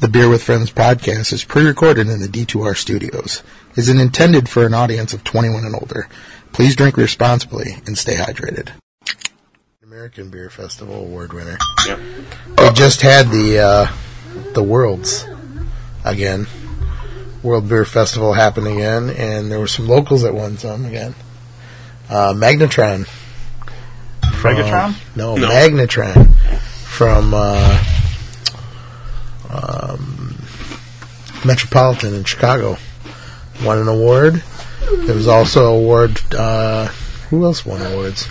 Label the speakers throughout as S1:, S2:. S1: The Beer with Friends podcast is pre-recorded in the D2R studios. Is intended for an audience of 21 and older. Please drink responsibly and stay hydrated. American Beer Festival award winner.
S2: Yep.
S1: They just had the uh, the worlds again. World Beer Festival happened again, and there were some locals that won some again. Uh, Magnetron. from-
S3: Megatron?
S1: no,
S2: No.
S1: Magnetron from uh, um, Metropolitan in Chicago won an award. There was also an award. Uh, who else won awards?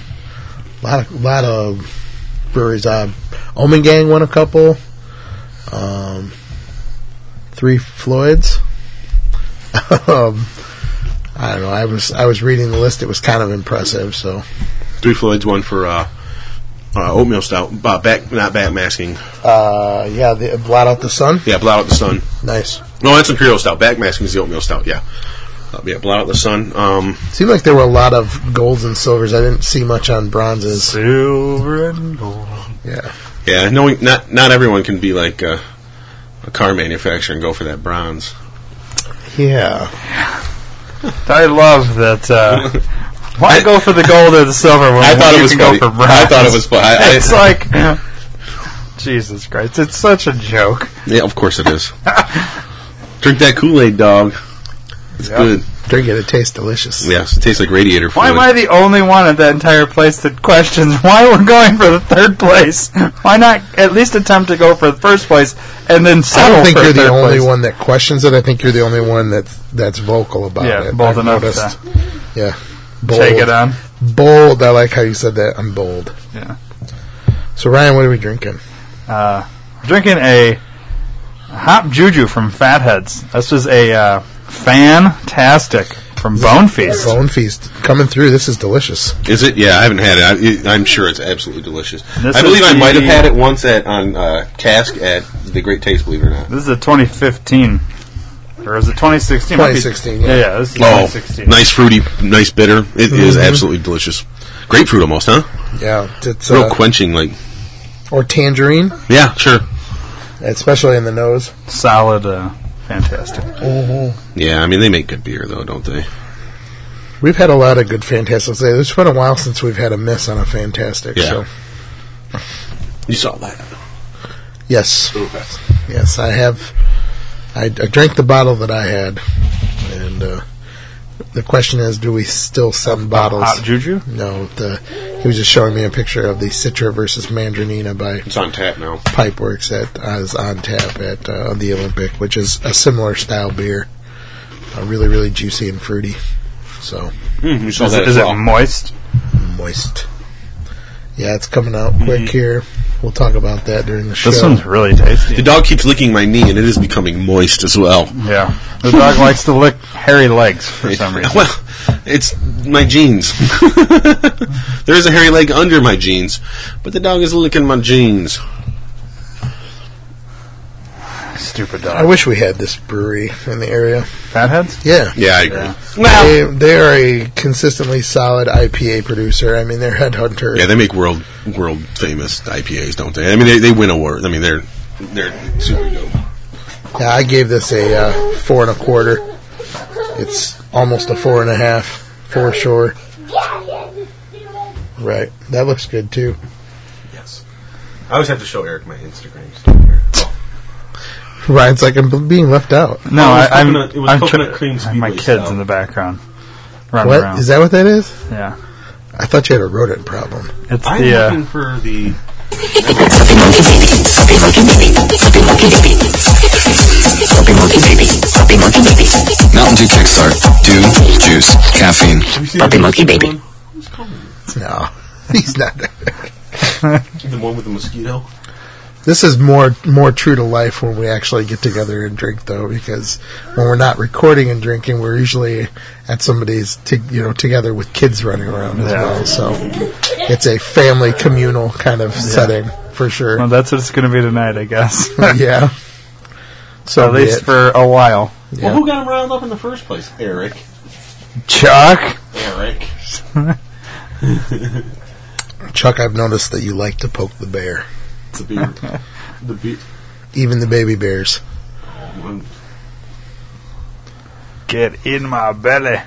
S1: A lot of, lot of breweries. Uh, Omen Gang won a couple. Um, Three Floyds. um, I don't know. I was I was reading the list. It was kind of impressive. So
S2: Three Floyds one for uh, uh, oatmeal stout, uh, back not back masking.
S1: uh, yeah, the, blot out the sun.
S2: Yeah, blot out the sun.
S1: Nice.
S2: No, that's imperial stout. Back masking is the oatmeal stout. Yeah, uh, yeah, blot out the sun. Um,
S1: Seemed like there were a lot of golds and silvers. I didn't see much on bronzes.
S3: Silver and gold.
S1: Yeah.
S2: yeah, knowing not not everyone can be like uh, a car manufacturer and go for that bronze.
S1: Yeah.
S3: I love that. Uh, why go for the gold or the silver when
S2: I thought
S3: Oh, you
S2: it was
S3: can
S2: funny.
S3: go for bronze?
S2: I thought it was funny. I, I,
S3: It's like Jesus Christ! It's such a joke.
S2: yeah, of course it is. Drink that Kool Aid, dog. It's
S3: Yep.
S2: good.
S1: Drink it. It tastes delicious.
S2: Yes, it tastes like radiator
S3: Why
S2: fluid.
S3: am I the only one at that entire place that questions why we're going for the third place? Why not at least attempt to go for the first place and then
S1: I
S3: settle
S1: don't think
S3: for
S1: you're
S3: third
S1: the only
S3: place?
S1: one that questions it. I think you're the only one that's that's vocal about
S3: Yeah,
S1: it.
S3: bold
S1: I've
S3: enough
S1: noticed.
S3: to
S1: Yeah. Bold.
S3: take it on.
S1: Bold. I like how you said that. I'm bold.
S3: Yeah.
S1: So Ryan, what are we drinking?
S3: Uh, we're drinking a hop juju from Fatheads. This is a uh, fantastic from Bone Feast.
S1: Bone Feast coming through. This is delicious.
S2: Is it? Yeah, I haven't had it. I, I'm sure it's absolutely delicious.
S3: This
S2: I believe
S3: is
S2: I might have
S3: the-
S2: had it once at on uh, cask at the Great Taste. Believe it or not.
S3: This is a 2015, or is it 2016? Might be-
S1: 2016, yeah.
S3: yeah, this is 2016.
S2: Oh, nice fruity, nice bitter. It is absolutely delicious. Grapefruit almost, huh?
S1: Yeah, it's
S2: Real
S1: uh,
S2: quenching, like
S1: or tangerine,
S2: yeah, sure.
S1: especially in the nose.
S3: solid, uh, fantastic.
S2: Yeah, I mean they make good beer though, don't they?
S1: We've had a lot of good fantastics. lately. It's been a while since we've had a miss on a fantastic.
S2: Yeah.
S1: So
S2: You saw that.
S1: yes, yes, I have. I, I drank the bottle that I had, and uh, the question is, do we still send bottles?
S3: Hop juju.
S1: no, the he was just showing me a picture of the Citra versus Mandarinina by
S2: It's on tap now.
S1: Pipeworks at uh, is on tap at uh, the Olympic, which is a similar style beer, uh, really really juicy and fruity, so
S2: Mm, you saw
S3: Is,
S2: that
S3: it,
S2: as
S3: is
S2: well.
S3: it moist?
S1: moist. Yeah, it's coming out quick here. We'll talk about that during the show.
S3: Mm-hmm. This one's really tasty.
S2: the dog keeps licking my knee, and it is becoming moist as well.
S3: yeah, the dog likes to lick hairy legs for some reason.
S2: Well, it's my jeans. there is a hairy leg under my jeans, but the dog is licking my jeans.
S3: Stupid
S1: I
S3: dog.
S1: wish we had this brewery in the area.
S3: Fatheads.
S1: Yeah.
S2: Yeah, I agree.
S3: Yeah.
S1: They, they are a consistently solid IPA producer. I mean, they're headhunter.
S2: Yeah, they make world world famous IPAs, don't they? I mean, they, they win awards. I mean, they're they're super dope.
S1: Yeah, I gave this a uh, four and a quarter. It's almost a four and a half for sure. Right. That looks good too.
S2: Yes, I always have to show Eric my Instagram stuff here.
S1: Ryan's like, I'm being left out.
S3: No,
S2: Oh, it was
S3: I, I'm.
S2: coconut- it was
S3: I'm
S2: coconut
S3: tr-
S2: cream
S3: My
S2: speedway
S3: kids
S2: style.
S3: in the background running
S1: What?
S3: around.
S1: Is that what that is?
S3: yeah,
S1: I thought you had a rodent problem.
S3: it's the. Uh,
S2: for the.
S4: Mountain Dew Kickstart. Dew, juice, caffeine. Puppy Monkey Baby.
S1: No, he's not.
S2: The one with the mosquito.
S1: This is more more true to life when we actually get together and drink, though, because when we're not recording and drinking, we're usually at somebody's, to, you know, together with kids running around as
S3: Yeah.
S1: well. So it's a family communal kind of setting for
S3: well,
S1: sure.
S3: that's what it's going to be tonight, I guess.
S1: yeah. So
S3: At
S1: be
S3: least
S1: it.
S3: for a while.
S1: Yeah.
S2: Well, who got him riled up in the first place? Eric.
S3: Chuck.
S2: Eric.
S1: Chuck, I've noticed that you like to poke the bear,
S2: The beard. the beard.
S1: even the baby bears.
S3: Get in my belly.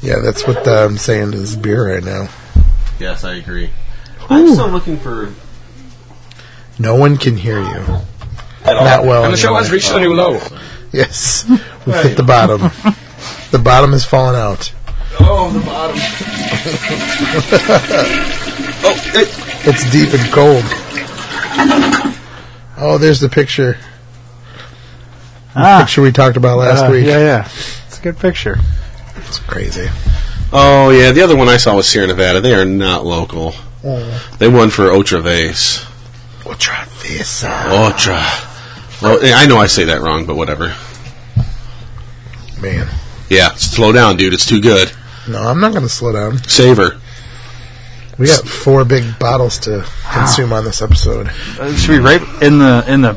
S1: Yeah, that's what uh, I'm saying to this beer right now.
S2: Yes, I agree. I'm still looking for.
S1: No one can hear you. Not well.
S5: And the show
S1: anyway.
S5: has reached a new low.
S1: Yes, we've hit the bottom. the bottom has fallen out.
S5: Oh, the bottom.
S2: Oh, it,
S1: It's deep and cold. Oh, there's the picture.
S3: Ah,
S1: Picture we talked about last
S3: uh,
S1: week.
S3: Yeah, yeah. It's a good picture.
S1: It's crazy.
S2: oh yeah, the other one I saw was Sierra Nevada. They are not local. They won for Otra Vase.
S1: We'll try this. out.
S2: Otra. Well, I know I say that wrong, but whatever.
S1: Man,
S2: Yeah, slow down, dude. It's too good.
S1: no, I'm not going to slow down.
S2: Savor.
S1: We got four big bottles to consume on this episode.
S3: Uh, should we rate in the in the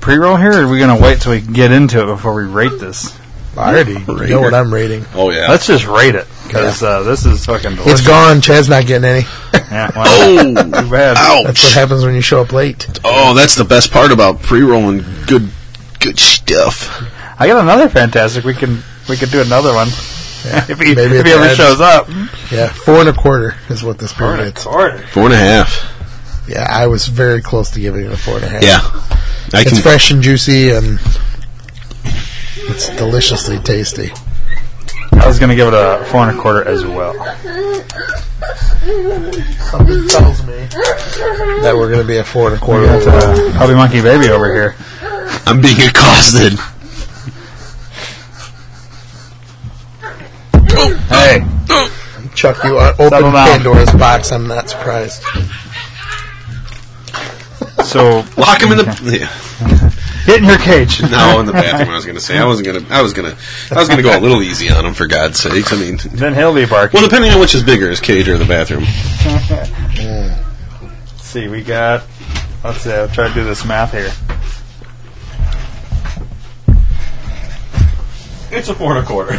S3: pre roll here, or are we going to wait till we get into it before we rate this?
S1: I already
S2: Rater.
S1: know what I'm rating.
S2: Oh yeah.
S3: Let's just rate it because uh, this is fucking
S1: It's
S3: delicious.
S1: gone. Chad's not getting any.
S3: Yeah,
S2: oh.
S3: too bad.
S1: That's what
S2: Ouch.
S1: happens when you show up late.
S2: Oh, that's the best part about pre-rolling good, good stuff.
S3: I got another fantastic. We can we could do another one if he,
S1: maybe
S3: if
S1: at
S3: he
S1: the
S3: ever
S1: end.
S3: shows up.
S1: Yeah, four and a quarter is what this beer is.
S2: Four and a half.
S1: Yeah, I was very close to giving it a four and a half.
S2: Yeah, I
S1: It's
S2: can.
S1: fresh and juicy and it's deliciously tasty.
S3: I was going to give it a four and a quarter as well.
S1: Something tells me that we're going to be a four and a
S3: We
S1: quarter.
S3: got uh, Hubby Monkey Baby over here.
S2: I'm being accosted.
S3: Hey,
S1: Chuck, you uh, open
S3: Settle down.
S1: Pandora's box. I'm not surprised.
S3: so
S2: Lock him in the. Yeah.
S3: get in your cage.
S2: No, in the bathroom. I was gonna say I wasn't gonna. I was gonna. I was gonna go a little easy on him for God's sakes. I mean,
S3: Then he'll be barking.
S2: well, depending on which is bigger, his cage or the bathroom.
S3: Let's see, we got. Let's see. I'll try to do this math here.
S2: It's a four and a quarter.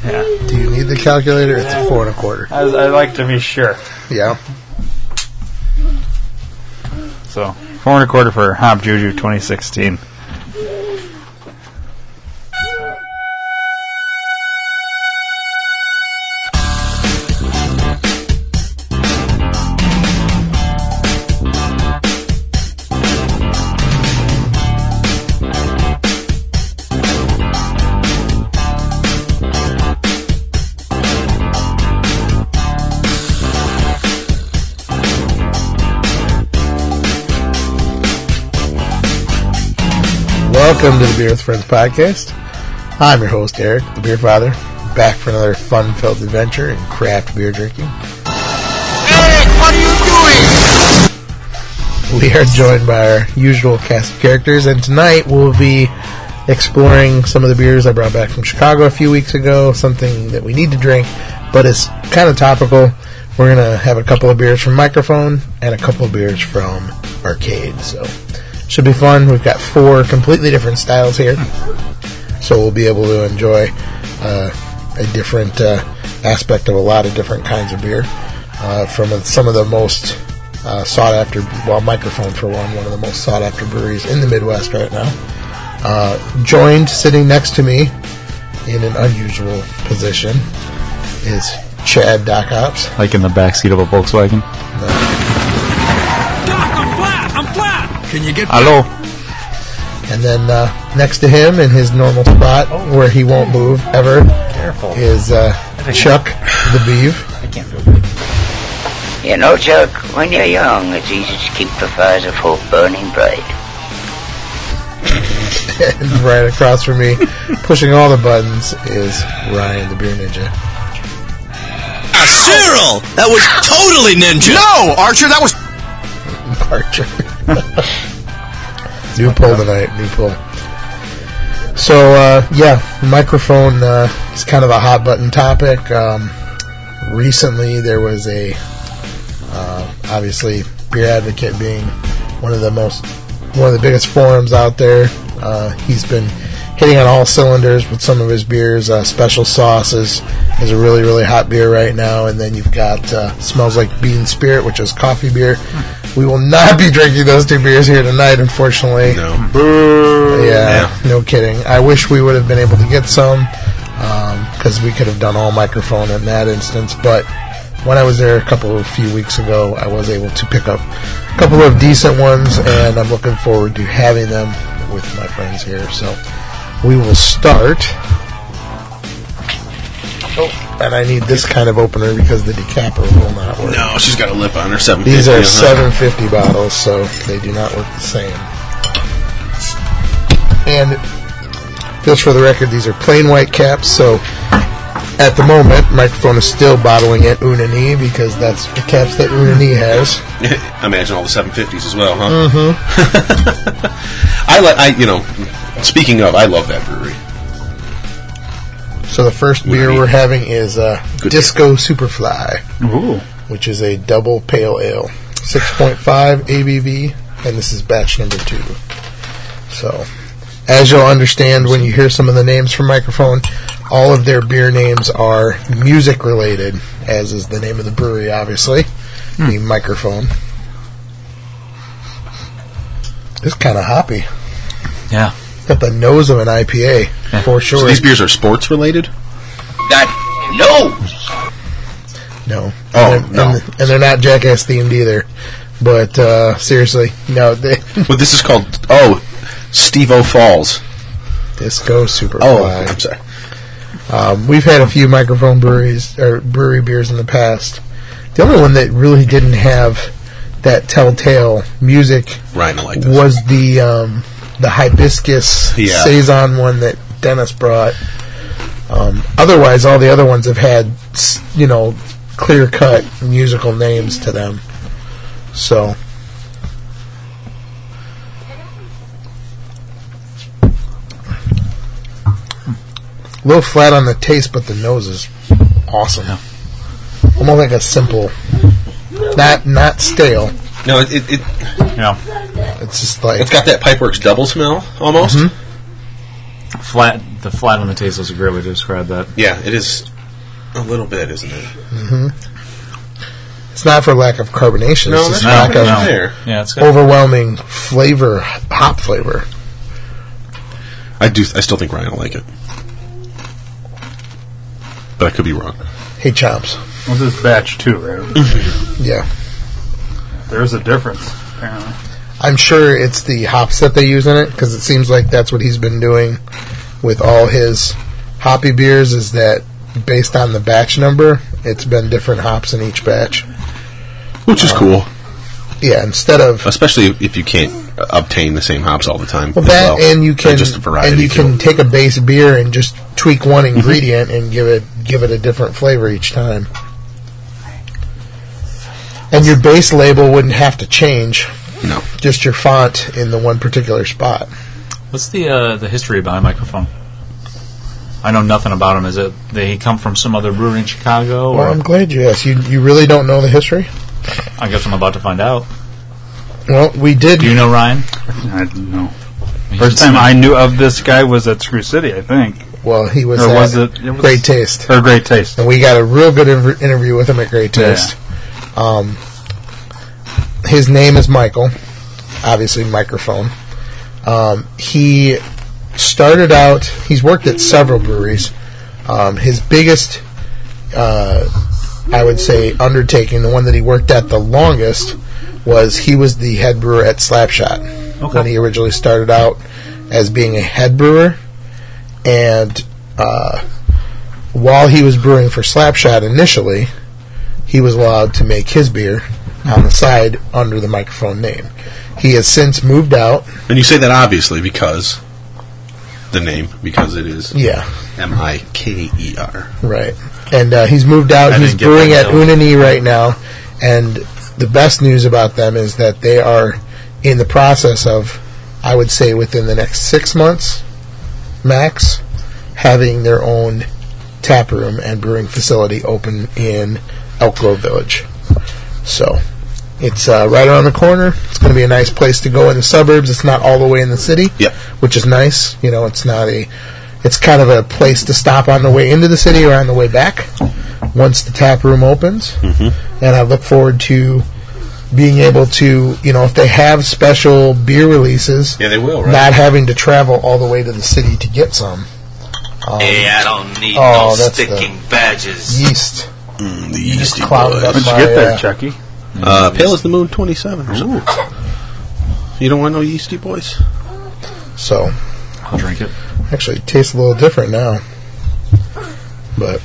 S1: Do you need the calculator? It's a four and a quarter.
S3: I, I like to be sure.
S1: Yeah.
S3: So four and a quarter for Hop Juju 2016.
S1: Welcome to the Beer with Friends podcast. I'm your host, Eric, the Beer Father, back for another fun filled adventure in craft beer drinking. Eric, what are you doing? We are joined by our usual cast of characters, and tonight we'll be exploring some of the beers I brought back from Chicago a few weeks ago, something that we need to drink, but it's kind of topical. We're going to have a couple of beers from Microphone and a couple of beers from Arcade, so should be fun. We've got four completely different styles here, so we'll be able to enjoy uh, a different uh, aspect of a lot of different kinds of beer. Uh, from some of the most uh, sought after, well, microphone for one, one of the most sought after breweries in the Midwest right now. Uh, joined sitting next to me in an unusual position is Chad Doc Ops.
S3: Like in the backseat of a Volkswagen. Hello.
S1: And then uh, next to him in his normal spot, where he won't move ever, is uh, Chuck the Beeve.
S6: You know, Chuck, when you're young, it's easy to keep the fires of hope burning bright.
S1: And right across from me, pushing all the buttons, is Ryan the Beer Ninja.
S7: Ah, Cyril! That was totally ninja! No, Archer, that was.
S1: Archer. new poll tonight, new poll. So, uh, yeah, microphone uh, is kind of a hot button topic. Um, recently, there was a, uh, obviously, Beer Advocate being one of the most, one of the biggest forums out there. Uh, he's been hitting on all cylinders with some of his beers. Uh, Special Sauces is a really, really hot beer right now. And then you've got uh, Smells Like Bean Spirit, which is coffee beer, We will not be drinking those two beers here tonight, unfortunately.
S2: No.
S1: Yeah, no kidding. I wish we would have been able to get some because we could have done all microphone in that instance. But when I was there a couple of few weeks ago, I was able to pick up a couple of decent ones, and I'm looking forward to having them with my friends here. So we will start. Oh, and I need this kind of opener because the decapper will not work.
S2: No, she's got a lip on her. Seven. uh-huh.
S1: These are 750 bottles, so they do not work the same. And just for the record, these are plain white caps, so at the moment, microphone is still bottling at Unani because that's the caps that Unani has.
S2: I imagine all the 750s as well, huh? Mm-hmm. I like. I you know. Speaking of, I love that brewery.
S1: So the first beer we're having is uh,
S2: Good
S1: Disco Superfly,
S3: Ooh.
S1: which is a double pale ale, 6.5 ABV, and this is batch number two. So, as you'll understand when you hear some of the names from microphone, all of their beer names are music related, as is the name of the brewery, obviously.
S2: Hmm.
S1: The microphone. It's kind of hoppy.
S3: Yeah.
S1: Got the nose of an IPA, for sure.
S2: So these beers are sports related.
S6: That no.
S1: No.
S2: Oh,
S1: and they're,
S2: no.
S1: And, and they're not jackass themed either. But uh, seriously, no. They,
S2: But this is called oh, Steve O Falls.
S1: disco super.
S2: Oh,
S1: Fly.
S2: I'm sorry.
S1: Um, we've had a few microphone breweries or brewery beers in the past. The only one that really didn't have that telltale music
S2: Ryan, I like this.
S1: was the um, the hibiscus
S2: Yeah.
S1: saison one that Dennis brought. Um, otherwise, all the other ones have had s- you know clear cut musical names to them. So a little flat on the taste, but the nose is awesome. Almost like a simple, not not stale.
S2: No, it, it
S3: Yeah.
S1: It's just like
S2: it's got that Pipeworks double smell almost.
S8: Flat. The flat on the taste is a great way to describe that.
S2: Yeah, it is a little bit, isn't it?
S1: It's not for lack of carbonation.
S2: No,
S1: it's just
S2: that's
S1: lack
S2: not
S1: of
S2: fair.
S8: Yeah, it's good.
S1: overwhelming flavor, hop flavor.
S2: I do. I still think Ryan will like it, but I could be wrong.
S1: Hey, Chomps.
S3: Well, this is batch two, right?
S1: Yeah.
S3: There's a difference, apparently.
S1: I'm sure it's the hops that they use in it because it seems like that's what he's been doing with all his hoppy beers is that based on the batch number, it's been different hops in each batch.
S2: Which is cool,
S1: Yeah, instead of
S2: especially if you can't obtain the same hops all the time.
S1: Well,
S2: as
S1: that
S2: well.
S1: and you
S2: They're
S1: can
S2: just a variety.
S1: and you
S2: too.
S1: can take a base beer and just tweak one ingredient and give it give it a different flavor each time. And your base label wouldn't have to change,
S2: no.
S1: just your font in the one particular spot.
S8: What's the uh, the history behind microphone? I know nothing about him. Is it they come from some other brewery in Chicago?
S1: Well,
S8: Or
S1: I'm glad you asked. You you really don't know the history?
S8: I guess I'm about to find out.
S1: Well, we did.
S8: Do you know Ryan?
S2: Mm-hmm.
S3: I don't know. First time I knew of this guy was at Screw City, I think.
S1: well, he was,
S3: Or
S1: at
S3: was it- it was-
S1: Great Taste,
S3: Or Great Taste.
S1: and we got a real good inter- interview with him at Great
S3: Yeah.
S1: Taste. Um, his name is Michael, obviously microphone. Um, he started out. He's worked at several breweries. Um, his biggest, uh, I would say, undertaking, the one that he worked at the longest, was he was the head brewer at Slapshot when he originally started out as being a head brewer, and uh, while he was brewing for Slapshot initially, he was allowed to make his beer on the side under the microphone name. He has since moved out.
S2: And you say that obviously because the name, because it is
S1: Yeah,
S2: M I K E R.
S1: right. And uh, he's moved out.
S8: I
S1: he's
S8: didn't get
S1: brewing at
S8: that note.
S1: Unani right now. And the best news about them is that they are in the process of, I would say, within the next six months, max, having their own tap room and brewing facility open in Elk Grove Village. So it's uh, right around the corner. It's going to be a nice place to go in the suburbs. It's not all the way in the city,
S2: Yep.
S1: which is nice. You know, it's not a. It's kind of a place to stop on the way into the city or on the way back once the tap room opens. Mm-hmm. And I look forward to being able to, you know, if they have special beer releases,
S2: Yeah, they will, right?
S1: not having to travel all the way to the city to get some. Um,
S9: Hey, I don't need
S1: Oh,
S9: no
S1: that's the-
S9: sticking badges.
S1: yeast.
S2: Mm, the yeasty
S1: clouded up
S2: boys.
S3: When'd you
S1: my,
S3: get there,
S1: uh,
S3: Chucky?
S2: Uh, Pale as the Moon 27. Or something. You don't want no yeasty boys?
S1: So,
S8: I'll drink it.
S1: actually, it tastes a little different now. But,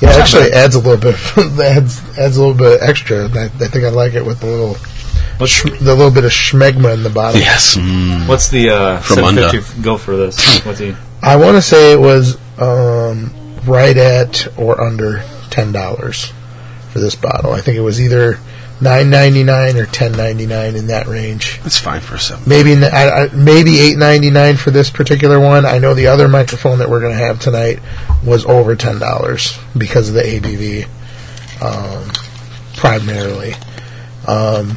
S1: yeah, actually, it adds a little bit, adds, adds a little bit extra. and I, I think I like it with the little, sh- the little bit of schmegma in the bottom.
S2: Yes. mm.
S8: What's the uh,
S2: From under.
S8: 750 go for this? What's he?
S1: I want to say it was um, right at or under ten dollars for this bottle. I think it was either nine ninety nine or ten ninety nine in that range.
S2: That's fine for a seven.
S1: Maybe n I I maybe eight ninety nine for this particular one. I know the other microphone that we're going to have tonight was over ten dollars because of the ABV, um, primarily. Um,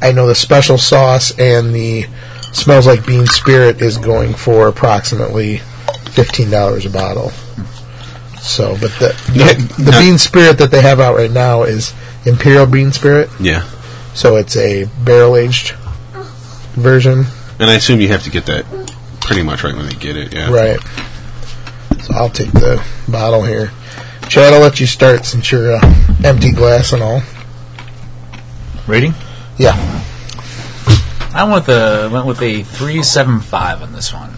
S1: I know the special sauce and the smells like bean spirit is going for approximately fifteen dollars a bottle. So, but the the, the
S2: No.
S1: bean spirit that they have out right now is imperial bean spirit.
S2: Yeah.
S1: So it's a barrel aged version,
S2: And I assume you have to get that pretty much right when they get it, yeah.
S1: right? So I'll take the bottle here. Chad, I'll let you start since you're uh, empty glass and all.
S8: Rating?
S1: Yeah,
S8: I went with a went with a three seven five on this one.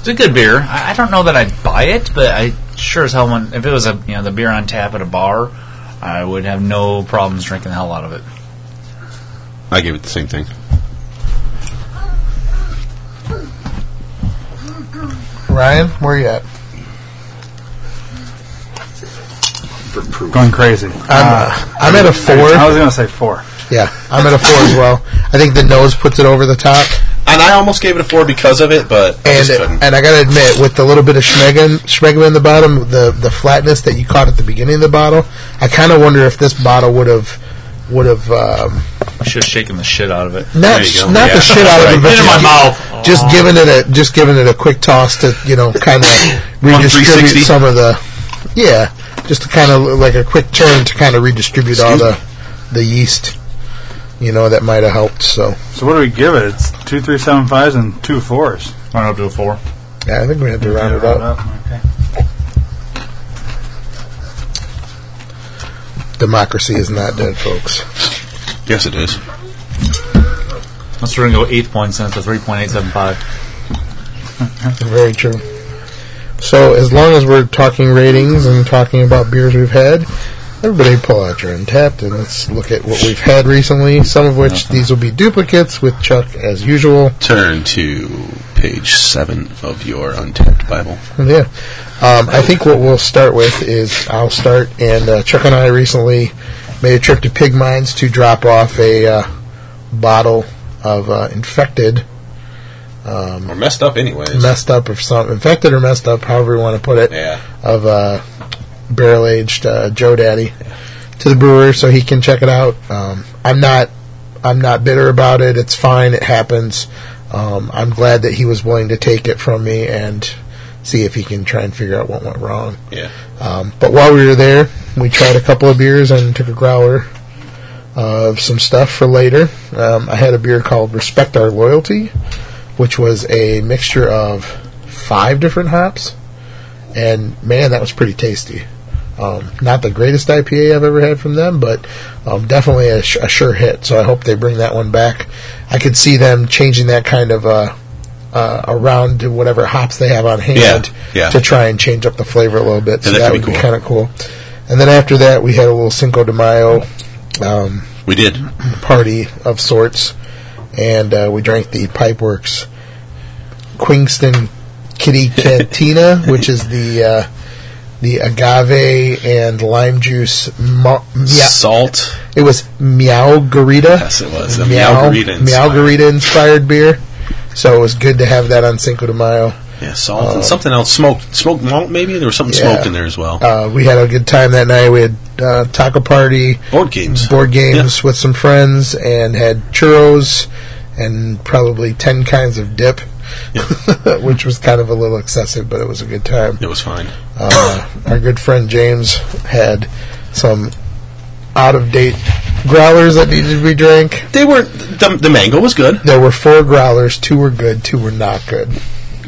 S8: It's a good beer. I, I don't know that I'd buy it, but I sure as hell want. If it was a you know the beer on tap at a bar, I would have no problems drinking the hell out of it.
S2: I gave it the same thing.
S1: Ryan, where you at?
S3: Going crazy.
S1: I'm at a
S3: Uh, I
S1: four.
S3: was gonna say four.
S1: Yeah, I'm at a four as well. I think the nose puts it over the top,
S2: And I almost gave it a four because of it, but I
S1: and
S2: just couldn't.
S1: and I gotta admit, with the little bit of schmegma schmegma in the bottom, the the flatness that you caught at the beginning of the bottle, I kind of wonder if this bottle would have would have. Um,
S8: Should have shaken the shit out of it.
S1: not
S2: There you go.
S1: not
S2: Yeah.
S1: the shit out of it, but
S8: In
S1: just,
S8: my
S1: gi-
S8: mouth.
S1: just giving it a just giving it a quick toss to you know kind of redistribute
S2: 360?
S1: some of the yeah, just to kind of like a quick turn to kind of redistribute all
S2: Excuse
S1: the the yeast, you know that might have helped. So
S3: So what do we give it? It's two three seven fives and two fours.
S8: Went up to a four.
S1: yeah, I think we have to round it up.
S3: Okay.
S1: Democracy is not dead, folks.
S2: Yes, it is.
S8: Let's we're gonna go eight points since the three point eight seven five.
S1: Very true. So as long as we're talking ratings and talking about beers we've had, everybody pull out your untapped and let's look at what we've had recently. Some of which these will be duplicates with Chuck as usual.
S2: Turn to page seven of your untapped Bible.
S1: Yeah, um, I think what we'll start with is I'll start and uh, Chuck and I recently made a trip to Pig Mines to drop off a uh, bottle of uh, infected. Um,
S2: Or messed up, anyways.
S1: messed up or something, infected or messed up, however you want to put it,
S2: Yeah.
S1: of uh, barrel aged uh, Joe Daddy to the brewer so he can check it out. Um, I'm not I'm not bitter about it. It's fine. It happens. Um, I'm glad that he was willing to take it from me and see if he can try and figure out what went wrong.
S2: yeah.
S1: Um, but while we were there, we tried a couple of beers and took a growler of some stuff for later. Um, I had a beer called Respect Our Loyalty, which was a mixture of five different hops, and man, that was pretty tasty. Um, not the greatest IPA I've ever had from them, but um, definitely a, sh- a sure hit. So I hope they bring that one back. I could see them changing that kind of uh, uh, around to whatever hops they have on hand
S2: Yeah, yeah.
S1: to try and change up the flavor a little bit. So
S2: that
S1: that
S2: could be
S1: would be
S2: cool.
S1: kind of cool. And then after that, we had a little Cinco de Mayo um,
S2: We did.
S1: party of sorts, and uh, we drank the Pipeworks Quingston Kitty Cantina, which is the uh, the agave and lime juice. Mo- yeah,
S2: Salt.
S1: it was Meow Garita.
S2: Yes, it was. A Meow-Garita inspired.
S1: Meow-Garita inspired beer. So it was good to have that on Cinco de Mayo.
S2: Yeah, salt and something else. Smoked. Smoked malt, maybe? There was something
S1: Uh, Yeah.
S2: smoked in there as well.
S1: Uh, we had a good time that night. We had uh, taco party.
S2: Board games.
S1: board games with some friends and had churros and probably 10 kinds of dip, which was kind of a little excessive, but it was a good time.
S2: It was fine.
S1: Uh, our good friend James had some out of date growlers that needed to be drank.
S2: They were the, the mango was good.
S1: There were four growlers. Two were good. Two were not good.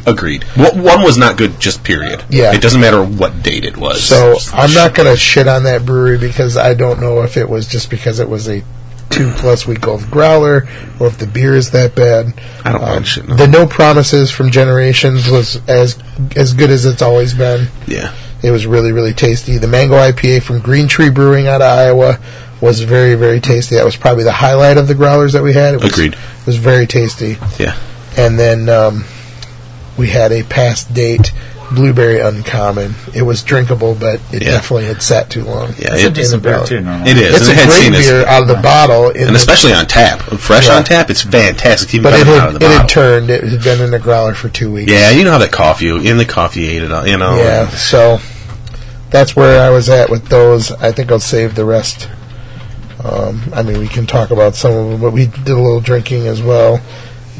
S2: Agreed. Wh- One was not good. Just period.
S1: Yeah.
S2: It doesn't matter what date it was.
S1: So I'm not going to shit on that brewery because I don't know if it was just because it was a two plus week old growler or if the beer is that bad.
S2: I don't
S1: Um,
S2: mind shit. No.
S1: the No Promises from Generations was as as good as it's always been.
S2: yeah.
S1: It was really really tasty. The Mango IPA from Green Tree Brewing out of Iowa was very very tasty. That was probably the highlight of the growlers that we had. It was,
S2: Agreed.
S1: It was very tasty.
S2: Yeah.
S1: And then um, we had a past date blueberry uncommon. It was drinkable, but it
S2: Yeah.
S1: definitely had sat too long.
S2: Yeah.
S8: It's a
S2: It,
S8: decent
S1: in the
S8: beer
S1: ballot.
S8: too. Normally.
S2: it is.
S1: It's
S2: and
S1: a
S2: it had
S1: great
S2: seen
S1: beer
S2: this,
S1: out of the bottle, in
S2: and
S1: the-
S2: especially on tap, fresh
S1: Yeah.
S2: on tap. It's fantastic. Even
S1: but it
S2: better out
S1: had,
S2: of the
S1: it had
S2: bottle.
S1: turned. It had been in a growler for two weeks.
S2: Yeah, you know how that coffee in the coffee ate it. all, You know.
S1: Yeah, so that's where I was at with those. I think I'll save the rest. Um, I mean, we can talk about some of them, but we did a little drinking as well.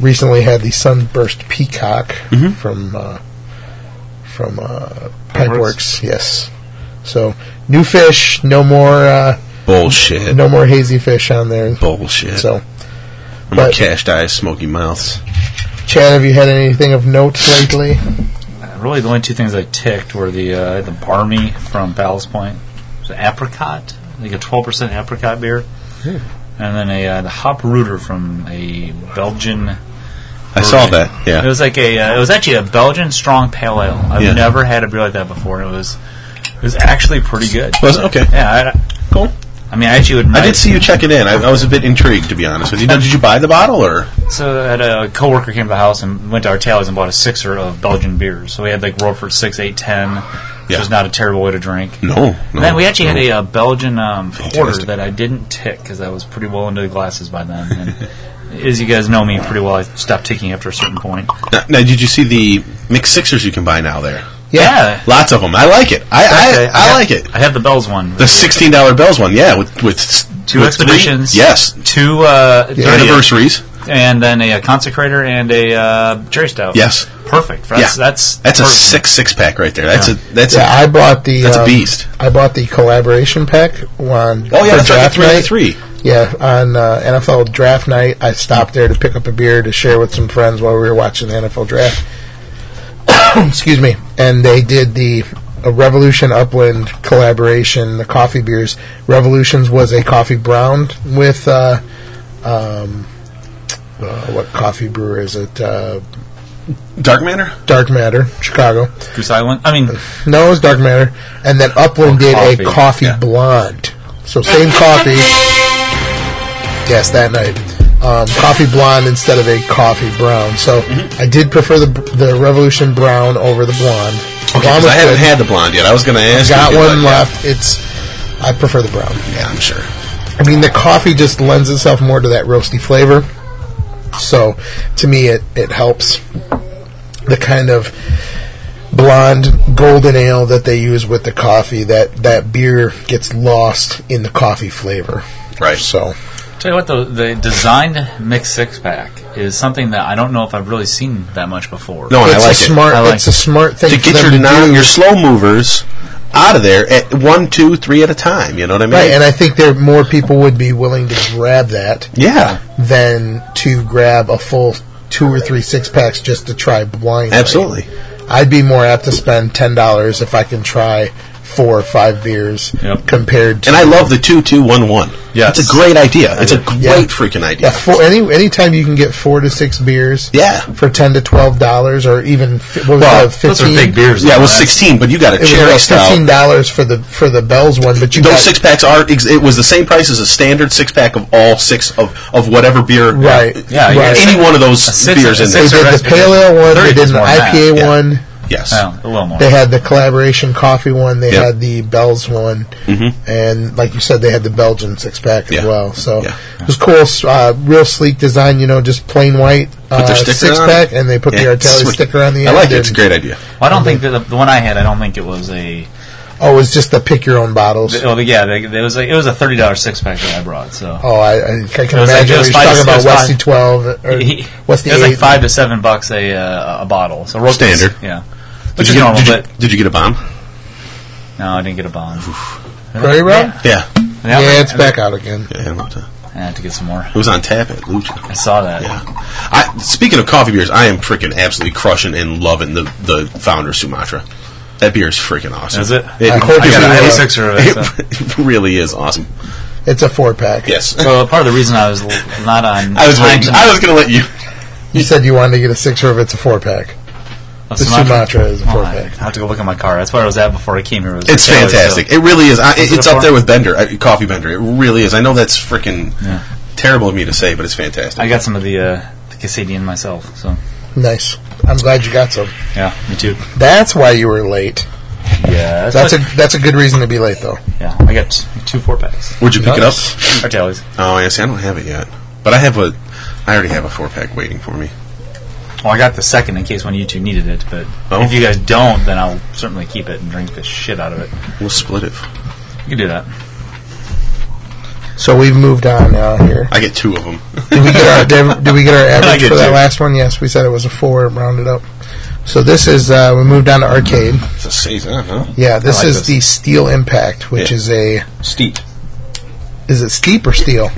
S1: Recently had the Sunburst Peacock
S2: Mm-hmm.
S1: from uh, from uh, Pipeworks. Yes, so new fish, no more uh,
S2: Bullshit.
S1: no more hazy fish on there.
S2: Bullshit.
S1: So,
S2: I'm a
S1: but-
S2: cashed eyes, smoky mouths.
S1: Chad, have you had anything of note lately?
S8: Really, the only two things I ticked were the uh, the barmy from Ballast Point, the apricot, like a twelve percent apricot beer,
S2: Hmm.
S8: and then a uh, the hop rooter from a Belgian.
S2: I saw that.
S8: It
S2: Yeah.
S8: was like a uh, it was actually a Belgian strong pale ale. I've
S2: Yeah.
S8: never had a beer like that before. It was it was actually pretty good.
S2: Was it? Okay.
S8: Yeah, I,
S2: Cool.
S8: I mean, I actually would.
S2: I did see you check it in. I, I was a bit intrigued, to be honest with you. Now, did you buy the bottle or?
S8: So I had a coworker came to the house and went to our tailors and bought a sixer of Belgian beers. So we had like Roquefort six, eight, ten, which
S2: Yeah.
S8: was not a terrible way to drink.
S2: No. no
S8: And then we actually
S2: no.
S8: had a uh, Belgian um, porter
S2: Fantastic.
S8: that I didn't tick because I was pretty well into the glasses by then. And as you guys know me pretty well, I stopped ticking after a certain point.
S2: Now, now, did you see the mixed sixers you can buy now there?
S8: Yeah,
S2: Lots of them. I like it. I I, I,
S8: had-
S2: like it.
S8: I had the Bells one.
S2: The sixteen dollar bells one. Yeah, with with s-
S8: Two
S2: with
S8: expeditions.
S2: Three, yes.
S8: two uh, thirtieth,
S2: Anniversaries.
S8: and then a, uh consecrator and a uh, cherry stout.
S2: Yes.
S8: perfect. That's
S2: yeah.
S8: that's
S2: that's a
S8: perfect.
S2: six six pack right there. That's
S8: Yeah.
S2: a that's
S1: Yeah, I bought the.
S2: That's a
S1: um,
S2: beast.
S1: I bought the collaboration pack one.
S2: a, oh
S1: for
S2: yeah, that's right.
S1: draft
S2: Three
S1: night.
S2: and three.
S1: Yeah, on uh, NFL draft night, I stopped there to pick up a beer to share with some friends while we were watching the NFL draft. Excuse me. And they did the a Revolution Upland collaboration, the coffee beers. Revolutions was a coffee brown with, uh, um, uh, what coffee brewer is it? Uh,
S2: Dark Manor.
S1: Dark Matter, Chicago.
S8: Goose Island. I
S2: Uh,
S8: mean,
S1: No, it was Dark Matter. And then Upland did
S8: coffee.
S1: a coffee
S2: Yeah.
S1: blonde. So same coffee. Yes, that night. Um, coffee blonde instead of a coffee brown. So
S2: Mm-hmm.
S1: I did prefer the the Revolution brown over the blonde.
S2: Okay,
S1: Blonde
S2: 'cause
S1: was
S2: I haven't
S1: good.
S2: had the blonde yet. I was going to ask.
S1: got
S2: you,
S1: one
S2: but, yeah.
S1: left. It's I prefer the brown.
S2: Yeah, I'm sure.
S1: I mean, the coffee just lends itself more to that roasty flavor. So, to me, it, it helps the kind of blonde golden ale that they use with the coffee. That that beer gets lost in the coffee flavor.
S2: Right.
S1: So,
S8: Tell you what, though, the designed mixed six pack is something that I don't know if I've really seen that much before.
S2: No, and Oh, I
S1: it's
S2: like
S1: a
S2: it.
S1: smart.
S8: I like
S1: it's a smart thing
S2: to
S1: for
S2: get
S1: them
S2: your
S1: to
S2: non,
S1: do.
S2: your slow movers out of there at one, two, three at a time. You know what I mean?
S1: right, and I think there more people would be willing to grab that
S2: yeah,
S1: than to grab a full two or three six packs just to try blind.
S2: absolutely.
S1: I'd be more apt to spend ten dollars if I can try four or five beers
S8: Yep.
S1: compared to
S2: And I love the two, two, one, one. Yeah,
S8: Yes.
S2: it's a great idea. It's a great
S1: Yeah.
S2: freaking
S1: yeah,
S2: idea.
S1: four, any anytime you can get four to six beers
S2: Yeah.
S1: for ten to twelve dollars or even fi- what was
S2: Well,
S1: that,
S8: Those are
S1: fifteen
S8: big beers.
S2: Yeah, it
S8: though.
S2: was
S8: That's-
S2: sixteen, but you got a
S1: It was
S2: cherry
S1: like fifteen
S2: stout.
S1: dollars for the for the Bell's one, but you
S2: Those
S1: got
S2: six packs are. ex- It was the same price as a standard six pack of all six of, of whatever beer. uh,
S1: Right.
S8: Yeah, you
S1: right.
S8: get
S2: Any one of those
S8: six-
S2: beers
S8: a
S2: in
S1: they
S2: there.
S8: six-
S1: did the
S8: recipe.
S1: pale ale one, they
S8: Thirty
S1: did
S8: is
S1: an
S8: more than that.
S1: IPA
S2: Yeah.
S1: one,
S2: Yes.
S8: Well, a little more.
S1: they had the collaboration coffee one, they
S2: Yep. Mm-hmm.
S1: had the Bell's one, and like you said, they had the Belgian six pack as
S2: Yeah.
S1: well. So
S2: Yeah.
S1: it was cool, s- uh, real sleek design. You know, just plain white
S2: Put
S1: uh,
S2: their sticker
S1: six
S2: on
S1: pack,
S2: it.
S1: and they put
S2: Yeah,
S1: the Artelli
S2: sweet.
S1: sticker on the
S2: I
S1: end.
S2: like it. It's a
S1: and-
S2: great idea.
S8: Well, I don't think that the, the one I had. I don't think it was a.
S1: Oh, it's just the pick your own bottles.
S8: Oh, yeah, they, it was a, it was a thirty dollars six pack that I brought. So
S1: Oh, I, I, I can
S8: It was like-
S1: imagine
S8: it was
S1: we
S8: five-
S1: talking
S8: it
S1: about
S8: was
S1: Westy
S8: five.
S1: twelve uh, or
S8: He-
S1: What's the
S8: it was like
S1: eight?
S8: five to seven bucks a uh, a bottle. So roast was-
S2: Standard.
S8: Yeah,
S2: Did
S8: which
S2: you
S8: is
S2: get-
S8: normal.
S2: did you-
S8: But
S2: did you get a bomb?
S8: no, I didn't get a bomb.
S1: Prairie Rub?
S2: Yeah.
S8: Yeah,
S1: yeah, it's back out again.
S2: Yeah, what the-
S8: I have to get some more.
S2: it was on tap at Lucha.
S8: I saw that.
S2: Yeah. I, speaking of coffee beers, I am freaking absolutely crushing and loving the, the founder Sumatra. That beer is freaking awesome.
S8: Is it?
S1: I
S2: I
S1: hope uh,
S2: got
S1: you
S2: an
S1: do
S2: eighty
S1: that.
S2: six or
S8: Picture of it, so.
S2: It really is awesome.
S1: It's a four pack.
S2: Yes.
S8: Well, part of the reason I was l- not on.
S2: I was waiting.
S8: time
S2: I was going to let you.
S1: You said you wanted to get a six or if it's a four pack.
S8: of
S1: The Sumatra is a
S8: Oh, I
S1: four-pack.
S8: I have to go look at my car. That's where I was at before I came here. It was
S2: It's
S8: Taylor's, so-
S2: fantastic. It really is. I,
S8: Is it
S2: it's
S8: a
S2: up
S8: four?
S2: there with Bender, uh, Coffee Bender. It really is. I know that's freaking
S8: Yeah.
S2: terrible of me to say, but it's fantastic.
S8: I got some of the uh, the Casadian myself. So
S1: Nice. I'm glad you got some.
S8: yeah, me too.
S1: That's why you were late.
S8: Yeah,
S1: That's a that's a good reason to be late though.
S8: yeah. I got t- two four packs.
S2: Would you pick
S1: Nice.
S2: it
S8: Or tallies.
S2: up? Oh, yeah. See, I don't have it yet, but I have a. I already have a four pack waiting for me.
S8: Well, I got the second in case one of you two needed it, but
S2: Oh.
S8: if you guys don't, then I'll certainly keep it and drink the shit out of it.
S2: We'll split it.
S8: You can do that.
S1: So we've moved on now here.
S2: I get two of them.
S1: Did we get our did, did we get our
S2: I
S1: average
S2: get
S1: for that
S2: two.
S1: last one? Yes, we said it was a four rounded up. So this is uh, we moved down to arcade.
S2: It's a season, huh?
S1: Yeah, this
S8: like
S1: is
S8: this.
S1: the Steel Impact, which
S2: Yeah.
S1: is a
S2: Steep.
S1: is it steep or steel?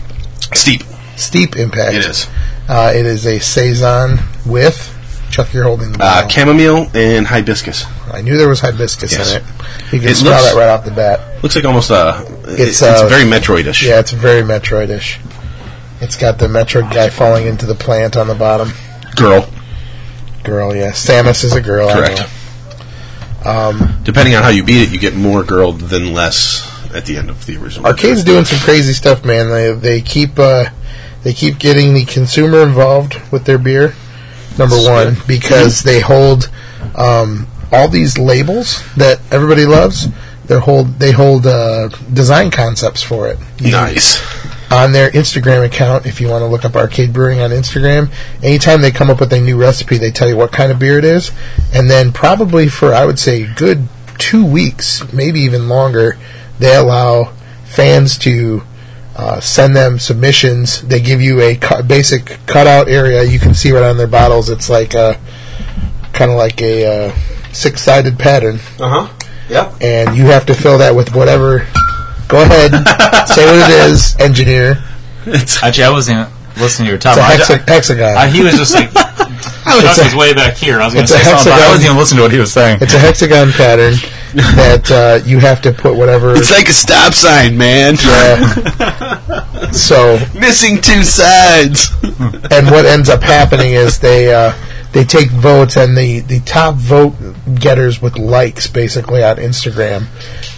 S2: Steep.
S1: Steep Impact.
S2: It is.
S1: Uh, it is a saison with Chuck. You're holding the
S2: Uh,
S1: bottle.
S2: chamomile and hibiscus.
S1: I knew there was hibiscus
S2: Yes.
S1: in it. You can
S2: It
S1: smell
S2: looks-
S1: that right off the bat.
S2: Looks like almost uh, it-
S1: It's,
S2: it's,
S1: uh,
S2: very Metroidish.
S1: Yeah, it's very Metroidish. It's got the Metroid guy falling into the plant on the bottom.
S2: Girl,
S1: Girl, yeah. Samus is a girl. I
S2: correct.
S1: know.
S2: Depending on how you beat it, you get more girl than less at the end of the original.
S1: Arcade's doing some crazy stuff, man. They they keep uh, they keep getting the consumer involved with their beer. Number one, because they hold um, all these labels that everybody loves. They hold they hold uh, design concepts for it. You can
S2: Nice.
S1: on their Instagram account. If you want to look up Arcade Brewing on Instagram, anytime they come up with a new recipe, they tell you what kind of beer it is, and then probably for I would say a good two weeks, maybe even longer, they allow fans to uh, send them submissions. They give you a cu- basic cutout area. You can see right on their bottles. It's like a kind of like a uh, six-sided pattern
S10: Uh-huh.
S2: Uh huh. Yeah.
S1: and you have to fill that with whatever. Go ahead, say what it is, engineer.
S8: Actually, I wasn't even listening to your top.
S1: It's a
S8: I-
S1: hexa- hexagon.
S8: I- he was just like, Chuck was way back here. I was going
S1: it's
S8: to
S1: a
S8: say something, but I
S1: hexagon.
S8: wasn't even listening to what he was saying.
S1: it's a hexagon pattern that uh, you have to put whatever.
S2: It's like a stop sign, man.
S1: uh, so,
S2: Missing two sides.
S1: and what ends up happening is they uh, they take votes, and the the top vote getters with likes, basically on Instagram,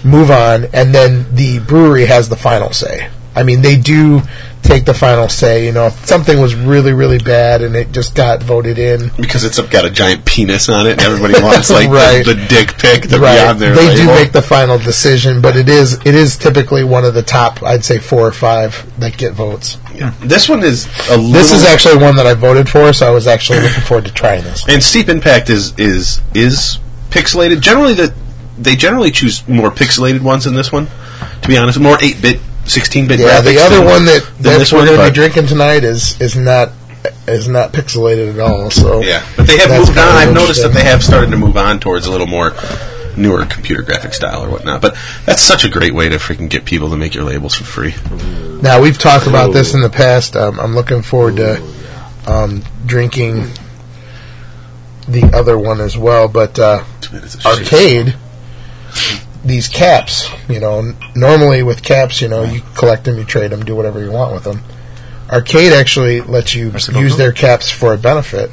S1: move on, and then the brewery has the final say. I mean, they do take the final say. You know, if something was really really bad and it just got voted in.
S2: because it's got a giant penis on it, and everybody wants like
S1: Right.
S2: the, the dick pic to be on there.
S1: They do make the final decision, but it is it is typically one of the top, I'd say four or five that get votes.
S2: This one is a little.
S1: This is actually one that I voted for, so I was actually looking forward to trying this.
S2: and steep impact is is is pixelated. Generally, that they generally choose more pixelated ones than this one. To be honest, more eight bit, sixteen bit.
S1: Yeah, the other one that,
S2: than
S1: that
S2: this
S1: we're
S2: one,
S1: going to be
S2: but-
S1: drinking tonight is is not is not pixelated at all. So
S2: Yeah, but they have
S1: that's
S2: moved on.
S1: kinda
S2: I've noticed that
S1: interesting.
S2: they have started to move on towards a little more newer computer graphic style or whatnot. But that's such a great way to freaking get people to make your labels for free.
S1: Now we've talked about this in the past. Um, I'm looking forward to um, drinking the other one as well, but. Uh, arcade these caps you know n- normally with caps you know you collect them you trade them do whatever you want with them arcade actually lets you use their caps for a benefit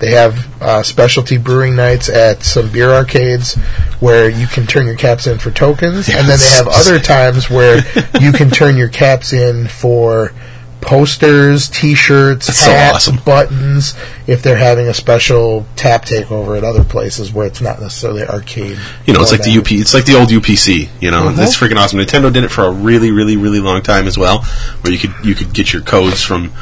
S1: they have uh, specialty brewing nights at some beer arcades where you can turn your caps in for tokens and then they have other times where you can turn your caps in for posters t-shirts
S2: so
S1: hats
S2: awesome.
S1: buttons if they're having a special tap takeover at other places where it's not necessarily arcade.
S2: You know, it's like
S1: format.
S2: the UP. It's like the old UPC. You
S1: Uh-huh.
S2: know, that's freaking awesome. Nintendo did it for a really, really, really long time as well, where you could you could get your codes from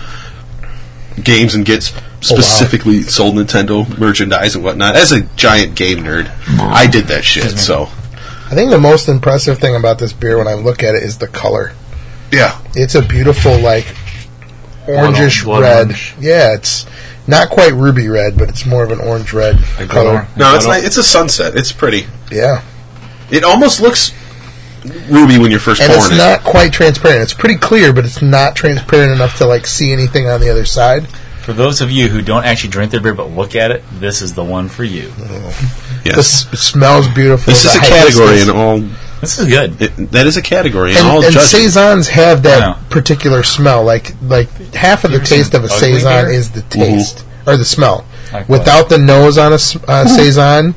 S2: games and
S1: Oh,
S2: get s- specifically sold Nintendo merchandise and whatnot. As a giant game nerd, I did that shit. So
S1: I think the most impressive thing about this beer when I look at it is the color.
S2: yeah,
S1: It's a beautiful like orangish
S8: blood
S1: red.
S8: orange.
S1: Yeah, it's not quite ruby red, but it's more of an orange red color.
S8: Like blood orange.
S2: no, it's like, it's a sunset. It's pretty.
S1: Yeah.
S2: It almost looks ruby when you're first
S1: and
S2: pouring
S1: it's
S2: it.
S1: not quite transparent. It's pretty clear, but it's not transparent enough to like see anything on the other side.
S8: For those of you who don't actually drink their beer but look at it, this is the one for you.
S1: The
S2: yes.
S1: s- it smells beautiful.
S2: This is
S1: The
S2: a
S1: hibiscus-
S2: category in all.
S8: This is good.
S2: It, that is a category in
S1: and,
S2: all
S1: and
S2: judging.
S1: saisons have
S8: Wow.
S1: that particular smell. Like like half of the taste of a
S8: ugly
S1: saison
S8: beer?
S1: is the taste or the smell.
S8: Like what?
S1: Without the nose on a s- uh,
S8: Mm-hmm.
S1: saison,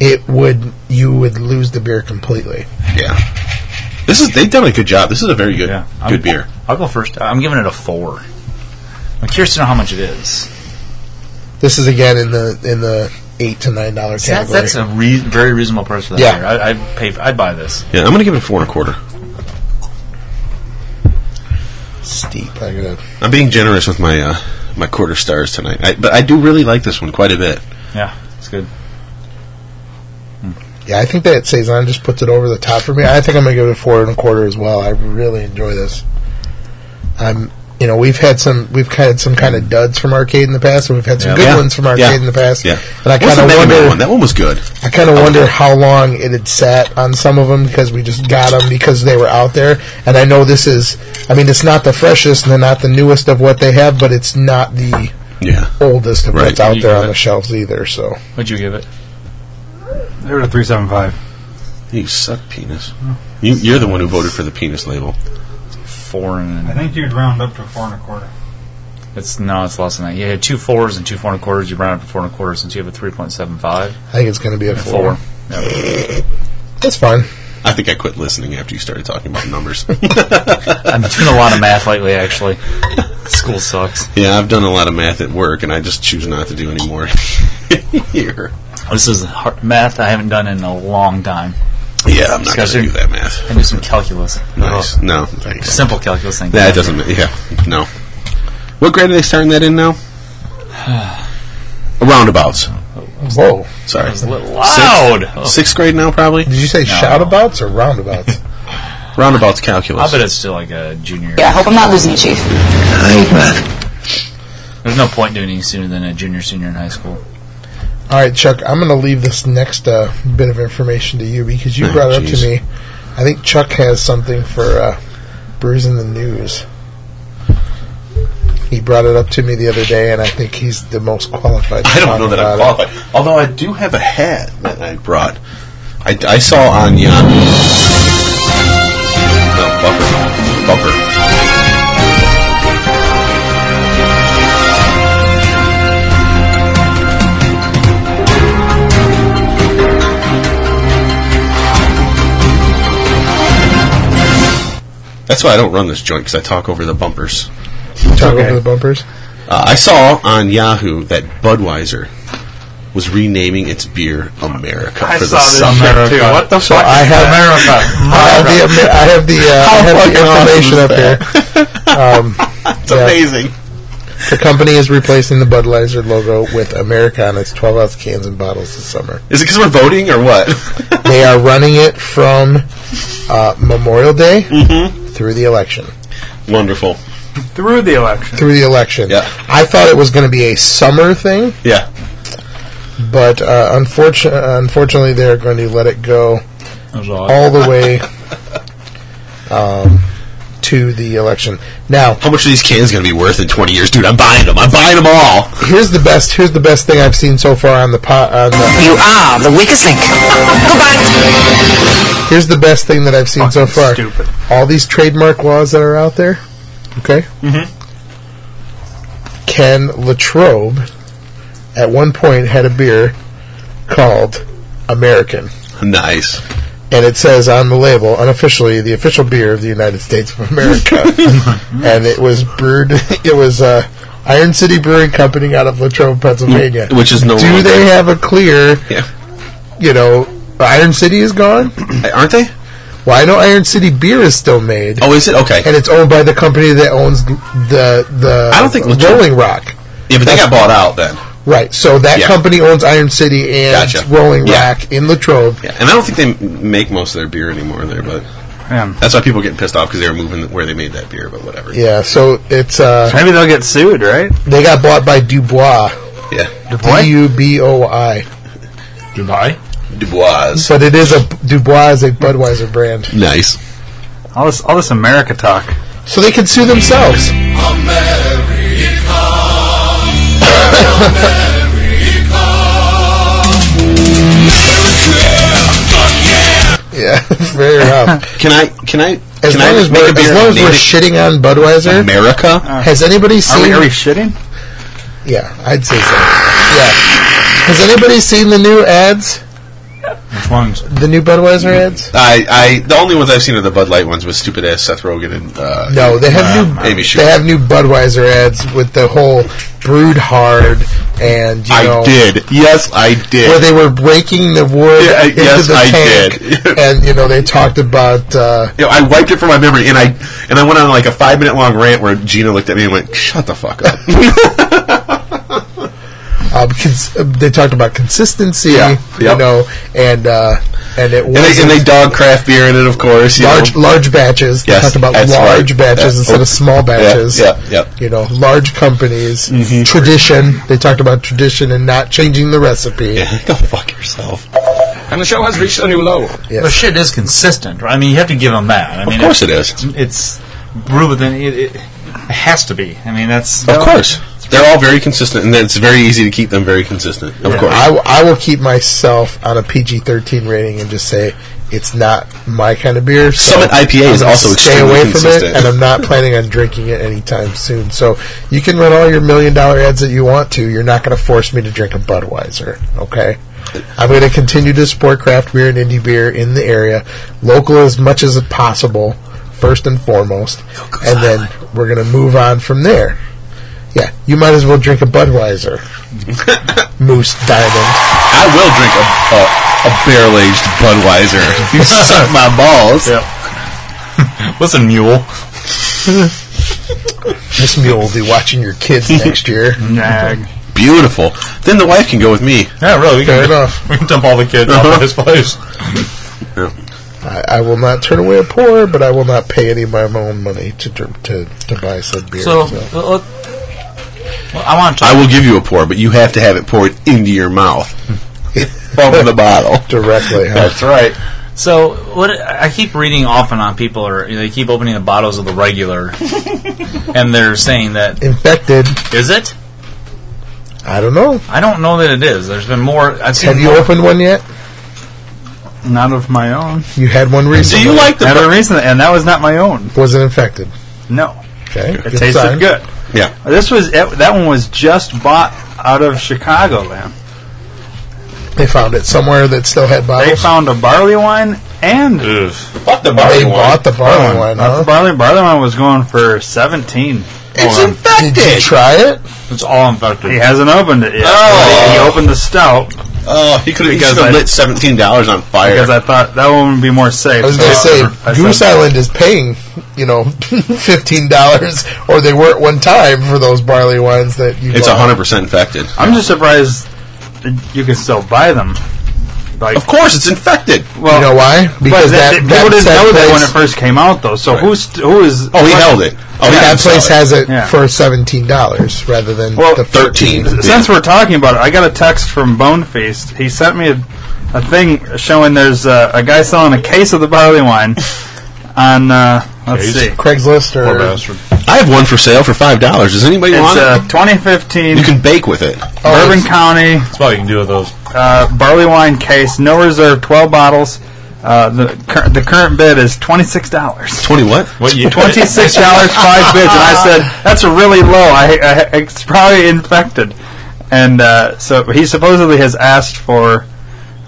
S1: it would you would lose the beer completely.
S2: Yeah. This is they've done a good job. This is a very good
S8: Yeah, I'm-
S2: good beer.
S8: I'll go first. I'm giving it a four. I'm curious to know how much it is.
S1: This is again in the in the eight to nine dollar
S8: See, That's,
S1: category.
S8: that's a re- very reasonable price for that
S1: Yeah.
S8: beer. I, I'd pay. I'd buy this.
S2: Yeah, I'm gonna give it a four and a quarter.
S1: steep. I gotta-
S2: I'm being generous with my uh, my quarter stars tonight, I, but I do really like this one quite a bit.
S8: Yeah, it's good.
S1: yeah, I think that saison just puts it over the top for me. I think I'm gonna give it a four and a quarter as well. I really enjoy this. I'm. You know, we've had some, we've had some kind of duds from arcade in the past, and we've had some
S8: Yeah.
S1: good
S2: Yeah.
S1: ones from arcade
S2: Yeah.
S1: in the past.
S2: Yeah,
S1: and I
S2: What's
S1: kind of
S2: the Mega Man
S1: wonder,
S2: one? That one was good.
S1: I kind of wonder how long it had sat on some of them because we just got them because they were out there. And I know this is, I mean, it's not the freshest and not the newest of what they have, but it's not the
S2: Yeah,
S1: oldest of
S2: Right.
S1: what's out
S8: You
S1: there
S8: got
S1: on
S8: it.
S1: the shelves either. So
S8: What'd you give it?
S3: They were a 375.
S2: you suck penis. You, you're the one who voted for the penis label.
S8: Four and
S3: I think you'd round up to four and a quarter.
S8: it's no, it's less than that. You had two fours and two four and a quarters. You round up to four and a quarter since you have a three point seven five.
S1: I think it's going to be a
S8: Four.
S1: four.
S8: Yeah.
S1: That's fine.
S2: I think I quit listening after you started talking about numbers.
S8: I've been doing a lot of math lately. Actually, school sucks.
S2: yeah, I've done a lot of math at work, and I just choose not to do anymore here.
S8: This is hard math I haven't done in a long time.
S2: Yeah, I'm not going to
S8: Discussion.
S2: do that math.
S8: I do some calculus.
S2: Nice.
S8: Ugh.
S2: No, thanks.
S8: Simple calculus thing.
S2: That doesn't. ma- Yeah, no. What grade are they starting that in now? Roundabouts.
S1: Whoa.
S2: Sorry.
S8: That was loud. Oh,
S2: Sixth grade now, probably.
S1: Did you say shoutouts or roundabouts?
S2: Roundabouts calculus.
S8: I bet it's still like a junior.
S10: Yeah, I hope I'm not losing you, Chief.
S8: There's no point doing any sooner than a junior, senior in high school.
S1: All right, Chuck, I'm going to leave this next uh, bit of information to you because you
S2: Oh,
S1: brought it up
S2: jeez.
S1: to me. I think Chuck has something for uh, Brews in the News. He brought it up to me the other day, and I think he's the most qualified. to
S2: I don't
S1: talk
S2: know that
S1: about
S2: I'm
S1: it.
S2: qualified. Although I do have a hat that I brought. I, I saw on uh, Yahoo. No, bumper. Bumper. That's why I don't run this joint because I talk over the bumpers.
S1: Talk
S3: Okay.
S1: over the bumpers.
S2: Uh, I saw on Yahoo that Budweiser was renaming its beer America for the summer.
S3: America. What the
S1: So I have I have the Amer- I have the, uh, I have the information
S2: fucking awesome is
S1: up here.
S2: It's
S1: Yeah.
S2: amazing.
S1: The company is replacing the Budweiser logo with America on its 12 ounce cans and bottles this summer.
S2: Is it because we're voting or what?
S1: They are running it from uh, Memorial Day through the election.
S2: Wonderful.
S3: Through the election.
S1: Through the election.
S2: Yeah.
S1: I thought it was going to be a summer thing,
S2: Yeah.
S1: but uh, unfortunately, unfortunately, they're going to let it go all the way um, to the election. Now,
S2: How much are these cans going to be worth in 20 years? Dude, I'm buying them. I'm buying them all.
S1: here's the best. Here's the best thing I've seen so far on the pot. On the,
S4: You are the weakest link. Goodbye.
S1: Here's the best thing that I've seen so
S3: Fucking
S1: far.
S3: stupid.
S1: All these trademark laws that are out there. Okay. Mm-hmm. Ken Latrobe, at one point, had a beer called American,
S2: Nice.
S1: and it says on the label, unofficially, the official beer of the United States of America, and it was brewed. It was uh, Iron City Brewing Company out of Latrobe, Pennsylvania.
S2: Mm, Which is no
S1: Do
S2: longer-
S1: they have a clear?
S2: Yeah.
S1: You know, Iron City is gone.
S2: Hey, Aren't they?
S1: Well, I know Iron City beer is still made,
S2: Oh, is it? Okay.
S1: and it's owned by the company that owns the the
S2: I don't think Latrobe-
S1: Rolling Rock.
S2: Yeah, but they got bought out then.
S1: Right, so that
S2: Yeah.
S1: company owns Iron City and
S2: Gotcha.
S1: Rolling
S2: Yeah.
S1: Rock in Latrobe.
S2: Yeah. And I don't think they m- make most of their beer anymore there, but
S3: Man.
S2: that's why people get pissed off because they were moving where they made that beer, but whatever.
S1: Yeah, so it's uh
S3: Maybe they'll get sued, right?
S1: they got bought by Dubois.
S2: Yeah.
S1: D U B O I.
S8: Dubai.
S2: Dubois.
S1: But it is a Dubois is a Budweiser brand,
S2: Nice.
S3: All this, all this America talk.
S1: so they can sue themselves. Yeah, very rough.
S2: Can I? Can I?
S1: As
S2: can
S1: long
S2: I
S1: as
S2: make
S1: we're,
S2: a beer
S1: as long
S2: and
S1: as
S2: name
S1: we're
S2: it
S1: shitting on Budweiser,
S2: America?
S1: has anybody
S3: Are
S1: seen?
S3: we, are we shitting?
S1: yeah, I'd say so. Yeah. Has anybody seen the new ads?
S3: Which ones?
S1: The new Budweiser ads?
S2: I, I, the only ones I've seen are the Bud Light ones with stupid ass Seth Rogen and uh,
S1: No, they have
S2: uh,
S1: new.
S2: Amy
S1: They
S2: Schumer.
S1: have new Budweiser ads with the whole brewed hard and you
S2: I
S1: know
S2: did. Yes, I did.
S1: where they were breaking the wood
S2: Yeah, I-
S1: into
S2: yes,
S1: the
S2: I
S1: tank,
S2: did.
S1: and you know they talked about uh,
S2: You know, I wiped it from my memory, and I and I went on like a five minute long rant where Gina looked at me and went, "Shut the fuck up."
S1: um, cons- uh, they talked about consistency,
S2: Yeah,
S1: you
S2: yep.
S1: know, and uh, and it was
S2: and, they, and they dog craft beer in it, of course. You
S1: large
S2: know.
S1: large batches. They
S2: Yes,
S1: talked about
S2: that's
S1: large
S2: right.
S1: batches
S2: Yeah.
S1: instead of small batches.
S2: yeah, yeah. Mm-hmm.
S1: You know, large companies, tradition. They talked about tradition and not changing the recipe.
S2: Yeah, go fuck yourself.
S5: And the show has reached a new low.
S8: But shit is consistent. Right? I mean, you have to give them that. I mean,
S2: Of course it
S8: it's,
S2: is.
S8: It's brew within it, it. It has to be. I mean, that's
S2: Of course, they're all very consistent, and it's very easy to keep them very consistent. Of course,
S1: I, w- I will keep myself on a PG thirteen rating and just say it's not my kind of beer. So
S2: Summit IPA
S1: I'm
S2: is
S1: gonna
S2: also
S1: stay
S2: extremely
S1: away from it,
S2: consistent.
S1: and I'm not planning on drinking it anytime soon. So you can run all your million dollar ads that you want to. You're not going to force me to drink a Budweiser. Okay. I'm going to continue to support craft beer and indie beer in the area, local as much as possible, first and foremost, and then we're going to move on from there. Yeah, you might as well drink a Budweiser, Moose Diamond.
S2: I will drink a, a, a barrel aged Budweiser. You suck my balls.
S3: Listen, mule.
S1: This mule will be watching your kids next year.
S3: Nag.
S2: Beautiful. Then the wife can go with me.
S3: Yeah, really. We
S1: Fair
S3: can,
S1: enough. Uh-huh.
S3: we can dump all the kids off at his place.
S1: I, I will not turn away a poor, but I will not pay any of my own money to dr- to, to buy said beer.
S8: so.
S1: So,
S8: well, let- well, I want to
S2: I
S8: talk.
S2: will give you a pour, but you have to have it poured into your mouth from the bottle.
S1: directly, huh?
S2: That's right.
S8: So what I keep reading off and on, people are they keep opening the bottles of the regular, and they're saying that
S1: infected.
S8: is it?
S1: I don't know.
S8: I don't know that it is. There's been more. I've seen
S1: Have you
S8: more-
S1: opened one yet?
S3: Not of my own.
S1: You had one recently.
S2: Do you like the?
S3: Never reason, and that was not my own.
S1: Was it infected?
S3: No,
S1: Okay,
S3: it tasted good.
S2: yeah.
S3: This was it, that one was just bought out of Chicagoland.
S1: They found it somewhere that still had
S3: They
S1: bottles.
S3: found a barley wine and
S2: Fuck the
S1: They bought the barley wine,
S3: Not
S1: huh?
S3: the barley barley wine was going for seventeen.
S2: It's
S3: Hold on.
S1: Did you
S2: infected.
S1: try it?
S8: It's all infected.
S3: He hasn't opened it yet.
S2: Oh.
S3: He opened the stout
S2: Oh, he could
S3: Because
S2: have
S3: I-
S2: lit seventeen dollars on fire.
S3: because I thought that one would be more safe.
S1: I was going to
S3: So
S1: say
S3: I
S1: Goose
S3: said-
S1: Island is paying, you know, fifteen dollars, or they were at one time for those barley wines that you.
S2: It's
S1: bought.
S2: hundred percent infected.
S3: I'm just surprised that you can still buy them. Like,
S2: Of course, it's infected.
S3: well,
S1: You know why?
S3: But
S1: Because
S3: that,
S1: that,
S3: people
S1: that,
S3: didn't
S1: said
S3: know
S1: place-
S3: that when it first came out, though. So
S2: Right.
S3: who's who is?
S2: Oh, he
S3: what-
S2: held it. Oh, he
S1: that
S2: didn't sell
S1: place
S2: it.
S1: has it
S3: Yeah.
S1: for seventeen dollars rather than
S3: Well,
S1: the thirteen.
S2: $13.
S3: Since we're talking about it, I got a text from Bonefeast. He sent me a, a thing showing there's uh, a guy selling a case of the barley wine on. Uh, let's see,
S1: Craigslist or
S2: I have one for sale for five dollars. Does anybody
S3: it's
S2: want
S3: uh,
S2: it?
S3: 2015
S2: You can bake with it.
S1: Oh,
S3: Bourbon
S1: it's-
S3: County
S10: That's all you can do with those.
S3: uh, barley wine case, no reserve, 12 bottles. Uh, the cur- the current bid is twenty six dollars.
S2: Twenty what?
S10: What you
S3: Twenty six dollars five bids, and I said that's really low. I, I it's probably infected, and uh, so he supposedly has asked for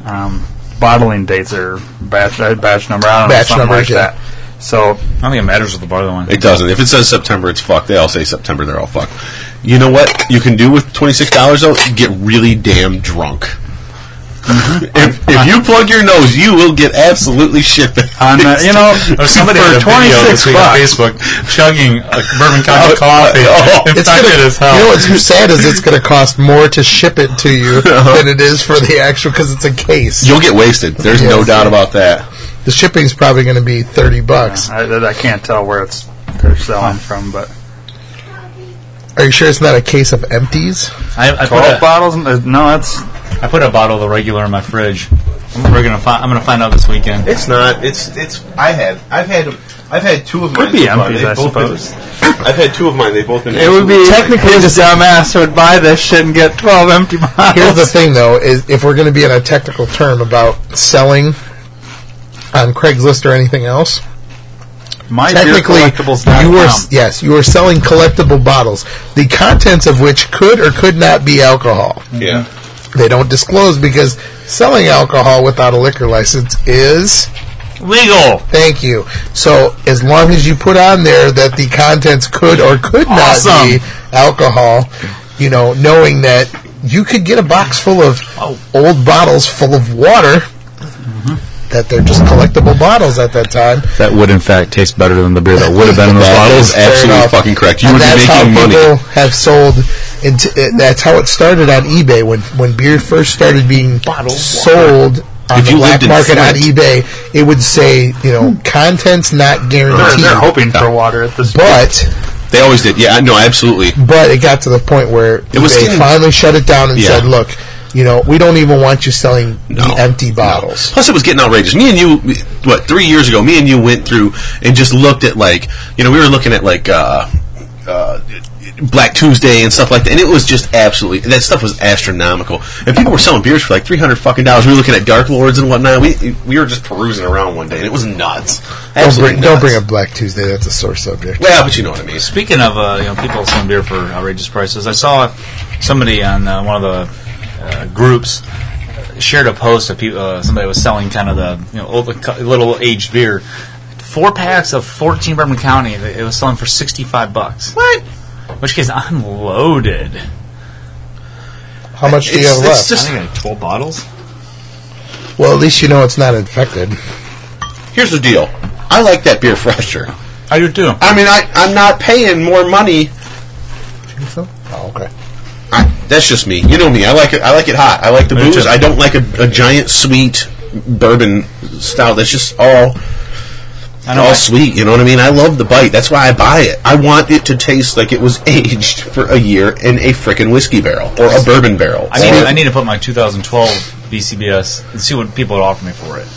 S3: um, bottling dates or batch uh, batch number. I don't
S1: Batch
S3: know something
S1: numbers,
S3: like
S1: yeah.
S3: that. So
S8: I don't think it matters with the barley wine.
S2: It doesn't. If it says September, it's fucked. They all say September. They're all fucked. You know what you can do with twenty six dollars though? Get really damn drunk.
S1: Mm-hmm.
S2: if, if you plug your nose, you will get absolutely shit.
S3: on uh, you know
S10: Or somebody
S3: for
S10: had a
S3: twenty
S10: video this
S3: six
S10: week on
S3: bucks.
S10: Facebook chugging a Bourbon County coffee.
S2: oh,
S10: infected
S1: it's gonna,
S10: as hell.
S1: You know what's sad is it's going to cost more to ship it to you than it is for the actual because it's a case.
S2: You'll get wasted. There's no
S1: Yes.
S2: doubt about that.
S1: The shipping's probably going to be thirty bucks.
S3: I, that I can't tell where it's they're selling from, but
S1: Are you sure it's not a case of empties?
S8: I, I, put
S3: twelve
S8: a,
S3: bottles. uh, No, that's
S8: I put a bottle of the regular in my fridge. We're gonna fi- I'm gonna find out this weekend.
S11: It's not. It's it's. I had. I've had. I've had two of mine.
S3: be
S11: so far.
S3: empties,
S11: They've
S3: I
S11: both been-
S3: suppose.
S11: I've had two of mine. They've both been.
S3: It would be
S11: absolutely-
S3: technically his dumbass would buy this shit and get twelve empty bottles.
S1: Here's the thing, though, is if we're going to be in a technical term about selling on Craigslist or anything else,
S3: My
S1: technically
S3: DearCollectibles.com.
S1: you are yes, you are selling collectible bottles, the contents of which could or could not be alcohol.
S3: Mm-hmm.
S2: Yeah.
S1: They don't disclose because selling alcohol without a liquor license is
S8: legal.
S1: Thank you. So as long as you put on there that the contents could or could not be alcohol, you know, knowing that you could get a box full of
S2: Oh.
S1: old bottles full of water that they're just collectible bottles at that time.
S12: That would, in fact, taste better than the beer that would have been in those
S2: That
S12: bottles.
S2: is absolutely fucking correct. You
S1: and
S2: would be
S1: that's how
S2: making money.
S1: people have sold. Into, uh, that's how it started on eBay when when beer first started being sold on
S2: If
S1: the
S2: you
S1: black
S2: lived in
S1: market on
S2: Flint-
S1: eBay. It would say, you know, contents not
S3: They're,
S1: guaranteed.
S3: they're hoping for water at this
S1: But
S2: They always did. Yeah, no, absolutely.
S1: but it got to the point where
S2: It was
S1: eBay
S2: getting-
S1: finally shut it down and
S2: Yeah.
S1: said, look, you know, we don't even want you selling the empty bottles.
S2: Plus, it was getting outrageous. Me and you, what three years ago, me and you went through and just looked at like you know we were looking at like uh, uh, Black Tuesday and stuff like that, and it was just absolutely that stuff was astronomical. And people were selling beers for like three hundred fucking dollars. We were looking at Dark Lords and whatnot. We we were just perusing around one day, and it was nuts.
S1: Don't
S2: Absolutely
S1: bring, don't
S2: nuts.
S1: bring up Black Tuesday. That's a sore subject.
S2: Well, but you know what I mean.
S8: Speaking of uh, you know people selling beer for outrageous prices, I saw somebody on uh, one of the uh, groups shared a post of people, uh, somebody was selling kind of the you know old, little aged beer, four packs of fourteen Bourbon County. It was selling for sixty five bucks. What? Which case I'm loaded.
S1: How much do you have left?
S8: I think I had twelve bottles.
S1: well, at least you know it's not infected.
S2: Here's the deal. I like that beer fresher.
S8: I do too.
S2: I mean, I I'm not paying more money.
S1: Oh, okay.
S2: I, that's just me. You know me. I like it. I like it hot. I like the
S12: Me
S2: booze.
S12: too.
S2: I don't like a, a giant sweet bourbon style. That's just all.
S8: I know
S2: all
S8: I-
S2: sweet. You know what I mean? I love the bite. That's why I buy it. I want it to taste like it was aged for a year in a frickin' whiskey barrel or a bourbon barrel.
S8: I need
S2: Or-
S8: I need to put my 2012 BCBS and see what people would offer me for it.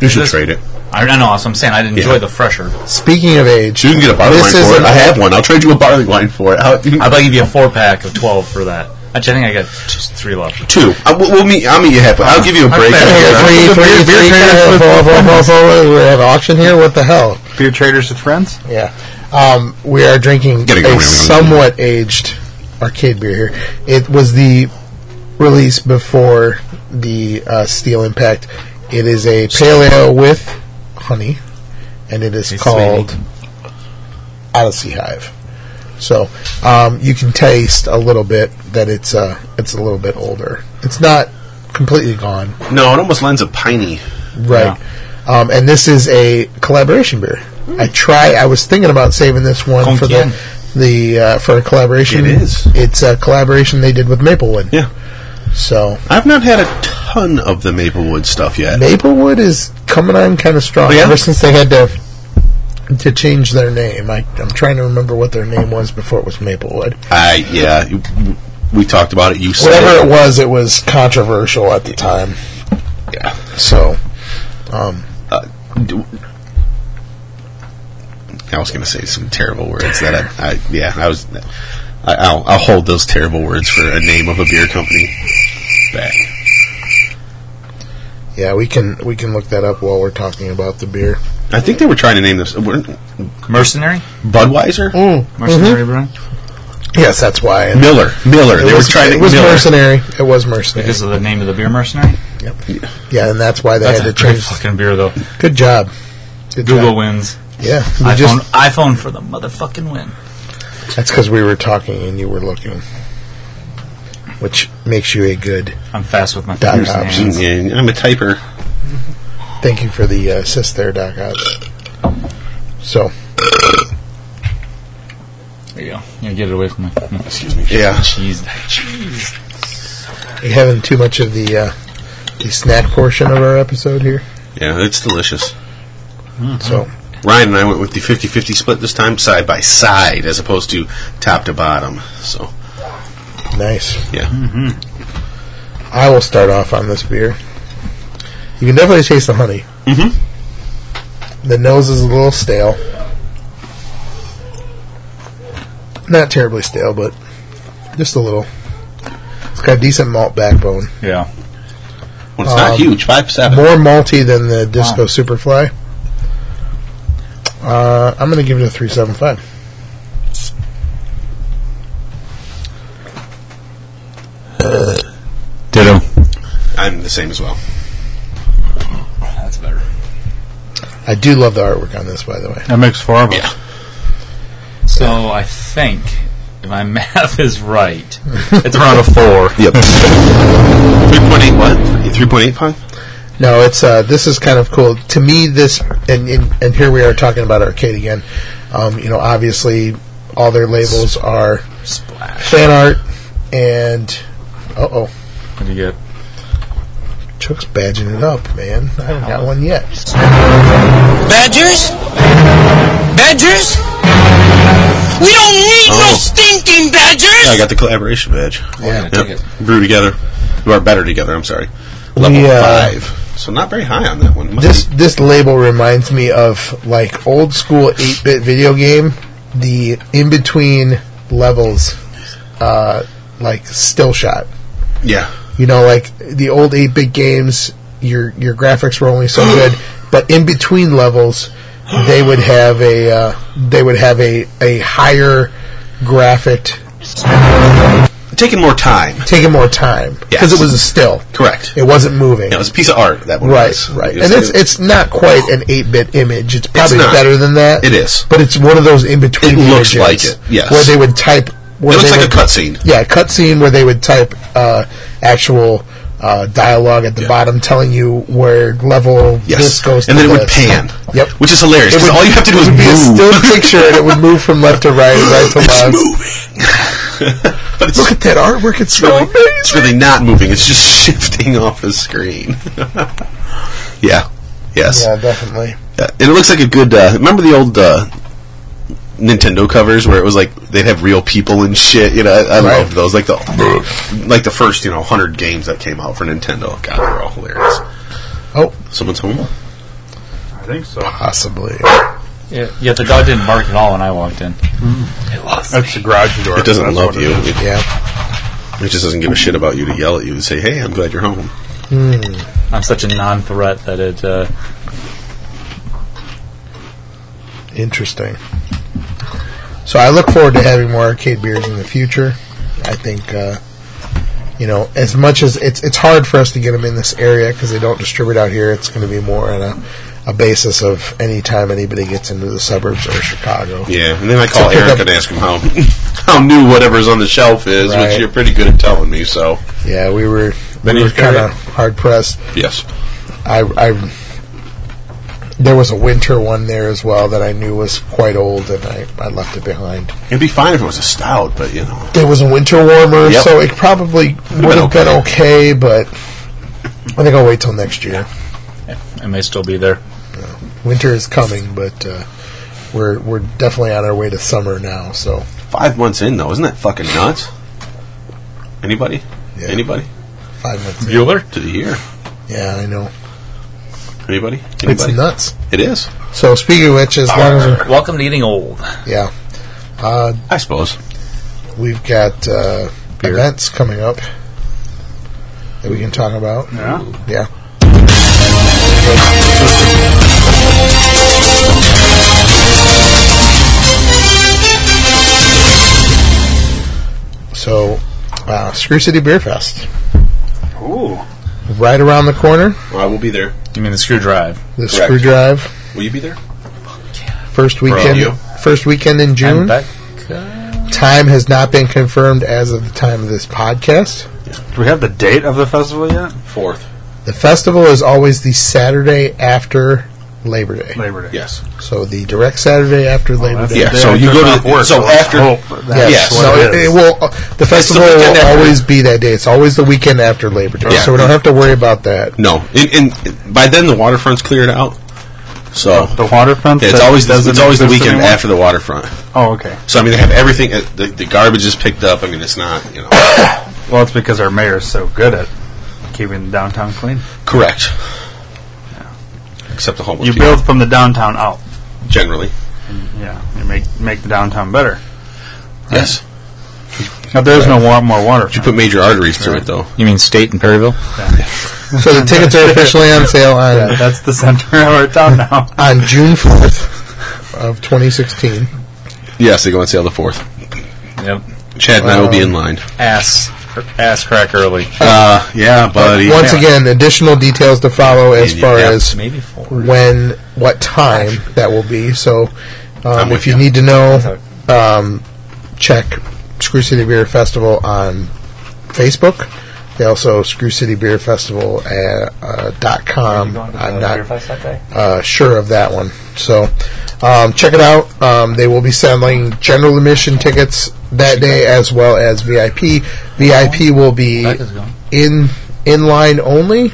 S2: You should
S8: This-
S2: trade it.
S8: I, I know. That's what I'm saying. I'd enjoy
S2: Yeah.
S8: the fresher.
S1: Speaking of age,
S2: You can get a barley
S1: This
S2: wine for
S1: is
S2: it.
S1: an
S2: I have
S1: old-
S2: one. I'll trade you a barley wine for it. How,
S8: I'd like to give you a four pack of 12 for that. Actually, I think I got just three left.
S2: two. I, we'll, we'll meet. I'll meet you halfway. I'll give you a
S8: Not
S2: break.
S8: bad.
S2: I'll
S1: Three,
S2: give you a
S1: three,
S2: break.
S1: three, four, four, four, four, four. We have an auction here. What the hell?
S3: beer traders with friends.
S1: Yeah. Um, we are drinking
S2: Gotta
S1: a
S2: go, we're gonna-
S1: somewhat aged arcade beer here. It was the release before the uh, Steel Impact. It is a pale ale with honey, and it is
S8: It's
S1: called Odyssey Hive. So um, you can taste a little bit that it's uh, it's a little bit older. It's not completely gone,
S2: No, it almost lends a piney.
S1: Right. Um, and this is a collaboration beer. I
S2: Hmm.
S1: try. I was thinking about saving this one for the the uh, for a collaboration.
S2: It is.
S1: It's a collaboration they did with Maplewood.
S2: Yeah.
S1: So
S2: I've not had a ton of the Maplewood stuff yet.
S1: Maplewood is coming on kind of strong.
S2: Oh, yeah?
S1: Ever since they had to to change their name, I, I'm trying to remember what their name was before it was Maplewood.
S2: I yeah, you- we talked about it. You said
S1: Whatever it was, it was controversial at the time.
S2: Yeah.
S1: So, um,
S2: Uh, do- I was going to say some terrible words that I, I yeah I was I, I'll I'll hold those terrible words for a name of a beer company back.
S1: yeah, we can we can look that up while we're talking about the beer.
S2: I think they were trying to name this weren't-
S8: Mercenary? Mm-hmm.
S2: Budweiser
S8: Mercenary brand?
S1: Mm-hmm. Yes, that's why. And
S2: Miller Miller.
S1: It
S2: they
S1: was,
S2: were trying to
S1: it was
S2: Miller.
S1: mercenary. It was mercenary.
S8: Because of the name of the beer Mercenary?
S1: yeah, and that's why they
S8: That's
S1: had
S8: a
S1: to
S8: great
S1: change.
S8: fucking beer, though.
S1: Good job. Good
S8: Google
S1: job.
S8: wins.
S1: Yeah, we
S8: iPhone,
S1: just-
S8: iPhone for the motherfucking win.
S1: that's because we were talking and you were looking, which makes you a good.
S8: I'm fast with my
S1: Dot
S8: fingers.
S1: com.
S8: and hands.
S2: Yeah, I'm a typer.
S1: Thank you for the uh, assist there, Doc Oz. So
S8: There you go. Yeah, get it away from me. Excuse me.
S2: Yeah.
S8: Cheese. Cheese.
S1: you having too much of the uh, the snack portion of our episode here.
S2: Yeah, it's delicious.
S8: Mm-hmm.
S1: So
S2: Ryan and I went with the 50-50 split this time, side by side, as opposed to top to bottom. So
S1: nice.
S2: yeah,
S1: Hmm. I will start off on this beer. You can definitely taste the honey. Mm-hmm. The nose is a little stale. Not terribly stale, but just a little. It's got a decent malt backbone.
S3: Yeah.
S2: Well, it's not
S1: Um,
S2: huge. Five seven.
S1: More malty than the Disco Superfly. Uh, I'm going to give it a 375.
S12: Ditto.
S2: I'm the same as well.
S8: That's better.
S1: I do love the artwork on this, by the way.
S3: That makes four of us.
S8: So I think, if my math is right, it's around a four.
S2: Yep. Three point eight what? Three point eight five.
S1: No, it's uh, this is kind of cool to me. This and and, and here we are talking about arcade again. Um, you know, obviously, all their labels are fan art and uh oh,
S3: What do you get?
S1: Chuck's badging it up, man. I haven't got one yet.
S7: Badgers? Badgers? We don't need no
S2: Oh.
S7: stinking badgers!
S2: Yeah, I got the collaboration badge.
S1: Oh, Yeah.
S2: Yep. Brew together. We are better together. I'm sorry. Level
S1: We, uh,
S2: five. So not very high on that one. Must
S1: This
S2: be-
S1: this label reminds me of like old school eight bit video game. The in between levels, uh, like still shot.
S2: yeah.
S1: You know, like the old eight bit games, your your graphics were only so good, but in between levels, they would have a uh, they would have a, a higher graphic,
S2: Taking more time.
S1: taking more time because
S2: Yes.
S1: it was a still.
S2: Correct.
S1: It wasn't moving.
S2: Yeah, it was a piece of art. That one.
S1: right,
S2: was.
S1: right,
S2: It
S1: and
S2: was-
S1: it's it's not quite an eight bit image. It's probably
S2: not.
S1: better than that.
S2: It is.
S1: but it's one of those in between.
S2: It looks
S1: images
S2: like it, yes.
S1: where they would type. Where
S2: It looks
S1: they
S2: like a
S1: would-
S2: cutscene.
S1: Yeah, cutscene where they would type uh, actual uh, dialogue at the bottom, telling you where level this
S2: Yes.
S1: goes.
S2: And
S1: to
S2: then it would
S1: this.
S2: pan.
S1: Yep.
S2: Which is hilarious.
S1: It
S2: 'cause
S1: would-
S2: all you have to do
S1: it
S2: is
S1: would be a
S2: move.
S1: still picture, and it would move from left to right, right to left.
S2: But it's,
S1: Look at that artwork; it's so
S2: really,
S1: amazing.
S2: it's really not moving. It's just shifting off the screen. yeah. Yes.
S1: Yeah, definitely.
S2: Yeah, and it looks like a good. Uh, remember the old uh, Nintendo covers where it was like they'd have real people and shit. You know, I, I
S1: Right.
S2: loved those. Like the like the first you know hundred games that came out for Nintendo. God, they were all hilarious.
S1: Oh,
S2: Someone's home.
S3: I think so.
S1: possibly.
S8: Yeah, yet the dog didn't bark at all when I walked in. It loves
S10: That's the garage door.
S2: It doesn't
S10: That's
S2: love
S10: what it
S2: you.
S10: is.
S2: It,
S1: Yeah.
S2: it just doesn't give a shit about you to yell at you and say, "Hey, I'm glad you're home."
S8: I'm such a non-threat that it. Uh,
S1: Interesting. So I look forward to having more arcade beers in the future. I think, uh, you know, as much as it's it's hard for us to get them in this area because they don't distribute out here, it's going to be more on a, a basis of anytime anybody gets into the suburbs or Chicago.
S2: Yeah, and then I call
S1: pick
S2: Eric
S1: up-
S2: and ask him how how new whatever's on the shelf is,
S1: Right.
S2: which you're pretty good at telling me. So
S1: Yeah, we were
S10: Then
S1: we
S10: you
S1: were kind
S10: carry
S1: of
S10: it.
S1: hard pressed.
S2: yes,
S1: I, I there was a winter one there as well that I knew was quite old, and I, I left it behind.
S2: it'd be fine if it was a stout, but you know,
S1: there was a winter warmer,
S2: Yep.
S1: so it probably would have been okay, but I think I'll wait till next year.
S8: it may still be there.
S1: Winter is coming, but uh, we're we're definitely on our way to summer now. So
S2: five months in though, isn't that fucking nuts? Anybody?
S1: Yeah.
S2: Anybody?
S1: five months. in.
S2: Bueller to the year.
S1: Yeah, I know
S2: Anybody? Anybody?
S1: it's nuts.
S2: It is.
S1: So speaking of which, as long as we're-
S8: Welcome to eating old.
S1: yeah, uh,
S2: I suppose.
S1: we've got uh, events coming up that we can talk about.
S3: Yeah.
S1: Yeah. So, uh, Screw City Beer Fest,
S3: Ooh.
S1: right around the corner.
S2: Well, I will be there.
S8: You mean the screw drive?
S1: The
S2: Correct.
S1: Screw Drive,
S2: Will you be there?
S1: first weekend,
S2: you.
S1: first weekend in June.
S8: Becca.
S1: Time has not been confirmed as of the time of this podcast.
S3: Do we have the date of the festival yet?
S2: Fourth.
S1: The festival is always the Saturday after Labor Day.
S3: Labor Day.
S2: Yes.
S1: So the direct Saturday after Labor
S3: that's
S1: Day.
S2: Yeah.
S3: They
S2: So
S3: are
S2: you go
S3: not
S2: to
S3: work,
S2: so
S3: so
S2: after.
S3: I hope
S1: Yes,
S3: that-
S2: yes.
S3: what
S1: no, it,
S3: it is.
S1: it will. uh, The festival
S2: weekend
S1: will
S2: after.
S1: always be that day. It's always the weekend after Labor Day,
S2: Yeah.
S1: so we don't have to worry about that.
S2: No. And, and by then the waterfront's cleared out. So
S3: The waterfront.
S2: Yeah, it's
S3: that
S2: always
S3: doesn't
S2: it's always the
S3: exist
S2: weekend
S3: anymore?
S2: after the waterfront.
S3: Oh, okay.
S2: So I mean they have everything. uh, The, the garbage is picked up. I mean it's not you know
S3: Well, it's because our mayor's so good at keeping downtown clean.
S2: correct. except the homeless.
S3: You
S2: people.
S3: build from the downtown out.
S2: generally.
S3: Yeah, you make make the downtown better.
S2: Yes.
S3: Now there's no wa- more water.
S2: You put major arteries through it though.
S12: You mean state and Perryville?
S1: So the tickets are officially on sale on
S3: Yeah, that's the center of our town now.
S1: on June fourth of 2016.
S2: Yes, they go on sale the fourth.
S10: Yep.
S2: Chad and I will be in line.
S10: Ass, ass crack early.
S2: Uh, yeah, buddy.
S1: Once again, additional details to follow as
S2: Maybe,
S1: far
S2: yeah,
S1: as
S2: maybe
S1: when, what time that will be. So, um, if you need to know, um, check Screw City Beer Festival on Facebook. They also Screw City Beer Festival at, uh, dot com. I'm not uh, sure of that one. So, um, check it out. Um, they will be selling general admission tickets that day as well as VIP. VIP will be in in line only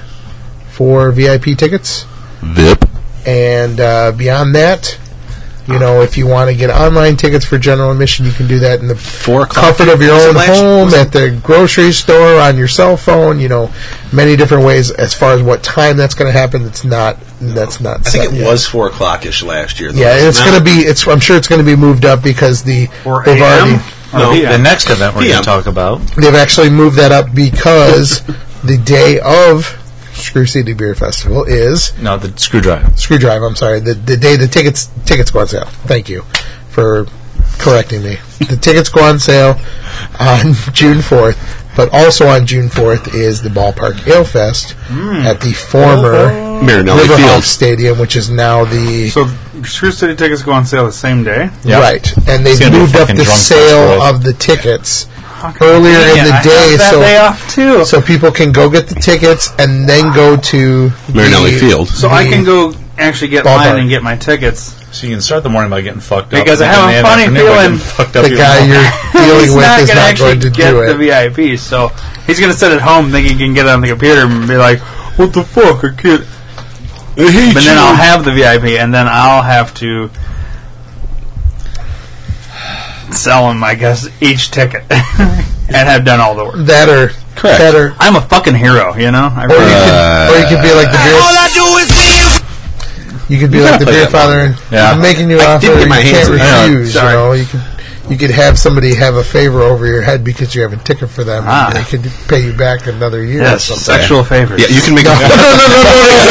S1: for VIP tickets.
S2: Vip.
S1: And uh, beyond that, you know, if you want to get online tickets for general admission, you can do that in the comfort of your
S2: Was it
S1: own
S2: last-
S1: home, at the grocery store, on your cell phone. You know, many different ways. As far as what time that's going to happen, it's not. That's not.
S2: I think
S1: set
S2: it
S1: yet.
S2: was four o'clock ish last year. though.
S1: Yeah, it's
S2: Now-
S1: going to be. It's. I'm sure it's going to be moved up because the they've already
S8: Oh,
S2: No,
S10: the next event we're
S2: PM.
S10: going to talk about.
S1: they've actually moved that up because the day of Screw City Beer Festival is
S10: No, the screwdriver.
S1: Screwdrive. I'm sorry. The, the day the tickets tickets go on sale. Thank you for correcting me. The tickets go on sale on June 4th, but also on June 4th is the Ballpark Ale Fest
S12: Mm.
S1: at the
S12: Oh,
S1: former
S2: Marinelli
S1: Riverhawk
S2: Field.
S1: Stadium, which is now the
S3: So Screw City tickets go on sale the same day.
S1: right, and
S12: It's
S1: they
S12: gonna be
S1: moved up
S12: fucking
S1: the
S12: drunk fest
S1: sale
S12: world.
S1: of the tickets earlier in the
S3: I
S1: day,
S3: have that
S1: so
S3: day off too.
S1: so people can go get the tickets and then go to
S2: Marinelli
S1: the-
S2: Field.
S3: So I can go actually get
S1: Ballpark.
S3: mine and get my tickets.
S10: So you can start the morning by getting fucked up.
S3: Because I
S10: and
S3: have
S10: then
S3: a funny
S10: end the afternoon by
S3: feeling
S10: getting fucked up
S1: The
S10: even
S1: guy
S10: more.
S1: you're dealing
S3: he's
S1: with
S3: not
S1: is
S3: gonna
S1: not
S3: actually
S1: going to
S3: get
S1: do it.
S3: the VIP, so he's gonna sit at home thinking he can get it on the computer and be like, "What the fuck, I can't." But then I'll have the VIP, and then I'll have to sell him, I guess, each ticket, and have done all the work.
S1: That or
S2: Correct. Uh,
S1: that or
S3: I'm a fucking hero, you know. I
S1: Or you,
S8: Uh,
S1: could,
S3: really-
S1: or you could be like the beer.
S7: I do is
S1: You could be
S2: You
S1: like
S2: gotta
S1: the
S2: play
S1: beer
S2: that
S1: father. And
S10: Yeah.
S1: I'm making you an
S2: I
S1: offer.
S2: did get
S1: You
S2: my hands
S1: can't
S2: in it. Yeah.
S1: refuse. You
S3: Sorry.
S1: know, you could you could have somebody have a favor over your head because you have a ticket for them.
S3: Ah.
S1: And they could pay you back another year.
S3: yes,
S1: Or something.
S3: sexual favors.
S2: Yeah, you can make a
S7: no matter what.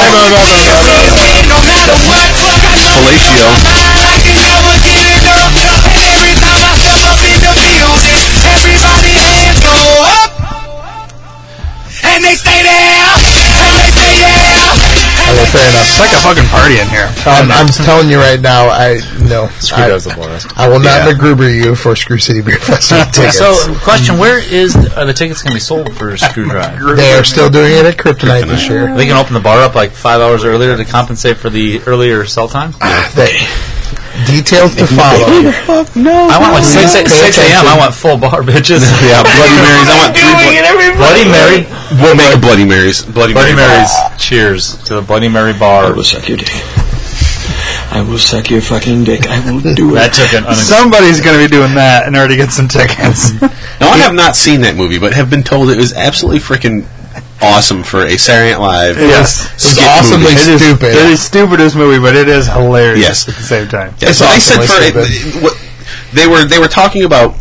S7: Fuck, I know
S2: fellatio.
S7: I can never get enough. And every time I step up in the building, everybody hands go up. And they stay there. And they say yeah. And they
S1: Fair enough.
S3: It's like a fucking party in here.
S1: Um, I'm telling you right now, I no. I,
S12: Screwdriver's the boring.
S1: I will not MacGruber you for Screw City Beer Festival tickets.
S8: So, question: Where is are the tickets going to be sold for Screwdrive?
S1: they are still doing it at Kryptonite this year.
S8: They can open the bar up like five hours earlier to compensate for the earlier sell time.
S1: They, details to follow.
S8: I want like six,
S1: Pay
S8: six, six a.m. I want full bar, bitches.
S2: Yeah, Bloody Marys. I want three.
S12: Bloody Mary.
S2: Blo- we'll make a Bloody Marys. Bloody,
S12: Bloody
S2: Mary.
S12: Mary's. Cheers to the Bloody Mary bar.
S13: suck your dick. I will suck your fucking dick. I will do
S12: That took an unex-
S3: Somebody's gonna be doing that in order to get some tickets.
S2: Now I have not seen that movie, but have been told it was absolutely freaking awesome for a Saturday Night Live.
S3: Yes.
S1: It's
S2: skit
S1: awesomely
S2: movie.
S1: stupid.
S3: It is stupidest movie, but it is hilarious
S2: Yes.
S3: at the same time.
S2: Yeah, so they said for it, what, they were they were talking about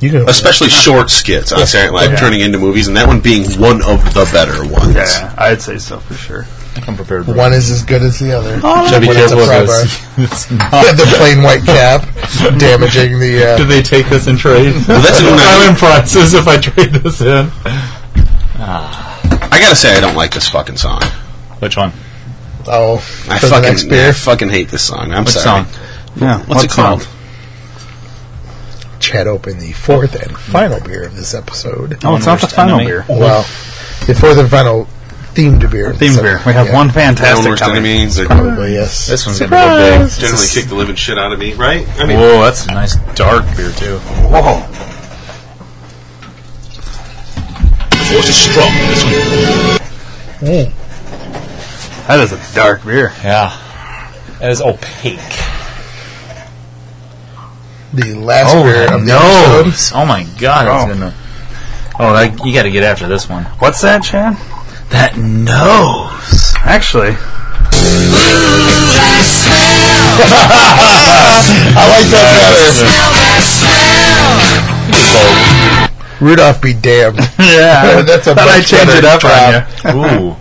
S1: You can
S2: especially short skits on Saturday Night Live turning into movies, and that one being one of the better ones.
S3: Yeah, I'd say so for sure.
S12: I'm prepared. for it.
S1: One is as good as the other.
S12: Gotta be
S1: When it's a
S12: careful
S1: fry
S12: of
S1: bar.
S12: this. It's not-
S1: the plain white cap damaging the.
S12: Do
S1: Uh,
S12: they take this in trade?
S2: Well, that's another-
S12: I'm in prices if I trade this in.
S2: I gotta say, I don't like this fucking song.
S12: Which one?
S1: oh,
S2: I
S1: for the next
S2: fucking I
S1: beer,
S2: fucking hate this song. I'm
S12: Which
S2: sorry.
S12: song?
S3: Yeah,
S2: What's it called?
S1: Chad opened the fourth and final beer of this episode.
S3: Oh, it's not the
S12: Worst
S3: final
S12: enemy.
S3: beer.
S1: Well, the fourth and final themed beer. of this
S3: Theme beer. We have
S1: yeah,
S3: one
S2: Own
S3: fantastic
S2: worst
S3: coming.
S2: enemies. They
S1: Probably yes.
S12: This one's gonna go big.
S2: generally kick the living shit out of me, right? I mean,
S12: Whoa, that's a nice dark beer too.
S3: That is a dark beer.
S12: Yeah, that is opaque.
S1: the last beer of the episode.
S8: Oh my god, that's
S3: Oh.
S8: gonna. Oh, that, you got to get after this one.
S3: What's that, Chad?
S8: That nose.
S3: Actually,
S1: I like that better. Rudolph be damned.
S3: Yeah,
S1: that's a
S3: thought I
S1: much
S3: changed
S1: better
S3: it up
S1: job.
S3: on you. Ooh,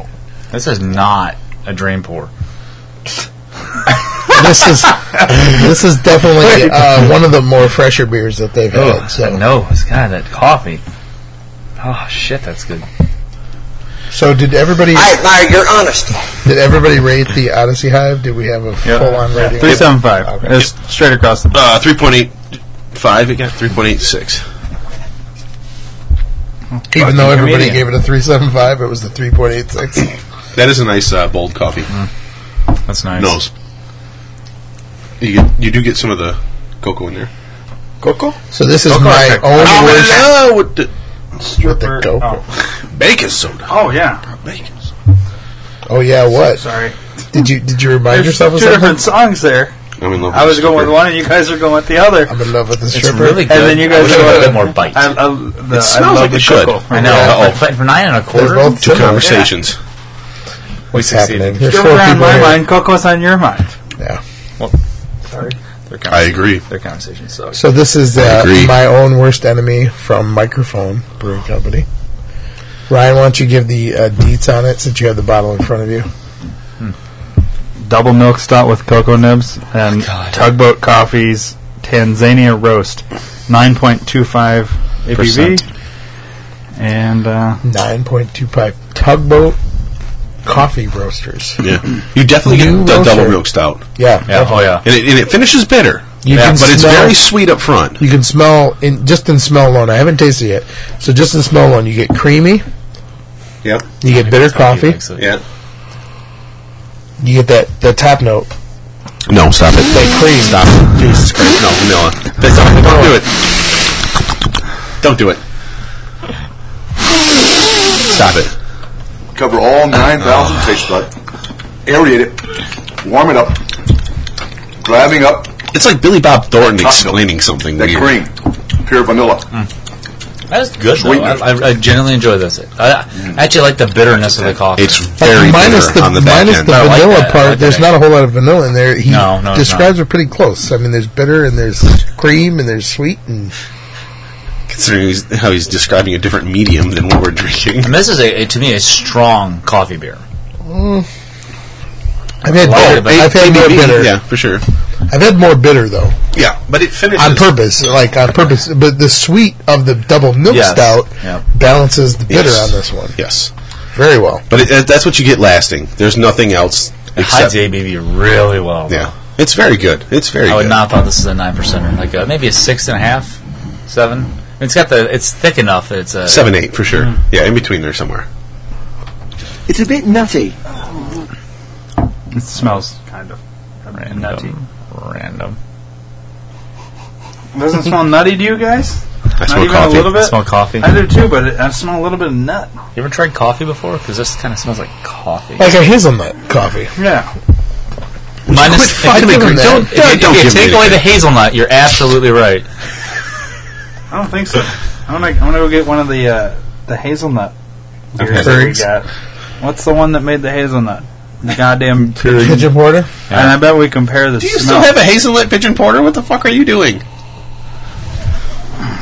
S3: this is not a drain pour.
S1: this is this is definitely uh, one of the more fresher beers that they've
S3: Oh,
S1: had. So,
S3: that nose, God, that coffee. Oh shit, that's good.
S1: so did everybody
S14: I admire your honesty.
S1: did everybody rate the Odyssey Hive? Did we have a full on rating?
S3: Three seven five. It's straight across the.
S2: Uh, 3.85 again. 3.86.
S1: Even though
S2: Fucking
S1: everybody
S2: comedian.
S1: gave it a three seven five, it was the three point eight six.
S2: That is a nice uh, bold coffee.
S3: That's nice.
S2: Nose. You get, you do get some of the cocoa in there.
S1: Coco. So this is my own worst.
S2: Oh, with the
S1: stripper. cocoa.
S2: baking soda.
S3: Oh yeah.
S1: Oh yeah, what?
S3: Sorry.
S1: Did you did you remind yourself
S3: two
S1: of something?
S3: different songs there.
S2: I'm in love
S3: I was going with one, and you guys are going with the other.
S1: I'm in love with the
S3: It's
S1: stripper.
S3: really good. And then you guys
S8: I wish it
S3: are
S8: had a
S3: going
S8: bit more bite.
S3: I, I, the,
S8: It
S3: I
S8: smells
S3: love
S8: like
S3: the
S8: it should.
S3: cocoa.
S8: I know.
S3: Yeah.
S8: But for nine and a quarter,
S1: They're both
S2: Two
S1: similar.
S2: conversations.
S1: What's happening? There's
S3: You're
S1: four
S3: on
S1: people
S3: my
S1: here.
S3: mind. Coco's on your mind.
S1: Yeah.
S3: Well, sorry. Their
S2: I agree.
S3: Their conversation sucks.
S1: So this is
S2: I
S1: uh,
S2: agree.
S1: my own worst enemy from Microphone Brewing Company. Ryan, why don't you give the uh, deets on it since you have the bottle in front of you?
S3: double milk stout with cocoa nibs and tugboat coffees tanzania roast 9.25
S1: Percent.
S3: apv and uh,
S1: Nine point two five tugboat coffee roasters.
S2: Yeah, you definitely
S1: New
S2: get the double
S1: roaster.
S2: milk stout.
S1: Yeah, definitely.
S2: and it, and it finishes bitter.
S1: You
S2: yeah,
S1: can
S2: but it's
S1: smell-
S2: very sweet up front.
S1: You can smell in just in smell alone. I haven't tasted it yet, so just in smell alone, you get creamy,
S2: Yep.
S1: you get bitter coffee,
S2: Yeah.
S1: you get that the top note.
S2: No, stop it.
S1: They cream.
S2: Stop. it. Jesus Christ. No, vanilla. That's- Don't do it. Don't do it. Stop it.
S15: Cover all 9,000 taste bud. Aerate it. Warm it up. Grabbing up
S2: It's like Billy Bob Thornton
S15: Chocolate.
S2: explaining something
S15: that
S2: weird.
S15: cream. Pure vanilla.
S8: That's good though. I, I, I genuinely enjoy this. I, I actually like the bitterness of the coffee.
S2: It's
S1: But
S2: very
S1: minus
S2: bitter
S1: the
S2: on the back
S1: minus
S2: end.
S1: the
S8: No, I like
S1: vanilla
S8: that. I
S1: part.
S8: like
S1: there's
S8: that.
S1: not a whole lot of vanilla in there. He
S8: No, no, it's
S1: describes it pretty close. I mean, there's bitter and there's cream and there's sweet and
S2: Considering he's, how he's describing a different medium than what we're drinking.
S8: And this is a, a- to me a strong coffee beer.
S1: I've had
S8: Like
S1: more,
S8: it, but-
S1: I've had more
S2: ABV,
S1: bitter.
S2: Oh, Yeah, for sure.
S1: I've had more bitter though
S2: Yeah, but it finishes
S1: on purpose, like on purpose. But the sweet of the double milk
S2: Yes.
S1: stout
S2: Yeah.
S1: balances the bitter
S2: Yes.
S1: on this one
S2: Yes,
S1: very well.
S2: but it, that's what you get lasting. There's nothing else.
S12: It hides the ABV really well.
S2: Yeah, it's very good. It's very.
S8: I would
S2: good.
S8: not have thought this is a nine percenter. Like a, maybe a six and a half, seven. It's got the it's thick enough. that It's a
S2: seven eight for sure. Yeah, in between there somewhere.
S14: It's a bit nutty.
S3: it smells kind of random nutty random doesn't smell nutty to you guys
S2: I
S3: not
S2: smell
S3: even
S2: coffee.
S3: a little bit
S8: I smell coffee.
S3: I do too but it, I smell a little bit of nut
S8: You ever tried coffee before? Because this kind of smells like coffee.
S1: Like a hazelnut coffee.
S3: yeah
S8: Minus,
S1: Quit
S8: if
S1: fucking
S8: you-
S1: with
S8: if
S1: that.
S8: you- if you-
S1: Don't-
S8: if
S1: don't
S8: you
S1: give me
S8: take away the
S1: anything.
S8: hazelnut, you're absolutely right.
S3: I don't think so I'm gonna, I'm gonna go get one of the uh, the hazelnut beers that we
S1: Curries.
S3: got what's the one that made the hazelnut the goddamn
S1: Pigeon porter.
S3: And I bet we compare the
S2: Do you still
S3: smell.
S2: have a hazelnut pigeon porter? What the fuck are you doing?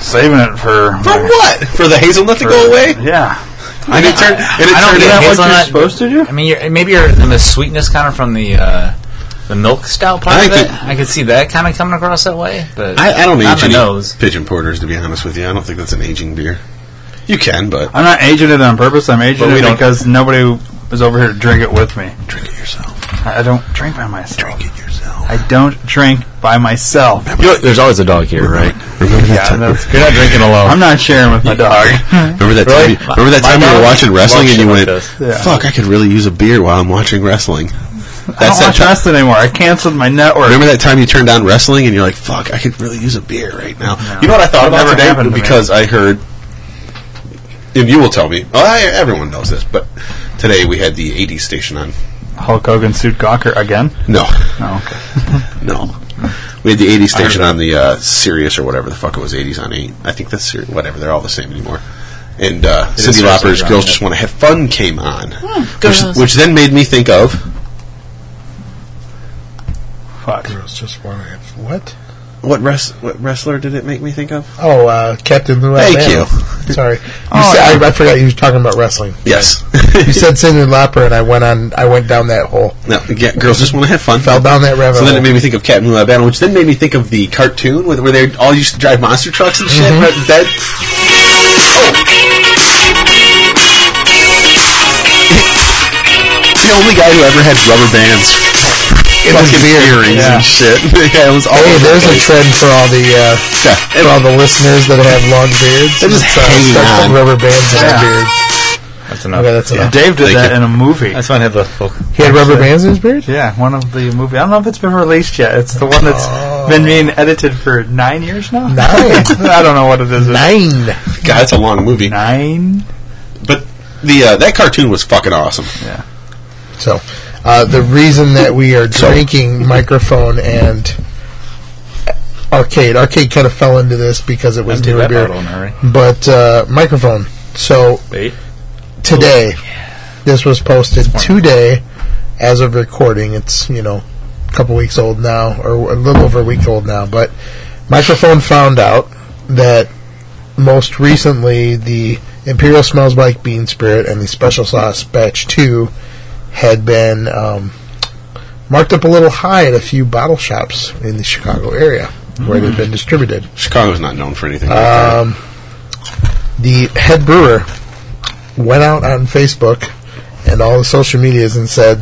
S3: saving it for
S2: For what? For the hazelnut to go away?
S3: yeah.
S2: And it turned. And it
S8: I don't
S2: turned
S8: get
S2: into
S8: hazelnut.
S3: supposed to do?
S8: I mean, you're, maybe you're in the sweetness kind of from the uh, the milk stout part
S2: I
S8: of
S2: think
S8: it. I could see that kind of coming across that way. But
S2: I, I don't
S8: not
S2: age
S8: the
S2: any
S8: nose.
S2: pigeon porters, to be honest with you. I don't think that's an aging beer. You can, but
S3: I'm not aging it on purpose. I'm aging
S2: But we
S3: it
S2: don't-
S3: because nobody is over here to drink it with me.
S2: drink it yourself.
S3: I I don't drink by myself.
S2: Drink it yourself.
S3: I don't drink by myself.
S10: there's always a dog here, right?
S2: Remember that
S3: Yeah,
S2: time?
S3: that's
S10: You're not drinking alone.
S3: I'm not sharing with my dog.
S2: Remember that
S10: Really?
S2: time? You, remember that
S10: My
S2: time you
S10: dog
S2: were watching
S10: loves
S2: wrestling and
S10: shit
S2: you
S10: like
S2: went,
S10: this.
S3: Yeah.
S2: "Fuck, I could really use a beer while I'm watching wrestling."
S3: I don't
S2: that
S3: watch
S2: time-
S3: wrestling anymore. I canceled my network.
S2: Remember that time you turned on wrestling and you're like, "Fuck, I could really use a beer right now." You know what I thought
S3: It
S2: about
S3: never happened
S2: today
S3: to me.
S2: because I heard, and you will tell me. Well, I, everyone knows this, but today we had the '80s station on.
S3: Hulk Hogan sued Gawker again.
S2: No,
S3: Oh, okay.
S2: no. We had the 80s station on the uh, Sirius or whatever the fuck it was, 80s on 8. I think that's Sirius, whatever, they're all the same anymore. And uh,
S10: is
S2: Cindy
S10: Sirius
S2: Lauper's
S10: on
S2: Girls
S10: it.
S2: Just Want to Have Fun came on,
S8: Hmm,
S2: which,
S8: girls.
S2: which then made me think of
S3: Fuck.
S1: Girls just want to have what?
S2: What, res- what wrestler did it make me think of?
S1: Oh, uh, Captain Lou.
S2: Thank
S1: Albano. Sorry, you
S2: Oh,
S1: said,
S2: yeah.
S1: I, I forgot you were talking about wrestling.
S2: Yes.
S1: you said Cindy Lauper, and I went on. I went down that hole.
S2: No, yeah, girls just want to have fun.
S1: Fell down that rabbit
S2: So then
S1: hole.
S2: it made me think of Captain Lou Albano, which then made me think of the cartoon with, where they all used to drive monster trucks and shit.
S1: Mm-hmm.
S2: But that. Oh. the only guy who ever had rubber bands in his earrings
S1: Yeah.
S2: and shit. yeah, it was all.
S1: Hey,
S2: over the
S1: there's a
S2: place.
S1: trend for all the uh, for all the listeners that have long beards.
S2: They're just
S1: It's, uh,
S2: hanging
S1: start putting
S2: on.
S1: Rubber bands in their
S3: Yeah.
S1: beards.
S3: That's enough.
S1: Okay, that's enough.
S3: Dave did
S1: Thank
S3: that
S1: you.
S3: in a movie.
S12: That's why I have the full.
S1: He had rubber bands in his beard.
S3: Yeah, one of the movie. I don't know if it's been released yet. It's the one that's been being edited for nine years now. Nine. I don't know what it is.
S1: Nine.
S2: God, that's a long movie.
S3: Nine.
S2: But the uh, that cartoon was fucking awesome.
S3: Yeah.
S1: So, uh, the reason that we are
S2: So-
S1: drinking microphone and arcade, arcade kind of fell into this because it was
S12: Empty
S1: newer
S12: that
S1: beer,
S12: bottle in a hurry.
S1: but uh, microphone. So
S12: Wait.
S1: today, this was posted today as of recording. It's you know a couple weeks old now, or a little over a week old now. But microphone found out that most recently the Imperial Smells Like Bean Spirit and the Special Sauce Batch Two had been um, marked up a little high at a few bottle shops in the Chicago area where they've been distributed.
S2: Chicago's not known for anything. Like that.
S1: Um, the head brewer went out on Facebook and all the social medias and said,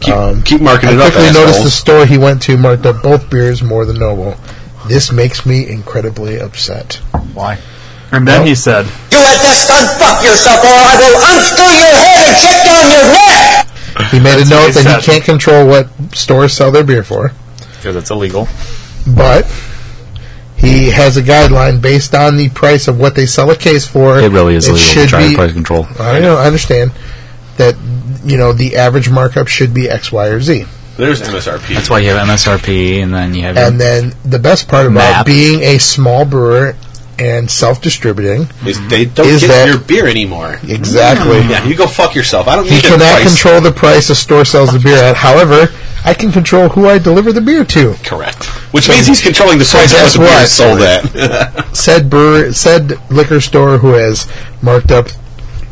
S2: Keep, keep marking
S1: I
S2: it up.
S1: quickly noticed the
S2: assholes.
S1: store he went to marked up both beers more than normal. This makes me incredibly upset.
S3: Why? And then he said,
S7: You had best unfuck yourself, or I will unscrew your head and check down your neck.
S1: He made a
S12: That's what
S1: note
S12: he
S1: that
S12: said.
S1: he can't control what stores sell their beer for.
S12: Because it's illegal.
S1: but he has a guideline based on the price of what they sell a case for.
S10: It really is illegal to
S1: should
S10: try
S1: be-
S10: and price control.
S1: I know, I understand that you know the average markup should be X, Y, or Z.
S2: There's MSRP.
S10: That's why you have MSRP, and then you have
S1: And then the best part about
S10: Map.
S1: being a small brewer and self-distributing,
S2: Is they don't
S1: Is
S2: get
S1: that-
S2: your beer anymore.
S1: Exactly.
S2: Yeah, you go fuck yourself. I don't
S1: he
S2: need your
S1: cannot
S2: price.
S1: control the price a store sells the beer at. However, I can control who I deliver the beer to.
S2: Correct. Which means he's controlling the
S1: so
S2: price of what
S1: guess
S2: the beer
S1: what?
S2: is sold at.
S1: said brewer, said liquor store who has marked up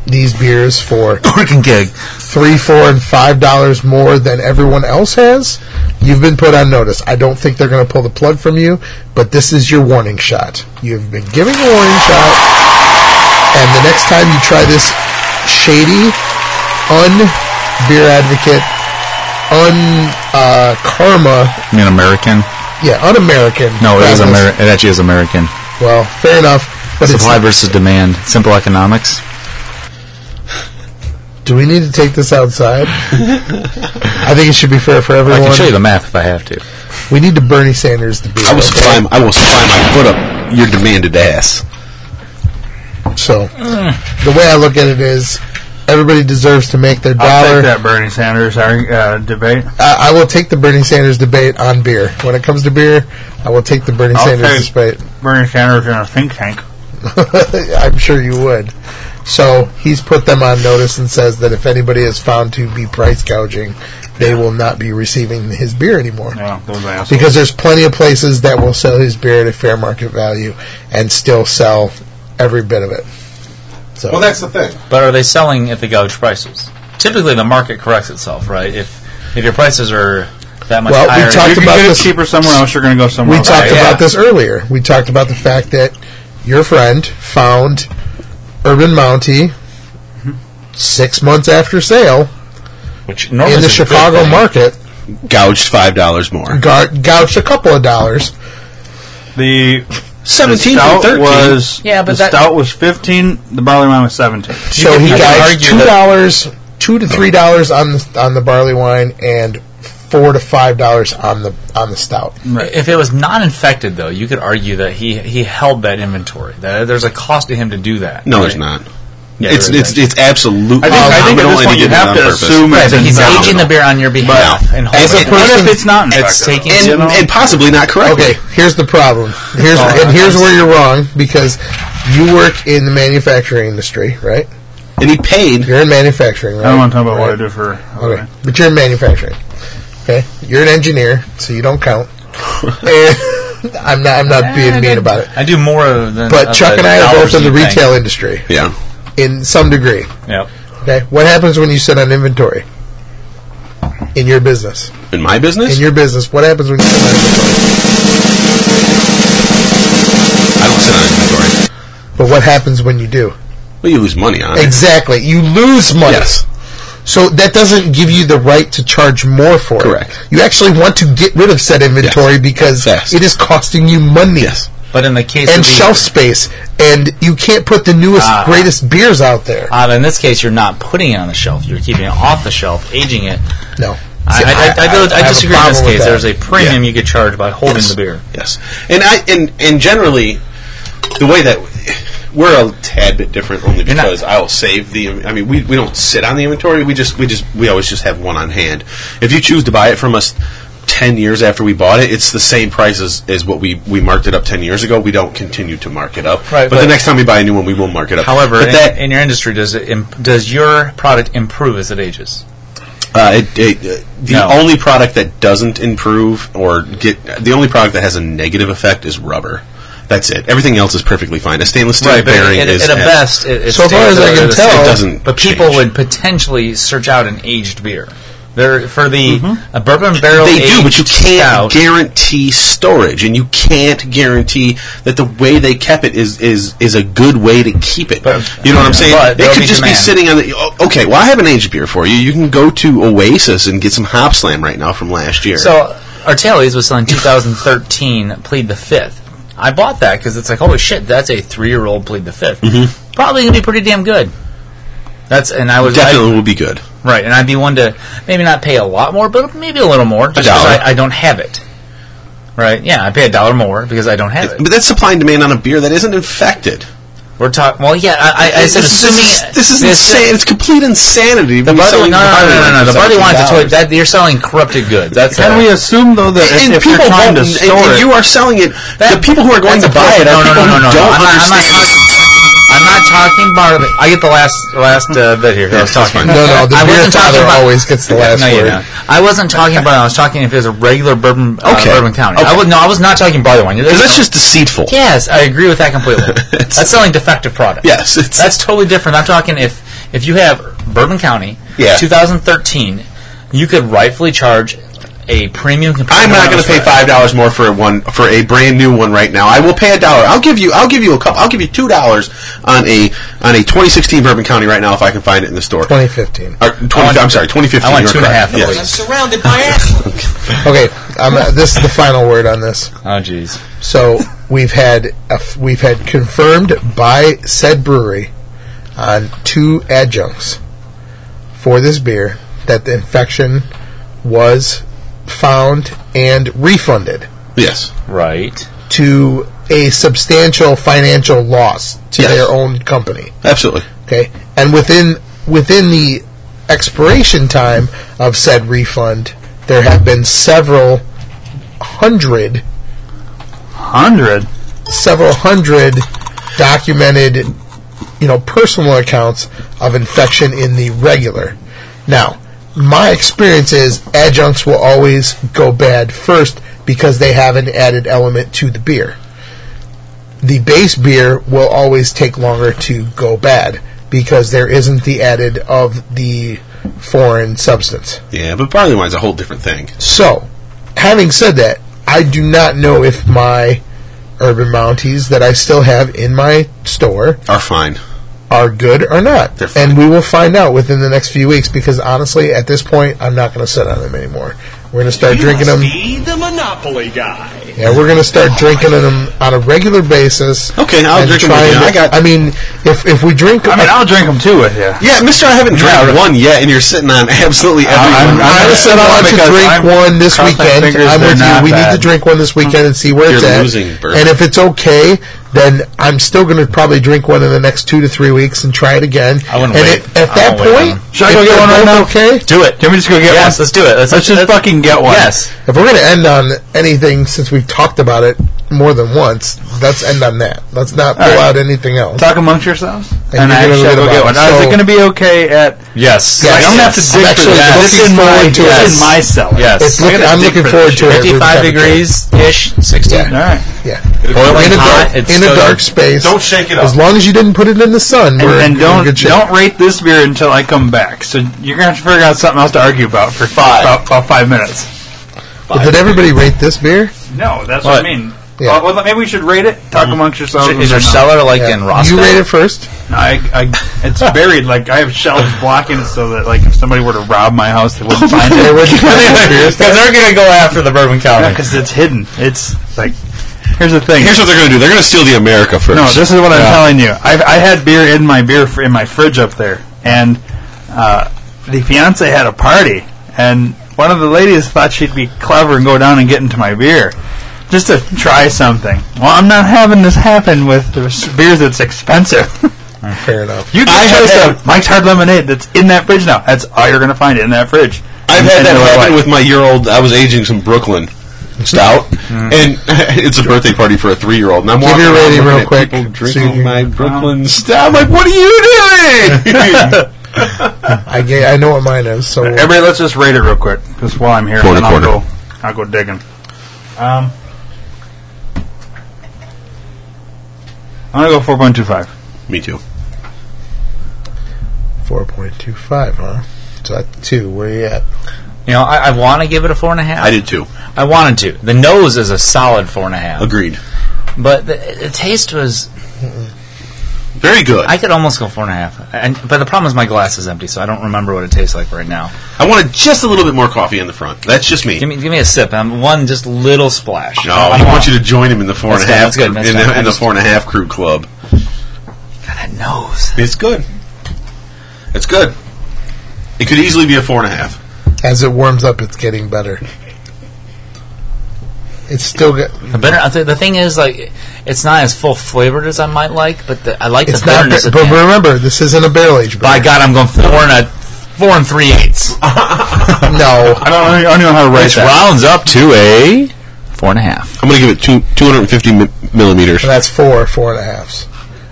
S1: these beers for
S10: freaking gig
S1: three, four, and five dollars more than everyone else has, you've been put on notice. I don't think they're going to pull the plug from you, but this is your warning shot. You've been giving a warning shot, and the next time you try this shady, un beer advocate, un uh, karma,
S10: I mean American.
S1: yeah, un American.
S10: No, it is Ameri- It actually is American.
S1: Well, fair enough. But it's
S10: Supply versus demand. Simple economics.
S1: Do we need to take this outside? I think it should be fair for everyone.
S10: I can show you the math if I have to.
S1: We need to Bernie Sanders the beer.
S2: I will
S1: okay?
S2: supply. I will supply my foot up your demanded ass.
S1: So the way I look at it is, everybody deserves to make their
S3: "I'll
S1: dollar.
S3: take that Bernie Sanders arg- uh, debate.
S1: I, I will take the Bernie Sanders debate on beer. When it comes to beer, I will take the Bernie
S3: I'll
S1: Sanders
S3: take
S1: debate.
S3: Bernie Sanders in a think tank."
S1: I'm sure you would. So he's put them on notice and says that if anybody is found to be price gouging, they will not be receiving his beer anymore.
S3: Yeah, those assholes.
S1: Because there's plenty of places that will sell his beer at a fair market value and still sell every bit of it. So
S15: Well, that's the thing.
S8: But are they selling at the gouge prices? Typically, the market corrects itself, right? If if your prices are that much
S1: Well, we
S8: higher,
S1: talked
S3: if you
S1: about
S3: get
S1: this-
S3: it cheaper somewhere else, you're going to go somewhere
S1: we
S3: else.
S1: talked
S8: yeah.
S1: about this earlier. We talked about the fact that your friend found Urban Mountie six months after sale
S2: Which
S8: Oh,
S1: in the Chicago market,
S2: gouged five dollars more.
S1: gar- gouged a couple of dollars.
S3: The
S2: Seventeen
S3: the
S2: from
S3: stout
S2: thirteen.
S3: was
S8: Yeah, but
S3: the
S8: that-
S3: stout was fifteen. The barley wine was seventeen.
S1: So he
S8: could
S1: gouged
S8: argue
S1: two
S8: that-
S1: dollars, two to three dollars on the on the barley wine, and four to five dollars on the on the stout.
S8: If it was not infected, though, you could argue that he he held that inventory. That there's a cost to him to do that.
S2: No,
S8: right?
S2: there's not.
S8: Yeah,
S2: it's
S8: there is.
S2: it's it's absolutely.
S3: I think, I think at
S2: nominal
S3: this
S2: and
S3: point
S2: he
S3: you
S2: did it
S3: have
S2: on
S3: to
S2: purpose.
S3: assume
S8: Right,
S3: it's
S8: but he's
S3: infected.
S8: aging the beer on your behalf
S2: But-
S8: and
S2: as a
S8: holding it.
S1: person-
S3: What if it's not
S8: It's
S3: infected?
S8: taking
S2: and,
S3: you know?
S2: and possibly not correct.
S1: Okay, here's the problem. Here's
S3: Oh,
S1: and here's where you're wrong because you work in the manufacturing industry, right?
S2: and he paid.
S1: You're in manufacturing, right?
S3: I don't want to talk about
S1: Right.
S3: what I do for.
S1: Okay, but you're in manufacturing. Okay, you're an engineer, so you don't count. And I'm not. I'm not being mean about it.
S8: I do more than.
S1: But Chuck and I are both in the retail industry
S2: Yeah.
S1: in some degree.
S3: Yep.
S1: Okay, what happens when you sit on inventory in your business?
S2: In my business,
S1: In your business, what happens when you sit on inventory?
S2: I don't sit on inventory.
S1: But what happens when you do?
S2: Well, you lose money on it.
S1: Exactly, you lose money.
S2: Yes.
S1: So that doesn't give you the right to charge more for it.
S2: Correct.
S1: You actually want to get rid of said inventory because it is costing you money. Yes.
S8: But in the case
S1: and
S8: of the-
S1: shelf space, and you can't put the newest,
S8: Ah.
S1: greatest beers out there.
S8: Um, in this case, you're not putting it on the shelf. You're keeping it off the shelf, aging it.
S1: No.
S8: I,
S2: See,
S8: I, I, I,
S2: I-
S8: don't- I
S2: I have a
S8: disagree in
S2: problem
S8: this
S2: with
S8: case.
S2: that.
S8: There's a premium
S2: Yeah.
S8: you get charged by holding
S2: Yes.
S8: the beer.
S2: Yes, and I and and generally, the way that we're a tad bit different only because I'll save the. I mean, we, we don't sit on the inventory. We just we just we always just have one on hand. If you choose to buy it from us. 10 years after we bought it it's the same price as, as what we, we marked it up 10 years ago we don't continue to mark it up
S8: Right,
S2: but,
S8: but-
S2: the next time we buy a new one we will mark it up
S8: However,
S2: but
S8: in,
S2: that
S8: in your industry, does it imp- does your product improve as it ages?
S2: Uh, it, it, uh, the
S8: No.
S2: only product that doesn't improve or get the only product that has a negative effect is rubber. That's it. Everything else is perfectly fine. A stainless steel
S8: but
S2: bearing
S8: at,
S2: is
S8: at a
S2: has-
S8: best, it, it
S1: So far
S8: stays
S1: as I
S8: at
S1: can
S8: the
S1: tell-
S8: same-
S2: It doesn't
S8: But people would potentially search out an aged beer. They're for the a bourbon barrel.
S2: Mm-hmm. they do, but you
S8: aged
S2: can't
S8: stout-
S2: guarantee storage, and you can't guarantee that the way they kept it is is is a good way to keep it. you know what I'm saying?
S8: But
S2: They
S8: there'll
S2: could
S8: be
S2: just be
S8: demand.
S2: sitting on the. oh, Okay, well, I have an aged beer for you. You can go to Oasis and get some Hop Slam right now from last year.
S8: So Artales was selling 2013 Plead the Fifth. I bought that because it's like, holy shit, that's a three-year-old Plead the 5th
S2: Mm-hmm.
S8: Probably gonna be pretty damn good. That's and I was
S2: definitely will be good.
S8: Right, and I'd be one to maybe not pay a lot more, but maybe a little more, just because
S2: dollar.
S8: I, I don't have it. Right? Yeah, I pay a dollar more because I don't have it.
S2: But that's supply and demand on a beer that isn't infected.
S8: We're talking. Well, yeah, I, I, I
S2: This
S8: said
S2: is-
S8: assuming
S2: this is- this is insane. It's complete insanity.
S8: The
S2: when you're
S8: Budweiser, no, no,
S2: selling
S8: no, no, no, no.
S2: Budweiser
S8: The
S2: for
S8: Budweiser wines. It's
S2: $17.
S8: what that you're selling corrupted goods. That's
S3: Can
S8: a-
S3: we assume though that if,
S2: and
S3: if you're
S2: people
S3: trying to
S2: won't- and-
S3: store
S2: and
S3: it,
S2: you are selling it. The people who are going to
S8: That's a
S2: buy it
S8: bullshit-
S2: are
S8: no,
S2: people
S8: no, no,
S2: who
S8: no, no.
S2: don't
S8: I'm not- I'm not
S2: understand.
S8: I'm not talking about it. I get the last last uh, bit here. I was talking.
S1: No, no, the
S8: I
S1: beer
S8: wasn't talking
S1: father
S8: about.
S1: always gets the last
S8: no, you're
S1: word.
S8: not. I wasn't talking about. it. I was talking if it was a regular bourbon, uh,
S2: Okay.
S8: bourbon county. I
S2: Okay.
S8: was no, I was not talking barley wine.
S2: Because that's just deceitful.
S8: Yes, I agree with that completely. that's selling defective product.
S2: Yes, it's-
S8: that's totally different. I'm talking if if you have Bourbon County,
S2: Yeah.
S8: 2013, you could rightfully charge a premium. compared
S2: I'm
S8: to
S2: not
S8: one
S2: going to
S8: else
S2: pay
S8: for that.
S2: five dollars more for a one for a brand new one right now. I will pay a dollar. I'll give you. I'll give you a couple. I'll give you two dollars on a on a 2016 Bourbon County right now if I can find it in the store.
S1: 2015.
S2: Or 20, I'm sorry, 2015.
S8: I want
S2: you're
S8: two and a
S2: correct.
S8: half of
S2: Yes.
S8: those.
S7: Surrounded by assholes.
S1: Okay, I'm, uh, this is the final word on this.
S8: Oh, jeez.
S1: So we've had a f- we've had confirmed by said brewery on two adjuncts for this beer that the infection was found and refunded
S2: Yes.
S8: Right.
S1: to a substantial financial loss to
S2: Yes.
S1: their own company.
S2: Absolutely.
S1: Okay, and within within the expiration time of said refund, there have been several hundred
S3: hundred.
S1: several hundred documented, you know, personal accounts of infection in the regular. Now, my experience is adjuncts will always go bad first because they have an added element to the beer. The base beer will always take longer to go bad because there isn't the added of the foreign substance.
S2: Yeah, but barley wine's a whole different thing.
S1: So, having said that, I do not know if my urban mounties that I still have in my store
S2: Are fine.
S1: are good or not.
S2: They're fine.
S1: And we will find out within the next few weeks because honestly, at this point, I'm not going to sit on them anymore. We're going to start drinking them.
S7: Be the Monopoly guy.
S1: Yeah, we're going to start drinking them on a regular basis.
S2: Okay, I'll
S1: and
S2: drink 'em
S1: try
S2: with you.
S1: and-
S2: I got-
S1: I mean, if if we drink,
S3: I mean, I'll drink them too with you.
S2: Yeah, Mister, I haven't drank one yet, and you're sitting on absolutely every
S3: I'm-
S2: one.
S3: I'm-
S1: I just said I want to
S3: because
S1: drink
S3: I'm-
S1: one this
S3: cross my
S1: weekend.
S3: fingers
S1: I'm
S3: they're
S1: with you.
S3: not
S1: We need to
S3: bad.
S1: drink one this weekend and see where
S2: You're
S1: it's at.
S2: losing, Bert.
S1: and if it's okay, then I'm still going to probably drink one in the next two to three weeks and try it again.
S8: I wouldn't
S1: and
S8: wait.
S1: If, at
S8: I
S1: that
S8: won't wait on
S1: point,
S8: them.
S3: Should I
S1: if
S3: go get
S1: they're
S3: one right
S1: both
S3: now?
S1: Okay.
S8: Do it.
S3: Can we just go get
S8: Yes,
S3: one?
S8: let's do it. Let's,
S3: Let's just fucking get one.
S8: Yes.
S1: If we're going to end on anything, since we've talked about it more than once, let's end on that. Let's not pull
S3: All right.
S1: out anything else.
S3: Talk amongst yourselves.
S1: And
S3: And,
S1: you're
S3: I
S1: gonna
S3: shall
S1: look
S3: go
S1: at
S3: get
S1: it.
S3: one. Now, is it
S1: So-
S3: going to be okay at?
S10: Yes.
S3: 'Cause I don't have to
S10: Yes.
S3: dig
S10: I'm
S3: for
S10: actually
S3: that.
S10: looking
S3: This is
S10: forward
S3: my,
S10: to it.
S3: This is my cellar.
S10: Yes. It's
S3: I
S10: looking-
S3: gotta
S10: I'm
S3: dig
S10: looking
S3: for
S10: forward
S3: this
S10: to it.
S3: shit.
S10: 55 degrees
S1: ish, sixty.
S3: All right.
S1: Yeah.
S10: Boiling
S1: in a
S10: hot,
S1: dark,
S10: it's
S1: in a
S10: still-
S1: dark space.
S10: Don't shake it up.
S1: As long as you didn't put it in the sun,
S3: And,
S1: we're in-
S3: and
S1: we're in
S3: don't
S1: good shape.
S3: don't rate this beer until I come back. So you're gonna have to figure out something else to argue about for five about, about five minutes.
S1: But did everybody rate this beer?
S3: No, that's
S1: What?
S3: what, I mean.
S1: Yeah.
S3: Well, well, maybe we should rate it. Talk amongst yourselves.
S1: Is- is your
S3: and then I'll-
S1: cellar, like, Yeah. in Roscoe? You rate it first.
S3: No, I, I, it's buried. Like I have shelves blocking it so that like if somebody were to rob my house, they wouldn't find it.
S10: They wouldn't find the beer. 'Cause they're
S3: gonna go after the bourbon counter because it's hidden. It's like here's the thing.
S2: Here's what they're going to do. They're going to steal the America first.
S3: No, this is what I'm telling you. I've, I had beer in my beer fr- in my fridge up there, and uh, the fiance had a party, and one of the ladies thought she'd be clever and go down and get into my beer. Just to try something. Well, I'm not having this happen with the s- beers that's expensive.
S1: Fair enough.
S3: You
S2: Uh, I
S3: can
S2: have
S3: choose
S2: had-
S3: a Mike's Hard Lemonade that's in that fridge now. That's all you're going to find in that fridge.
S2: I've had
S3: And
S2: that
S3: no other
S2: happen
S3: way.
S2: with my year old. I was aging some Brooklyn stout,
S8: Mm.
S2: and it's a birthday party for a three year old. And I'm
S1: Give
S2: walking
S1: your
S2: around
S1: rating
S2: looking
S1: real
S2: at
S1: quick.
S2: people
S1: so
S2: drinking
S1: you can-
S2: my Brooklyn stout. I'm like, what are you doing?
S1: I ga- I know what mine is. So
S3: Everybody, let's just rate it real quick, just while I'm here.
S1: Quarter,
S3: and I'll
S1: quarter.
S3: go. I'll go digging. Um, I'm gonna go four point two five.
S2: Me too.
S1: four point two five, huh? So that two. Where you at?
S8: You know, I, I want to give it a four and a half.
S2: I did too.
S8: I wanted to. The nose is a solid four and a half.
S2: Agreed.
S8: But the, the taste was
S2: very good.
S8: I could almost go four and a half. And, but the problem is my glass is empty, so I don't remember what it tastes like right now.
S2: I wanted just a little bit more coffee in the front. That's just me.
S8: Give me, give me a sip. Um one just little splash.
S2: No,
S8: I
S2: I
S8: want-
S2: want you to join him in the four and a
S8: That's fine,
S2: half
S8: that's good, that's
S2: in,
S8: fine.
S2: the,
S8: I
S2: in the
S8: just-
S2: four and a half crew club. God,
S8: that nose.
S2: It's good. It's good. It could easily be a four and a half.
S1: As it warms up, it's getting better. It's still good.
S8: The, bitter, I think the thing is, like, it's not as full flavored as I might like, but the, I like
S1: It's
S8: the
S1: not,
S8: bitterness.
S1: but,
S8: at the
S1: but
S8: end.
S1: remember, this isn't a barrel aged.
S8: By God, I'm going four and a four and three eighths.
S1: no,
S3: I don't, I don't know how to
S10: Which rounds up to a four and a half.
S2: I'm going to give it two 250 mi- millimeters.
S1: And that's four four and a halfs.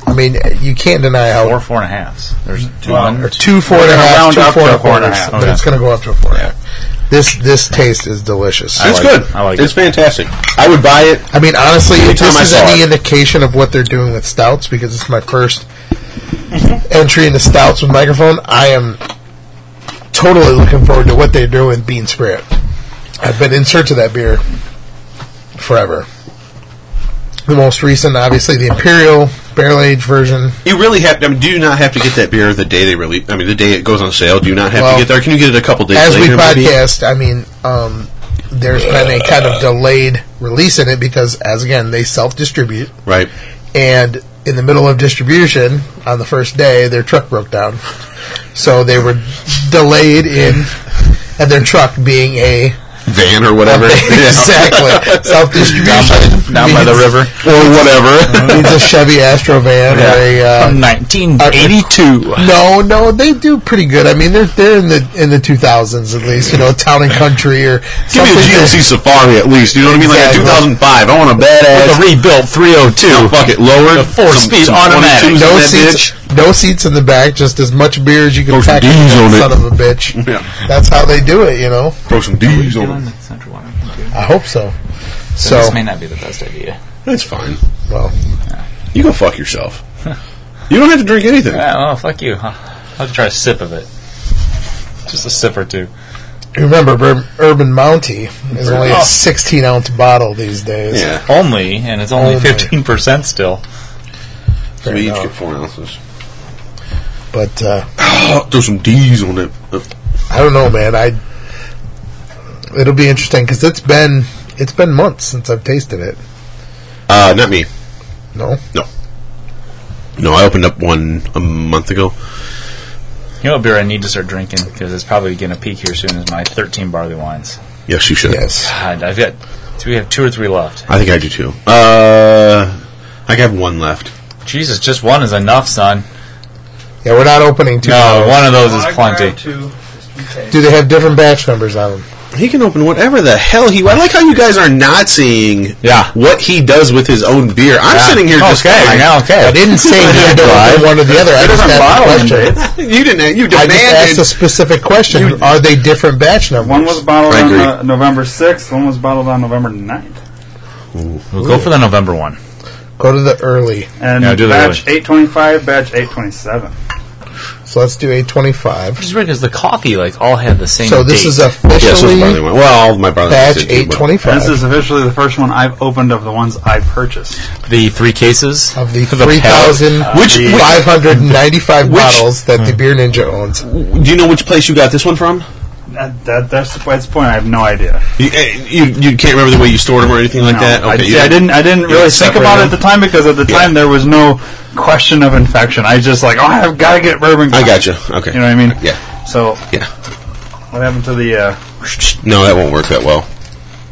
S1: I mean, you can't deny how
S8: four four and a halves. There's two
S1: or two four and a
S3: We're gonna
S1: half,
S3: round
S1: two
S3: up
S1: four
S3: to
S1: and
S3: a four and a
S1: quarters,
S3: half.
S1: but
S3: Okay.
S1: it's going to go up to a four and a half. This this taste is delicious.
S2: it's good. it's fantastic. I would buy it.
S1: I mean, honestly, if
S2: Anytime
S1: this
S2: I
S1: is
S2: saw
S1: any
S2: it.
S1: indication of what they're doing with stouts, because it's my first entry into stouts with microphone, I am totally looking forward to what they do with Bean Spirit. I've been in search of that beer forever. The most recent, obviously, the Imperial barrel aged version.
S2: You really have. I mean, do you not have to get that beer the day they release? I mean, the day it goes on sale. Do you not have
S1: Well,
S2: to get there? Can you get it a couple days
S1: As we
S2: later? maybe? Uh.
S1: podcast, I mean, um, there's been a kind of delayed release in it because, as again, they self distribute.
S2: Right.
S1: and in the middle of distribution on the first day, their truck broke down, so they were delayed in, and their truck being a
S2: Van or whatever. Yeah.
S1: exactly self distribution
S10: Down by the river.
S2: or whatever.
S1: Means a Chevy Astro van or a uh,
S8: From 1982.
S1: no, no, they do pretty good. I mean, they're they're in the in the 2000s at least. You know, town and country or
S2: Give
S1: something
S2: me a
S1: that-
S2: GMC Safari at least. You know what I mean? Like a
S1: Exactly.
S2: 2005. I want a badass.
S10: With a rebuilt 302.
S2: No, fuck it. Lowered. some-
S10: four-speed
S2: some
S10: automatic.
S2: 22s in
S1: No
S2: that
S1: seats, no seats in the back, just as much beer as you can
S2: Throw some
S1: pack. in
S2: D's
S1: that
S2: on it.
S1: son of a bitch.
S2: bitch. Yeah.
S1: That's how they do it, you know.
S2: Throw some D's on it.
S1: I hope so.
S8: So,
S1: So,
S8: this may not be the best idea.
S2: That's fine.
S1: well,
S2: You go fuck yourself. You don't have to drink anything.
S8: Yeah, well, fuck you. Huh? I'll try a sip of it. Just a sip or two.
S1: remember, Bur- Urban Mountie is only
S8: Oh.
S1: a 16 ounce bottle these days.
S2: Yeah.
S8: Only, and it's only
S1: Only.
S8: fifteen percent still.
S2: So we each get four ounces. Oh,
S1: But uh,
S2: Throw some D's on it.
S1: I don't know, man. I it'll be interesting because it's been it's been months since I've tasted it.
S2: Uh, not me.
S1: No,
S2: No. No, I opened up one a month ago.
S8: You know what beer I need to start drinking because it's probably going to peak here soon. Is my thirteen barley wines?
S2: Yes, you should.
S1: yes,
S8: God, I've got. Do we have two or three left?
S2: I think I do too. Uh, I have one left.
S8: Jesus, just one is enough, son.
S1: yeah, we're not opening two.
S8: No,
S1: bottles.
S8: one of those is plenty.
S1: Do they have different batch numbers on them?
S2: He can open whatever the hell he. I like how you guys are not seeing yeah. what he does with his own beer. I'm
S10: Yeah.
S2: sitting here just
S10: Okay,
S2: fine.
S10: now, okay. I didn't say he had to
S1: open one or the other. I
S2: He
S1: just
S2: doesn't
S1: asked a
S2: bottle
S1: question.
S2: them. You didn't. You
S1: I
S2: demanded.
S1: just asked a specific question. Are they different batch numbers?
S3: One was bottled on uh, November 6th, one was bottled on November 9th.
S10: We'll go for the November one.
S1: Go to the early.
S3: And
S10: Yeah, do the
S3: batch 825, batch 827.
S1: So let's do 825.
S8: Just because the coffee like all had the same.
S1: So this is
S8: official.
S1: officially
S2: Well, my brother
S1: batch 825.
S3: And This is officially the first one I've opened of the ones I purchased.
S10: The three cases
S1: of the
S3: For the pallet. Which- which-
S1: 3,595 bottles that
S8: Hmm.
S1: the Beer Ninja owns.
S2: Do you know which place you got this one from?
S3: That, that, that's the that's the point. I have no idea.
S2: You, eh, you, you can't remember the way you stored them or anything like
S3: No,
S2: that.
S3: I,
S2: you
S3: see, I didn't. I didn't
S2: you
S3: really think
S2: separate
S3: about it at
S2: them?
S3: the time because at the time there was no question of infection. I just like, oh, I've got to get bourbon.
S2: I got you. Okay.
S3: You know what I mean?
S2: Yeah.
S3: So
S2: yeah.
S3: What happened to the? Uh,
S2: No, that won't work that well.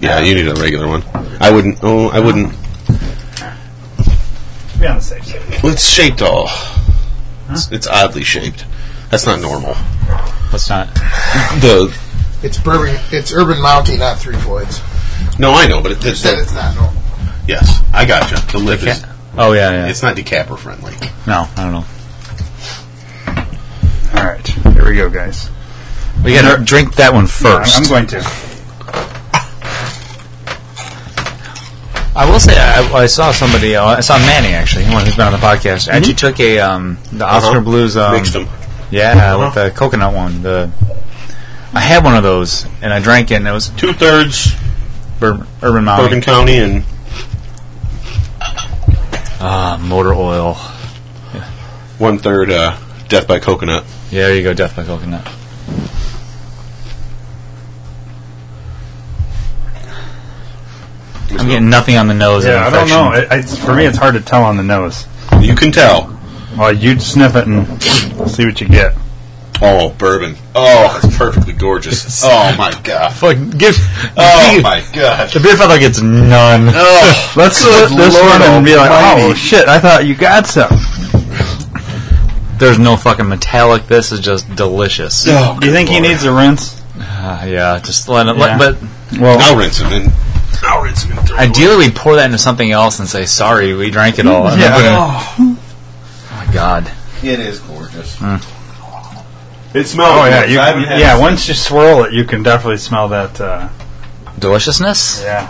S2: Yeah, you need a regular one. I wouldn't. Oh, I wouldn't.
S3: be on the safe side.
S2: It's shaped all. It's, it's oddly shaped. That's not normal.
S10: That's not.
S2: The
S1: It's bourbon. It's Urban Mountie, not Three Floyds.
S2: no, I know, but it, it's,
S1: Said it's not normal.
S2: yes, I got you. The lip is.
S10: Oh yeah, yeah.
S2: It's not decapper friendly.
S10: No, I don't know.
S3: All right, here we go, guys.
S10: We gotta drink that one
S3: No, I'm-
S10: first.
S3: I'm going to.
S8: I will say I, I saw somebody. Uh, I saw Manny actually, one who's been on the podcast. Actually
S3: Mm-hmm.
S8: took a um, the Oscar
S2: Uh-huh.
S8: Blues um,
S2: Mixed 'em.
S8: Yeah,
S2: Uh-huh.
S3: Oh.
S8: with the coconut one. The I had one of those and I drank it, and it was
S2: two thirds
S8: Bur- Urban Mountain,
S2: Bergen County and
S8: ah motor oil.
S2: one third uh, death by coconut.
S8: Yeah, there you go, death by coconut. I'm getting nothing on the nose.
S3: Yeah, I
S8: of
S3: don't
S8: infection.
S3: know. It, it's, for me, it's hard to tell on the nose.
S2: You can tell.
S3: Well, you'd sniff it and see what you get.
S2: Oh, bourbon. Oh, it's perfectly gorgeous. Oh my god.
S10: Fuck, give.
S2: Oh my god.
S10: The beer father gets none.
S2: Oh,
S3: Let's
S2: good
S3: look at this
S2: Lord
S3: one and be like, oh
S2: Almighty.
S3: shit, I thought you got some.
S8: There's no fucking metallic. This is just delicious.
S2: Oh,
S3: Do you think he needs a rinse?
S8: Ah, yeah, just let it.
S3: Yeah.
S8: Let, but
S3: Well,
S2: I'll Oh, rinse him in. I'll rinse him in. throw it away.
S8: ideally, we pour that into something else and say, "Sorry, we drank it all." And
S3: Yeah.
S8: then- Oh my god.
S11: It is gorgeous.
S2: It smells.
S3: Oh yeah,
S2: good.
S3: you,
S2: I haven't had
S3: yeah.
S2: it
S3: Once you swirl it, you can definitely smell that. Uh,
S8: Deliciousness?
S3: yeah.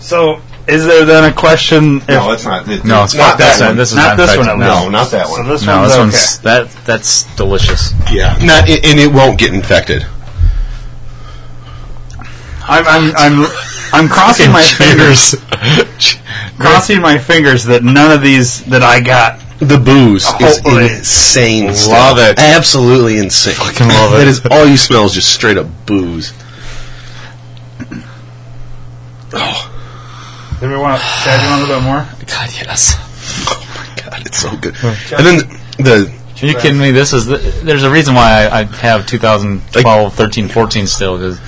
S3: So, is there then a question? If,
S11: No, it's not. It-
S8: No, it's
S11: not
S8: not
S11: that
S8: this
S11: one.
S8: one. This is
S3: Not
S8: not
S3: this one,
S8: infected.
S3: at
S11: No, not that
S3: so
S11: one.
S3: this
S8: No,
S3: one's
S8: this
S3: okay.
S8: one's that. That's delicious.
S2: Yeah, not and and it won't get infected.
S3: I'm I'm I'm, I'm crossing my fingers, crossing my fingers that none of these that I got
S2: The booze is
S3: Hopefully.
S2: insane. Love
S10: it.
S2: Absolutely insane. Fucking
S10: love it.
S2: That is all you smell is just straight up booze.
S3: Did we want to chat you a little bit more?
S8: God, yes.
S2: God, it's so good. And then the
S8: Are you kidding me? This is the, there's a reason why I, I have 2012, 13, 14 still because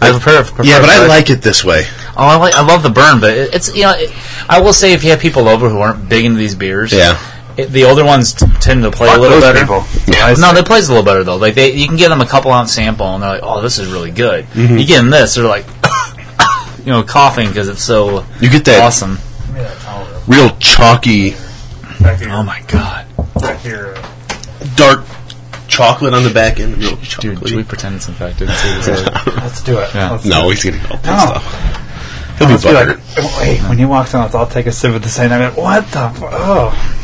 S8: I prefer, prefer.
S2: yeah, but I
S8: that.
S2: like it this way.
S8: Oh, I, like, I love the burn, but it, it's you know, it, I will say if you have people over who aren't big into these beers,
S2: Yeah.
S8: it, the older ones t- tend to play
S3: Fuck
S8: a little
S3: those
S8: better.
S3: people.
S8: No, they plays a little better though. Like they, you can get them a couple ounce sample, and they're like, "Oh, this is really good." You get them this, they're like, you know, coughing because it's so
S2: You get that
S8: awesome.
S2: real chalky,
S3: Back here,
S8: Oh my god,
S3: back here. uh,
S2: dark chocolate on the back end. Real
S8: dude,
S2: chocolate.
S8: should we pretend it's infected? and see if it's like-
S3: Let's do it.
S8: Yeah.
S3: Let's,
S2: no, he's gonna get all pissed
S3: No.
S2: off. He'll
S3: let's
S2: be
S3: be
S2: buttered.
S3: like, "Oh, wait, when he walks out, I'll take a sip of this, and I'm like, what the? Fu- oh,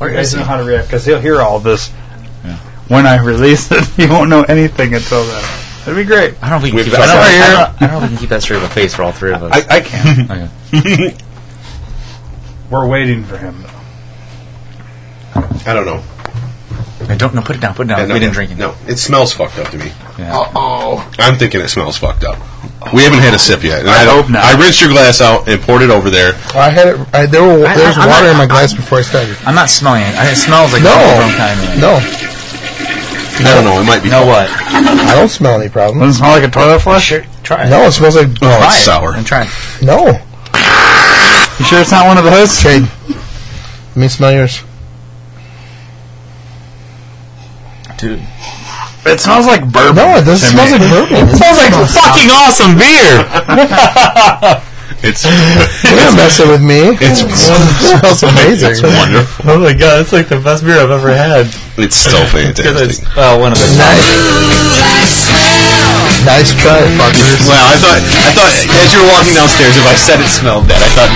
S3: you guys know how to react because he'll hear all this when I release it. He won't know anything until then. That'd be great.
S8: I don't know if we can
S2: We've
S8: keep
S2: got
S8: that.
S2: that.
S8: I don't, I don't know if we can keep that straight of a face for all three of us.
S3: I, I can.
S8: Okay.
S3: We're waiting for him. though.
S2: I don't know.
S8: I don't. No, put it down. Put it down.
S2: Yeah, no,
S8: we didn't drink it.
S2: No, it smells fucked up to me.
S8: Yeah.
S2: Oh, I'm thinking it smells fucked up. We haven't had a sip yet. and I,
S3: hope not.
S2: I rinsed your glass out and poured it over there.
S1: I had it. I, there were,
S8: I-
S1: there was
S8: I'm
S1: water
S8: not-
S1: in my glass before I started.
S8: I'm not smelling it. I- It smells like
S1: No.
S8: some kind of.
S1: No,
S2: I don't know. It might be.
S8: Know what?
S1: I don't smell any problem.
S3: Doesn't it smell like a toilet flush?
S8: Try it.
S1: No, it smells like
S2: Oh,
S8: Try
S2: it's
S8: it
S2: sour.
S8: And try it.
S1: no.
S3: You sure it's not one of those?
S1: Trade. Let me smell yours.
S8: Dude.
S3: It smells like bourbon.
S1: No, it doesn't
S3: to
S1: smells
S3: me.
S1: like bourbon. It
S10: smells like fucking awesome beer.
S2: It's
S1: You're messing with me.
S2: It's
S1: it smells amazing.
S2: It's wonderful.
S10: Oh my god, it's like the best beer I've ever had.
S2: It's still fantastic.
S10: Oh, one of the
S1: Nice try, fuckers.
S2: Wow, I thought I thought as you were walking downstairs, if I said it smelled that, I thought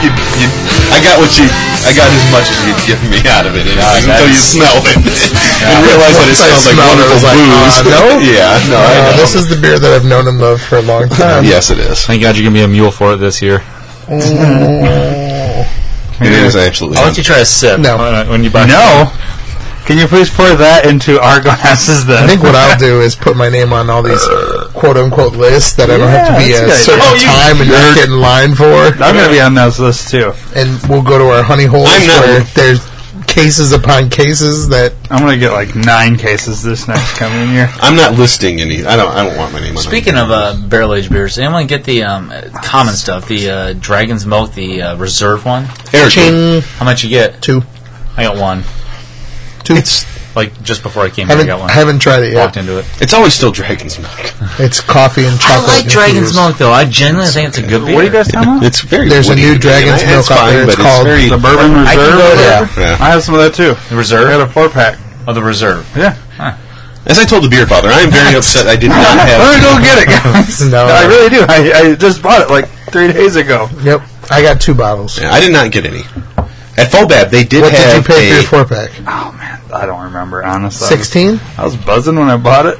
S2: you, you, I got what you I got as much as you'd given me out of it and it wasn't until you
S1: that's-
S2: smelled it and
S1: Yeah.
S2: realized that it
S1: Once I
S2: smells like
S1: smelled it, I
S2: wonderful
S1: was like,
S2: booze.
S1: uh, no.
S2: yeah, no, I
S1: Uh,
S2: know.
S1: this is the beer that I've known and loved for a long time.
S2: yes, it is.
S10: Thank God you gave me a mule for it this year.
S2: It is absolutely.
S10: I'll let you try a sip.
S1: No.
S10: when- When you buy
S3: No. Can you please pour that into our glasses then?
S1: I think what I'll do is put my name on all these quote unquote lists that I don't have to be
S3: Yeah,
S1: at a
S3: that's good.
S1: certain
S3: Oh, you
S1: time and not
S3: nerd.
S1: get in line for.
S3: I'm going to be on those lists too.
S1: And we'll go to our honey holes
S3: I'm not-
S1: where there's cases upon cases that.
S3: I'm going to get like nine cases this next coming year.
S2: I'm not listing any. I don't. I don't want my name on it.
S8: Speaking of uh, barrel aged beers, anyone get the um, uh, common stuff? The uh, Dragon's Milk, the uh, reserve one.
S2: Eric.
S1: Ching.
S8: How much you get?
S1: Two.
S8: I got one.
S1: Two.
S8: Like just before I came here, I
S1: haven't,
S8: got one.
S1: haven't tried it
S8: Walked
S1: yet.
S8: into it.
S2: It's always still Dragon's Milk.
S1: It's coffee and
S8: I
S1: chocolate.
S8: like
S1: infused.
S8: Dragon's Milk though. I genuinely think it's a good beer.
S3: What are you guys talking about?
S2: It's very.
S1: There's a
S2: woody.
S1: new
S2: I mean,
S1: Dragon's Milk
S2: it's
S1: out
S2: fine,
S1: there. It's
S2: but
S1: called-
S2: very-
S3: The Bourbon
S8: I
S3: Reserve?
S8: can go there.
S2: Yeah.
S3: I have some of that too.
S8: The reserve?
S3: I got a four pack.
S8: Oh, the reserve.
S3: Yeah.
S2: As I told the beer father, I am very upset. I did not
S3: I'm
S2: have.
S3: going to go get it, guys.
S1: No.
S3: I really do. I, I just bought it like three days ago.
S1: Yep. I got two bottles.
S2: Yeah, I did not get any. At Fobab, they did
S1: what did you
S2: have
S1: pay for
S2: a.
S1: your four pack?
S3: I don't remember, honestly.
S1: 16?
S3: I was buzzing when I bought it.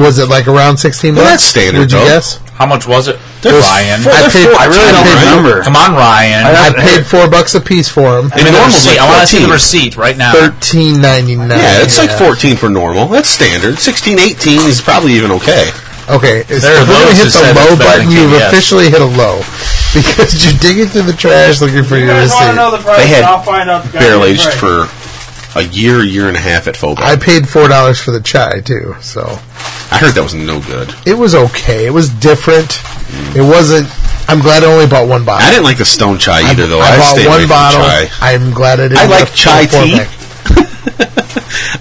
S1: was it like around 16
S2: Well,
S1: bucks?
S2: that's standard,
S1: Would you
S2: though.
S1: guess?
S8: How much was it?
S2: They're
S8: Ryan.
S2: four- they're
S1: I paid-
S2: four-
S1: I
S3: really don't
S2: Ryan.
S3: remember.
S8: Come on, Ryan.
S3: I-
S8: I,
S1: I paid four bucks a piece for them.
S8: mean, the
S2: Normal's
S8: receipt.
S2: like
S8: I want to see the
S2: 14.
S8: receipt right now.
S1: Thirteen ninety nine.
S2: Yeah, it's like
S8: Yeah.
S2: 14 for normal. That's standard. 16, 18 is probably even okay.
S1: Okay, it's,
S8: There are
S1: if we're gonna hit
S8: those who say
S1: the
S8: that's
S1: low
S8: better
S1: button,
S8: than
S1: you've
S8: KBS.
S1: officially hit a low because you're digging through the trash looking for your receipt.
S2: They had barrel aged for a year, year and a half at Fobab.
S1: I paid four dollars for the chai too, so
S2: I heard that was no good.
S1: it was okay. It was different. It wasn't. I'm glad I only bought one bottle.
S2: I didn't like the stone chai either, though. I,
S1: I bought
S2: stayed away
S1: one
S2: from
S1: bottle.
S2: chai.
S1: I'm glad I didn't.
S2: I
S1: get
S2: like
S1: a full
S2: chai
S1: four
S2: tea.
S1: pack.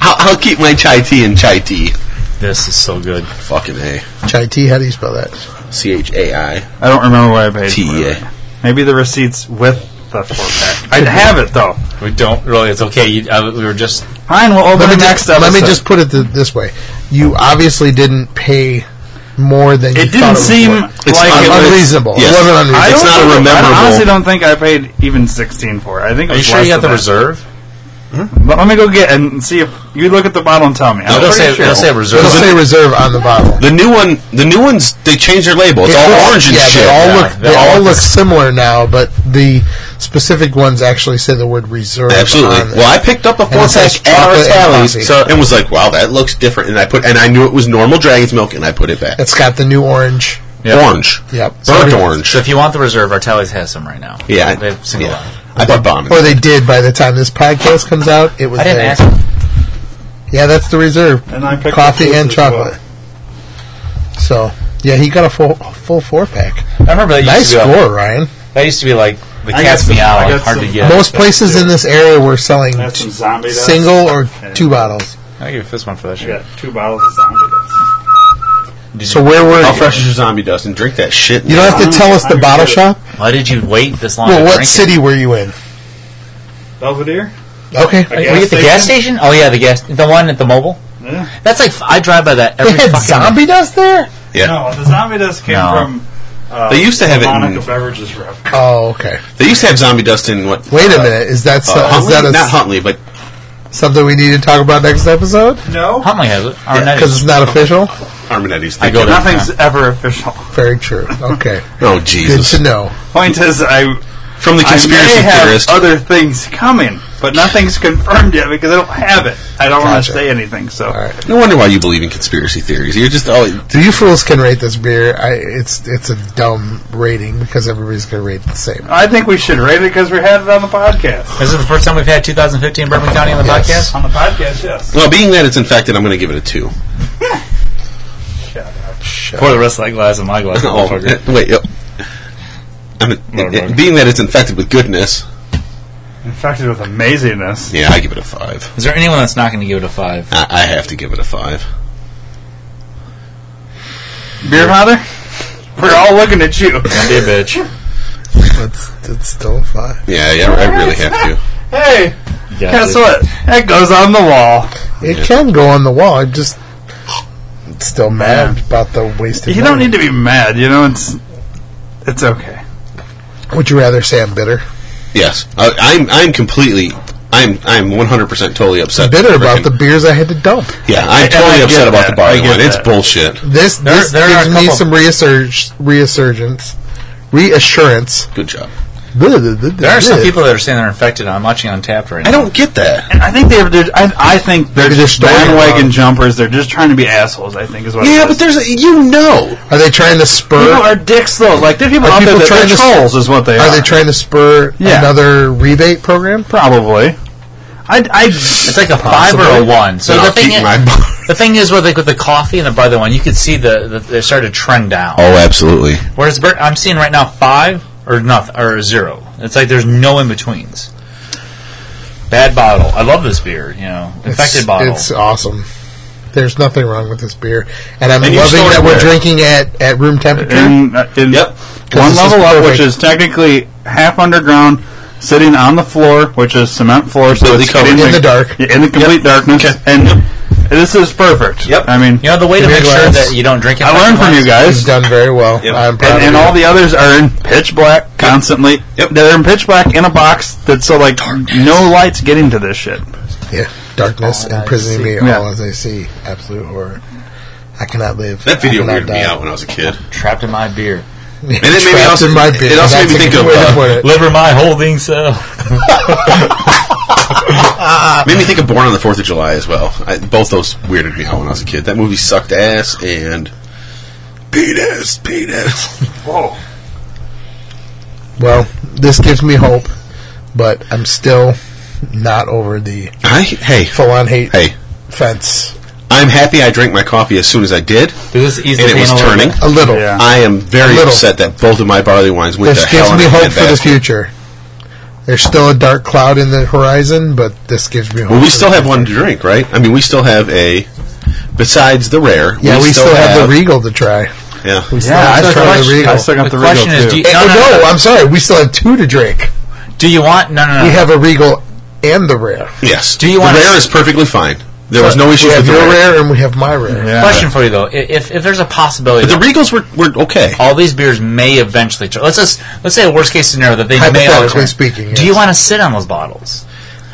S2: I'll, I'll keep my chai tea and chai tea.
S8: This is so good.
S2: Fucking A.
S1: Chai tea. How do you spell that?
S2: C H A I
S3: I don't remember what I paid for
S2: T E
S3: it.
S2: A.
S3: Maybe the receipts with the four pack. I have it though.
S8: We don't really. It's okay. You, uh, we were just.
S3: Fine, we'll open
S1: Let
S3: it
S1: me
S3: next
S1: just,
S3: episode.
S1: let me just put it th- this way: you obviously didn't pay more than you
S3: It
S1: thought
S3: didn't
S1: was
S3: seem
S1: worth.
S2: It's
S3: like
S2: not
S3: it was.
S1: unreasonable.
S2: Yes.
S1: It wasn't unreasonable.
S3: I
S2: It's
S3: don't
S2: not a
S3: think-
S2: memorable-
S3: I honestly don't think I paid even sixteen for it. I think. It
S8: Are you
S3: was
S8: sure
S3: less
S8: you got the
S3: than that.
S8: reserve?
S3: But let me go get and see if you look at the bottle and tell me.
S8: No,
S3: I'm
S8: they'll
S3: pretty
S8: say,
S3: sure.
S8: they'll say
S1: It'll
S8: reserve.
S1: say reserve on the bottle.
S2: The new one, the new ones, they changed their label. It's
S1: It
S2: all
S1: looks-
S2: orange and
S1: yeah,
S2: shit.
S1: They all
S8: Yeah,
S1: look
S8: they
S1: they
S8: all
S1: all
S8: look
S1: look similar now, but the specific ones actually say the word reserve.
S2: Absolutely.
S1: on them.
S2: Well, I picked up a four
S1: Uh, it says
S2: pack at
S1: chocolate
S2: our
S1: and
S2: tallies
S1: coffee.
S2: so, and was like, "Wow, that looks different." And I put, and I knew it was normal dragon's milk, and I put it back.
S1: it's got the new orange.
S2: Orange,
S1: Yep.
S2: burnt
S1: Sorry.
S2: orange.
S8: So if you want the reserve, Artelli's has some right now.
S2: Yeah, I-
S8: They've single
S2: yeah.
S8: out.
S2: I bought bomb.
S1: Or they did by the time this podcast comes out. It was
S8: I didn't
S1: there.
S8: ask. All
S1: Yeah, that's the reserve.
S11: And I picked up
S1: Coffee
S11: this
S1: and
S11: as well.
S1: chocolate. So yeah, he got a full full four pack.
S8: I remember that used
S1: Nice
S8: to be.
S1: score, Ryan.
S8: Like, that used to be like the
S11: I
S8: cat's
S11: got some- I
S8: meow,
S11: got
S8: like, hard to
S11: some-
S8: get.
S1: Most places in this area were selling
S11: That's some zombie dust.
S1: single or two bottles.
S8: I give a fist bump for that
S11: I
S8: shit.
S11: got two bottles of zombie dust.
S1: So where were
S2: How
S1: you?
S2: fresh is your zombie dust? And drink that shit.
S1: You don't have to tell us the bottle shop.
S8: Why did you wait this long?
S1: Well,
S8: to
S1: what
S8: drink
S1: city were you in?
S11: Belvedere?
S1: Okay,
S8: It? Were you at the gas station? Oh yeah, the gas, the one at the mobile.
S11: Yeah.
S8: That's like I drive by that
S1: they
S8: every
S1: had
S8: fucking
S1: zombie dust there.
S2: Yeah.
S11: No, the zombie dust came
S8: No.
S11: from. Uh,
S2: They used to have it in-
S11: Monica Beverages rep.
S1: Oh, okay.
S2: They used to have zombie dust in what?
S1: Wait a
S2: uh,
S1: minute. Is that, so,
S2: uh,
S1: is
S2: Huntley?
S1: that a,
S2: not Huntley, but
S1: something we need to talk about next episode?
S11: No.
S8: Huntley has it. Our
S1: Because
S8: Netties.
S1: it's not official?
S2: Arminetti's.
S8: I go there.
S3: Nothing's ever official.
S1: Very true. Okay.
S2: Oh
S1: Good
S2: Jesus!
S1: to know.
S3: Point is, I
S2: From the
S3: I
S2: conspiracy
S3: may have
S2: theorist.
S3: other things coming, but nothing's confirmed yet because I don't have it. I don't want
S1: Gotcha.
S3: to say anything. So
S1: right.
S2: No wonder why you believe in conspiracy theories. You're just always.
S1: Do you fools can rate this beer? I, it's it's a dumb rating because everybody's going to rate it the same.
S2: Uh.
S3: I think we should rate it because we had it on the podcast.
S8: This is the first time we've had 2015 Bourbon County on the
S1: Yes.
S8: podcast.
S3: On the podcast, yes.
S2: Well, being that it's infected, I'm going to give it a two.
S10: Pour the rest of that glass in my glass,
S2: Oh,
S10: motherfucker.
S2: wait. Yep. I'm a,
S10: Never mind.
S2: being that it's infected with goodness,
S3: Infected with amazingness.
S2: yeah, I give it a five.
S8: Is there anyone that's not going to give it a five?
S2: I, I have to give it a five.
S3: Beer father? We're all looking at you. be a bitch.
S1: That's, that's still a five.
S2: Yeah, yeah, I really have to.
S3: Hey,
S1: Yeah,
S3: guess
S1: it-
S3: what? That goes on the wall.
S1: It can go on the wall. I'm just still mad about the wasted.
S3: You
S1: money.
S3: don't need to be mad. You know, it's it's okay.
S1: Would you rather say I'm bitter?
S2: Yes, I, I'm. I'm completely. I'm. I'm 100 percent totally upset.
S1: bitter
S2: that
S1: about
S2: frickin-
S1: the beers I had to dump.
S2: Yeah, I'm
S1: And
S2: totally
S1: I get
S2: upset about
S1: that.
S2: the barley
S1: I get
S2: wine. It's
S1: that.
S2: bullshit.
S1: This
S2: There-
S1: this
S2: there are
S1: gives
S2: a
S1: me
S2: couple-
S1: some resurg- resurgence, reassurance.
S2: Good job.
S8: There are some people that are saying they're infected. I'm watching Untapped right now.
S2: get that.
S3: And I think they're. they're I, I think they're
S1: Maybe
S3: just
S1: they're story
S3: bandwagon
S1: wrong.
S3: jumpers. They're just trying to be assholes. I think is what.
S1: Yeah,
S3: it is.
S1: but there's
S2: a, you know.
S1: Are they trying to spur?
S3: People are dicks though. Like there are people out there that are trolls, is what they are.
S1: Are they trying to spur
S3: Yeah.
S1: another rebate program?
S3: Probably. I, I,
S8: It's like a five or a one. So the thing, i- the thing is with like with the coffee and the brother one, you could see the, the they started to trend down.
S2: Oh, absolutely.
S8: Whereas Bert, I'm seeing right now five or nothing or zero. It's like there's no in betweens. Bad bottle. I love this beer. You know, infected
S1: it's,
S8: bottle.
S1: It's awesome. There's nothing wrong with this beer, and I'm
S8: And you
S1: loving
S8: stored
S1: that
S8: it
S1: we're
S8: where?
S1: drinking at, at room temperature.
S3: in, uh, in
S2: yep.
S3: one
S1: this
S3: level
S1: is
S3: up,
S1: perfect.
S3: which is technically half underground, sitting on the floor, which is cement floor, so
S2: Completely
S3: it's
S2: covered. In the
S1: dark,
S3: in the complete darkness, and this is perfect. Yep. I mean,
S8: you know the way to
S3: Give me
S8: make
S3: a
S8: sure
S3: glass.
S8: that you don't drink it.
S3: I learned from you guys.
S1: You've done very well. I'm proud.
S3: And, and
S1: of you.
S3: all the others are in pitch black constantly. Yep. They're in pitch black in a box that's so like no lights getting to this shit.
S1: yeah, darkness imprisoning me
S3: see. Yeah.
S1: all as I see. Absolute horror. I cannot live.
S2: That
S1: I
S2: video
S1: cannot
S2: weirded me
S1: die.
S2: out when I was a kid.
S8: Trapped in my beer.
S1: And
S2: it made me also-
S1: in my
S2: it
S1: beer.
S2: also made
S1: That's
S2: me
S1: a
S2: think
S1: good
S2: of,
S1: way to
S2: uh,
S1: put it.
S8: Liver my holding cell.
S2: Made me think of Born on the Fourth of July as well. I, both those weirded me out when I was a kid. That movie sucked ass and penis, penis. Whoa.
S1: Well, this gives me hope, but I'm still not over the
S2: I hey
S1: full on hate
S2: hey.
S1: fence.
S2: I'm happy I drank my coffee as soon as I did,
S8: This
S2: and
S8: easily
S2: it was turning.
S1: A little.
S2: I am
S1: A
S2: very
S1: little.
S2: upset that both of my barley wines went
S1: This
S2: to
S1: gives
S2: hell. in
S1: me
S2: a
S1: hope for the
S2: handbasket.
S1: future. There's still a dark cloud in the horizon, but this gives me hope.
S2: Well, we
S1: for
S2: still
S1: the
S2: have one to drink, right? I mean, we still have a. Besides the rare,
S1: Yeah, we, still, have, the Regal to try.
S2: Yeah,
S1: We still have to try the Regal.
S8: the question is, do you,
S1: Eh,
S8: no, no, no,
S1: I'm sorry. We still have two to drink.
S8: Do you want? No, no, no.
S1: We have a Regal and the Rare.
S2: Yes.
S8: Do you
S2: the
S8: want
S2: rare
S8: to-
S2: is perfectly fine. There was no
S1: We
S2: issue
S1: have
S2: with the
S1: your
S2: rare.
S1: rare. and we have my Rare.
S8: Question for you though: I- if if there's a possibility,
S2: But the Regals were, were okay.
S8: all these beers may eventually. Turn. Let's just let's say a worst case scenario that they may all
S1: Hypothetically
S8: turn.
S1: speaking,
S8: Do you
S1: yes.
S8: want to sit on those bottles?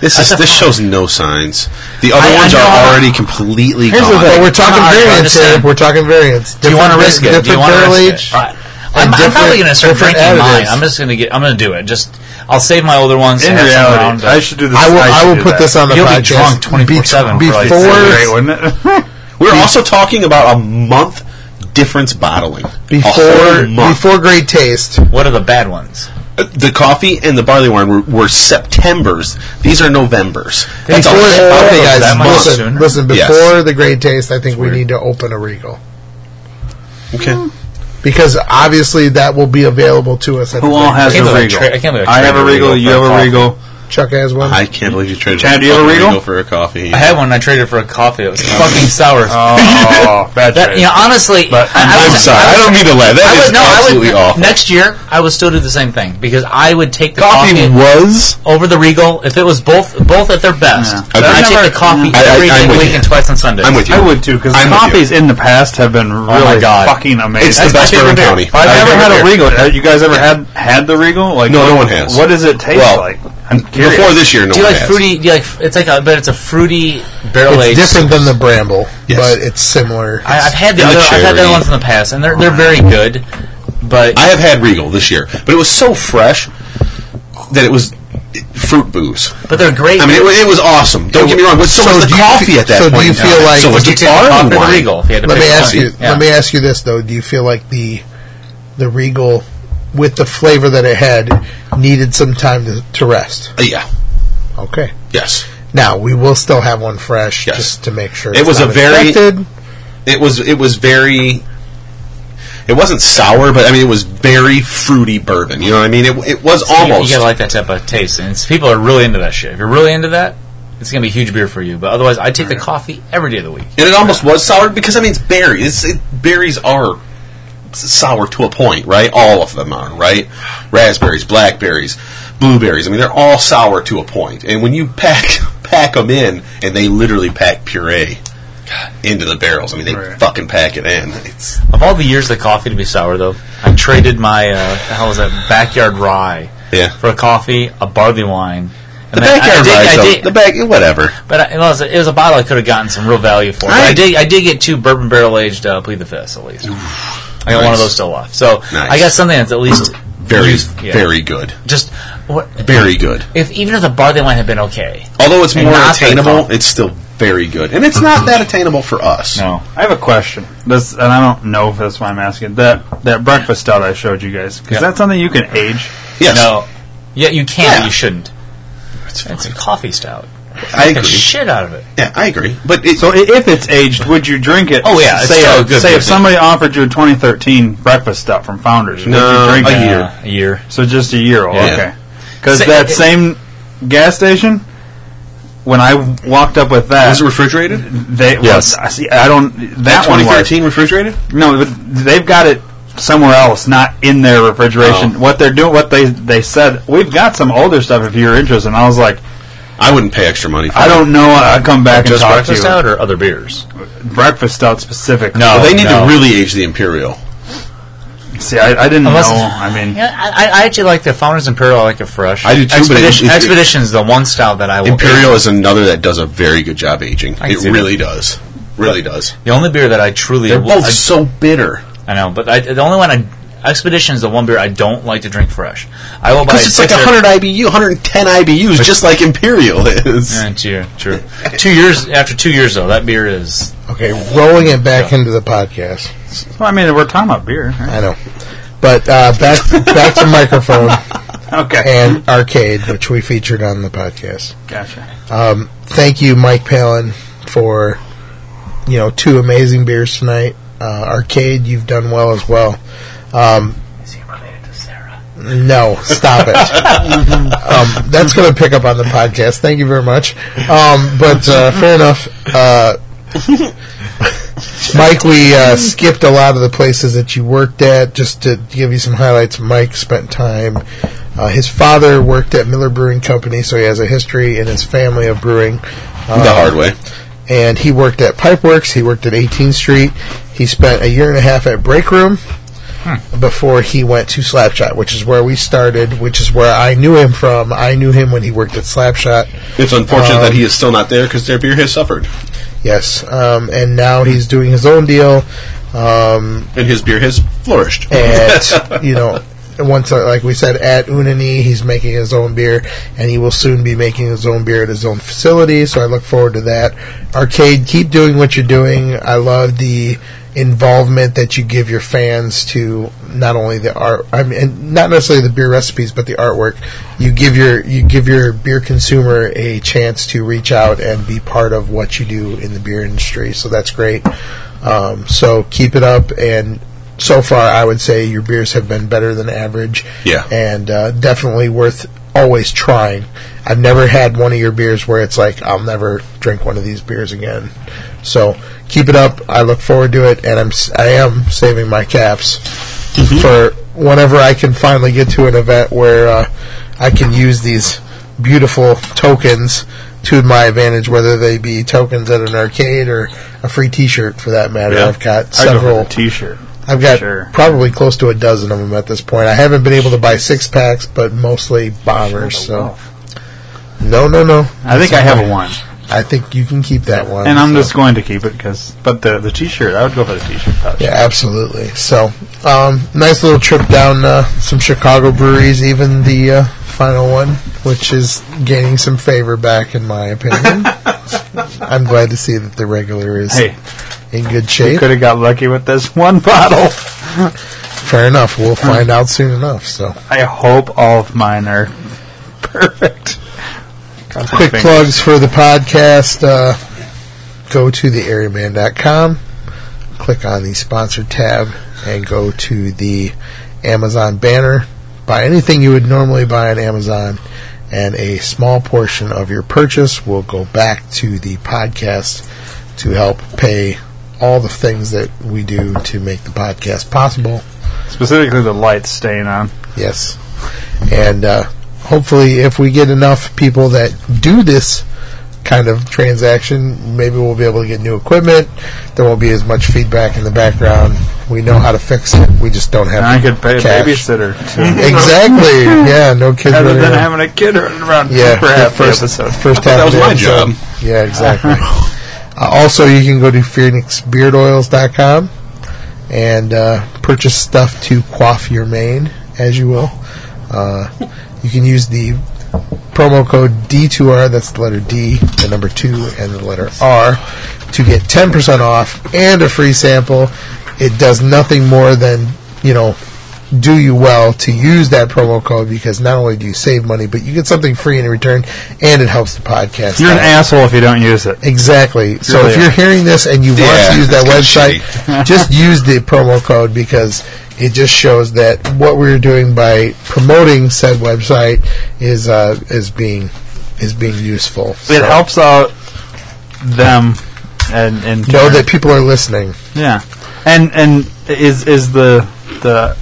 S2: This
S8: That's
S2: is
S8: a
S2: this
S8: fine.
S2: shows no signs. The other
S8: I- I
S2: ones
S8: know.
S2: are already completely
S1: Here's the
S2: gone.
S1: thing. We're talking
S8: No, I
S1: variants here.
S8: understand.
S1: We're talking variants.
S8: Do you want to
S1: Different-
S8: risk it? Do you
S1: different
S8: want to
S1: barrel
S8: risk
S1: age.
S8: it? All right. I'm, I'm
S1: different-
S8: probably going to start
S1: different
S8: drinking mine.
S1: additives.
S8: I'm just going to get. I'm going to do it. Just I'll save my older ones.
S3: In
S8: have some
S3: reality,
S8: around, but-
S3: I should do this.
S1: I will. I,
S3: should
S1: will
S3: do
S1: put
S3: that.
S1: this on the
S8: You'll be
S1: podcast
S8: drunk 24/7
S1: be-
S8: for like
S1: before
S3: That'd be great, wouldn't it?
S2: We're also talking about a month difference bottling. a
S1: before
S2: whole month.
S1: before great taste.
S8: What are the bad ones?
S2: the coffee and the barley wine were, were September's. These are November's. That's
S1: before,
S2: a whole
S1: okay, guys,
S8: that much
S1: listen,
S8: sooner?
S1: listen.
S2: Yes.
S1: Before the great taste, I think we need to open a regal
S2: Okay.
S1: because obviously that will be available to us. At
S3: Who
S1: the
S3: all
S1: great
S3: has
S8: I can't
S3: a
S8: believe I
S3: regal?
S8: tra- I can't believe I
S3: I have a
S8: traded a
S3: regal.
S8: Regal
S3: You
S8: for
S3: have a
S8: coffee.
S3: regal.
S1: Chuck has one.
S2: I can't believe you traded
S3: Chad, do you
S2: a
S3: have a
S2: fucking
S3: Regal?
S2: for a coffee.
S8: I had one. I traded for a coffee. It was fucking sour. as
S3: Oh, bad
S8: That, you know, honestly,
S3: But-
S8: I, I
S2: I'm
S8: was-
S2: sorry. I don't mean to laugh. That
S8: I
S2: is
S8: would, no,
S2: absolutely
S8: I would,
S2: awful.
S8: Next year, I would still do the same thing because I would take the coffee,
S10: Coffee was
S8: over the Regal if it was both both at their best.
S2: Yeah.
S8: I
S2: Agreed.
S8: take the coffee
S2: I- I-
S8: every
S2: I'm
S8: day
S2: with
S8: week
S2: you.
S8: and twice on Sundays.
S2: I'm with you.
S3: I would too because
S2: I'm with you.
S3: coffees in the past have been really
S8: God.
S3: fucking amazing.
S2: It's the best beer in county.
S3: I've
S2: I've
S3: never
S2: never
S3: had a
S2: here.
S3: regal. Have you guys ever had had the regal? Like
S2: No,
S3: what-
S2: no one has.
S3: What does it taste
S2: Well,
S3: like? I'm curious.
S2: Before this year, no
S8: do you
S2: one
S8: like
S2: has.
S8: fruity? Do you like? It's like a, but it's a fruity barrel
S1: it's
S8: aged.
S1: different than the bramble,
S2: Yes.
S1: but it's similar.
S8: I, I've had the
S2: And the
S8: other, I've had the
S2: cherry.
S8: other ones in the past, and they're they're very good. But
S2: I have had Regal this year, but it was so fresh that it was fruit booze.
S8: but they're great.
S2: I mean, it, wa- it was awesome. Don't get me wrong, but so,
S1: So
S2: was the
S1: do you-
S2: coffee at that
S1: so do
S2: point.
S1: you
S2: in
S1: feel
S2: time.
S1: like-
S2: so was
S1: Would
S2: the
S1: you
S8: take the
S2: bar
S8: coffee or the
S2: wine.
S8: Regal if you had to
S1: let
S8: pick
S1: me
S8: one?
S1: ask you.
S8: Yeah.
S1: Let me ask you this though: Do you feel like the the regal with the flavor that it had needed some time to, to rest?
S2: Uh, Yeah.
S1: Okay.
S2: Yes.
S1: Now we will still have one fresh,
S2: Yes.
S1: just to make sure
S2: It
S1: it's
S2: was
S1: not
S2: a very-
S1: infected.
S2: It was. It was very. It wasn't sour, but I mean, it was very fruity bourbon. You know what I mean? It, it was
S8: You,
S2: almost.
S8: you gotta like that type of taste, and it's, people are really into that shit. If you're really into that, it's gonna be a huge beer for you. But otherwise, I take the coffee every day of the week.
S2: and it almost was sour because I mean, it's berries. It's, it, berries are sour to a point, right? All of them are, right? Raspberries, blackberries, blueberries. I mean, they're all sour to a point. And when you pack pack them in, and they literally pack puree into the barrels. I mean, they fucking pack it in. It's
S16: Of all the years of coffee to be sour, though, I traded my uh, the hell was that backyard rye
S2: Yeah.
S16: for a coffee, a barley wine.
S2: The
S16: then
S2: backyard
S16: did-
S2: rye, though,
S16: did-
S2: the back, whatever.
S16: But I, it, was a, it was a bottle I could have gotten some real value for. But I,
S2: Right.
S16: did I did get two bourbon barrel aged uh, plead the fifth at least. I got one
S2: Nice.
S16: of those still left. So
S2: Nice.
S16: I got something that's at least
S2: Very,
S16: used- yeah.
S2: very good.
S16: Just what,
S2: Very good.
S16: If even if the barley wine had been okay,
S2: Although it's
S16: And
S2: more
S16: not the
S2: attainable, it's still very good, and it's not that attainable for us.
S3: No, I have a question. This, and I don't know if that's why I'm asking that that breakfast stout I showed you guys because
S16: Yeah.
S3: that's something you can age.
S2: Yes.
S16: No. Yeah, you can,
S2: Yeah.
S16: but you shouldn't. It's, a coffee stout.
S2: I
S16: Get the
S2: agree.
S16: shit out of it.
S2: Yeah, I agree. But it,
S3: so i- if it's aged, would you drink it?
S16: Oh, yeah, it's
S3: Say,
S16: still
S3: if-
S16: good,
S3: say if
S16: isn't it?
S3: somebody offered you a 2013 breakfast stout from Founders, would
S2: No,
S3: you drink
S2: a
S3: it?
S2: year.
S16: A year.
S3: So just a year old.
S2: Yeah.
S3: Okay. Because
S16: Say-
S3: that
S16: it-
S3: same gas station, when I walked up with that,
S2: Was it refrigerated?
S3: They
S2: Yes.
S3: yes. I see. I don't. That, one was.
S2: 2013 refrigerated.
S3: No, but they've got it somewhere else, not in their refrigeration. What they're doing, what they they said, we've got some older stuff if you're interested. And I was like,
S2: I wouldn't pay extra money. for
S3: I
S2: it.
S3: don't know. I'll come back and
S16: Just
S3: talk to you.
S16: breakfast stout or other beers?
S3: Breakfast stout specifically.
S2: Well, they need to really age the imperial.
S3: see. I, I didn't
S16: Unless-
S3: know. I mean,
S16: Yeah, I, I- I actually like the Founders Imperial. I like it fresh.
S2: I do too, but it-
S16: Expedition,
S2: it- it-
S16: Expedition's the one style that I will.
S2: Imperial is another that does a very good job aging.
S16: I can
S2: It
S16: see
S2: really does. Really does.
S16: The only beer that I truly
S2: They're both
S16: I,
S2: so bitter
S16: I know, but I, the only one I Expedition is the one beer I don't like to drink fresh. I will buy
S2: because it's like
S16: six or-
S2: 100 IBU, 110 IBUs, just like Imperial is.
S16: Yeah, true, true. two years after two years though, that beer is
S1: Okay, rolling it back into the podcast.
S3: well, I mean, we're talking about beer. right?
S1: I know, but uh, back back to microphone
S3: Okay,
S1: and arcade, which we featured on the podcast.
S3: gotcha.
S1: Um, thank you, Mike Palin, for you know two amazing beers tonight. Uh, Arcade, you've done well as well. Um, Is he related to Sarah? No, stop it. um, that's going to pick up on the podcast. Thank you very much. Um, but uh, fair enough. Uh, Mike, we uh, skipped a lot of the places that you worked at just to give you some highlights. Mike spent time. Uh, his father worked at Miller Brewing Company, so he has a history in his family of brewing. Uh,
S2: the hard way.
S1: And he worked at Pipeworks. He worked at 18th Street. He spent a year and a half at Break Room before he went to Slapshot, which is where we started, which is where I knew him from. I knew him when he worked at Slapshot.
S2: It's unfortunate
S1: Um,
S2: that he is still not there because their beer has suffered,
S1: Yes, um, and now he's doing his own deal. Um,
S2: and his beer has flourished.
S1: at you know once uh, like we said at Unani he's making his own beer and he will soon be making his own beer at his own facility so I look forward to that arcade keep doing what you're doing I love the involvement that you give your fans to not only the art I mean and not necessarily the beer recipes but the artwork you give your you give your beer consumer a chance to reach out and be part of what you do in the beer industry so that's great um, so keep it up and so far, I would say your beers have been better than average.
S2: Yeah.
S1: And uh, definitely worth always trying. I've never had one of your beers where it's like, I'll never drink one of these beers again. So keep it up. I look forward to it. And I'm, s- I am saving my caps
S3: Mm-hmm.
S1: for whenever I can finally get to an event where uh, I can use these beautiful tokens to my advantage, whether they be tokens at an arcade or a free T-shirt for that matter.
S3: Yeah.
S1: I've got
S3: I go for
S1: several
S3: the T-shirt.
S1: I've got
S3: Sure.
S1: probably close to a dozen of them at this point. I haven't been able to buy six packs, but mostly bombers. So no, no, no.
S3: I think I have a one,
S1: I think you can keep that one.
S3: and I'm
S1: so.
S3: just going to keep it because. But the the T-shirt, I would go for the T-shirt. Pouch.
S1: yeah, absolutely. So um, nice little trip down uh, some Chicago breweries, even the uh, final one, which is gaining some favor back in my opinion. I'm glad to see that the regular is
S3: Hey.
S1: in good
S3: You
S1: shape.
S3: could have got lucky with this one bottle.
S1: Fair enough. We'll find out soon enough. So.
S3: I hope all of mine are perfect.
S1: quick plugs for the podcast uh, go to theairyman.com click on the sponsor tab and go to the amazon banner buy anything you would normally buy on amazon and a small portion of your purchase will go back to the podcast to help pay all the things that we do to make the podcast possible.
S3: Specifically, the lights staying on.
S1: Yes. And uh, hopefully, if we get enough people that do this kind of transaction, maybe we'll be able to get new equipment. There won't be as much feedback in the background. We know how to fix it. We just don't have.
S3: And I could pay a
S1: cash.
S3: babysitter. To
S1: Exactly. yeah. No kids.
S3: Rather
S1: running
S3: than
S1: around.
S3: having a kid running around
S1: Yeah,
S3: for
S1: the
S3: half the
S1: first-
S3: episode.
S1: first half of the episode. Yeah, exactly. uh, also, you can go to phoenixbeardoils.com and uh, purchase stuff to quaff your mane, as you will. Uh, you can use the promo code D2R, that's the letter D, the number 2, and the letter R, to get 10% off and a free sample. It does nothing more than, you know, do you well to use that promo code because not only do you save money, but you get something free in return and it helps the podcast.
S3: You're an
S1: out.
S3: asshole if you don't use it.
S1: Exactly. So
S3: Really
S1: if you're
S3: are.
S1: hearing this and you want
S3: Yeah,
S1: to use that
S3: that's kinda
S1: website, just use the promo code because it just shows that what we're doing by promoting said website is uh, is being is being useful.
S3: It helps out them and, and
S1: know that people are listening.
S3: Yeah, and and is is the the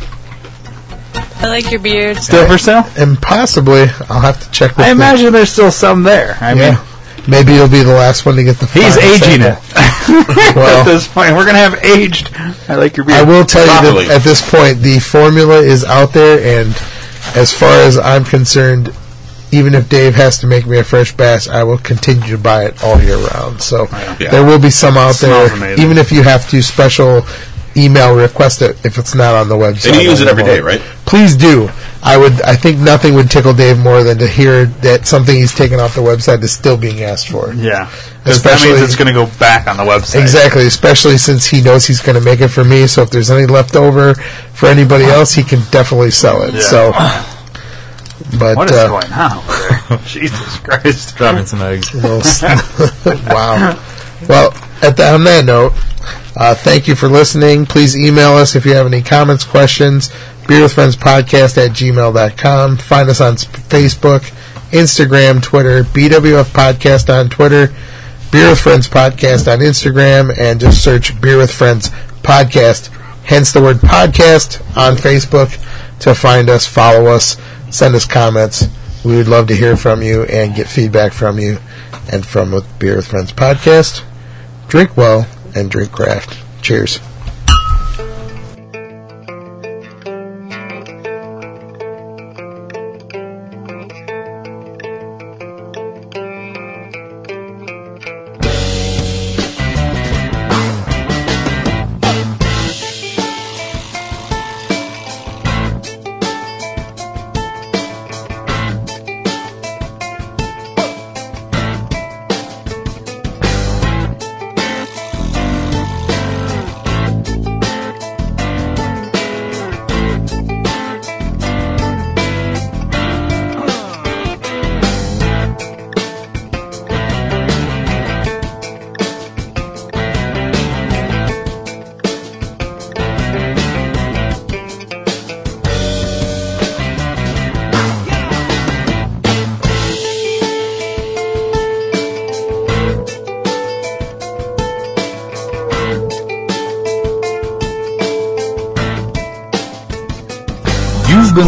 S17: I like your beard.
S3: still for sale?
S1: And possibly, I'll have to check. With
S3: I
S1: the-
S3: imagine there's still some there. I mean,
S1: maybe you'll be the last one to get the.
S3: He's
S1: final
S3: aging
S1: sample.
S3: it.
S1: Well-
S3: at this point, we're gonna have aged. I like your beard.
S1: I will tell
S3: Properly.
S1: you that at this point, the formula is out there, and as far as I'm concerned, even if Dave has to make me a fresh batch, I will continue to buy it all year round. So
S2: Yeah.
S1: there will be some out
S2: It smells
S1: there,
S2: amazing.
S1: even if you have to special email request it if it's not on the website.
S2: And you use
S1: I
S2: it every
S1: will.
S2: day, right?
S1: Please do. I would. I think nothing would tickle Dave more than to hear that something he's taken off the website is still being asked for.
S3: Yeah, 'Cause that means
S1: Especially-
S3: it's gonna go back on the website.
S1: Exactly, especially since he knows he's going to make it for me. So if there's any left over for anybody else, he can definitely sell it.
S3: Yeah.
S1: So, but
S3: what is
S1: uh,
S3: going on? over there? Jesus Christ! Dropping some eggs.
S1: Little s- wow. Well, at the, on that note, uh, thank you for listening. Please email us if you have any comments, questions. Beer with Friends Podcast at gmail.com. Find us on s- Facebook, Instagram, Twitter, BWF Podcast on Twitter, Beer with Friends Podcast on Instagram, and just search Beer with Friends Podcast, hence the word podcast on Facebook to find us, follow us, send us comments. We would love to hear from you and get feedback from you and from the Beer with Friends podcast. Drink well and drink craft. Cheers.
S18: You've been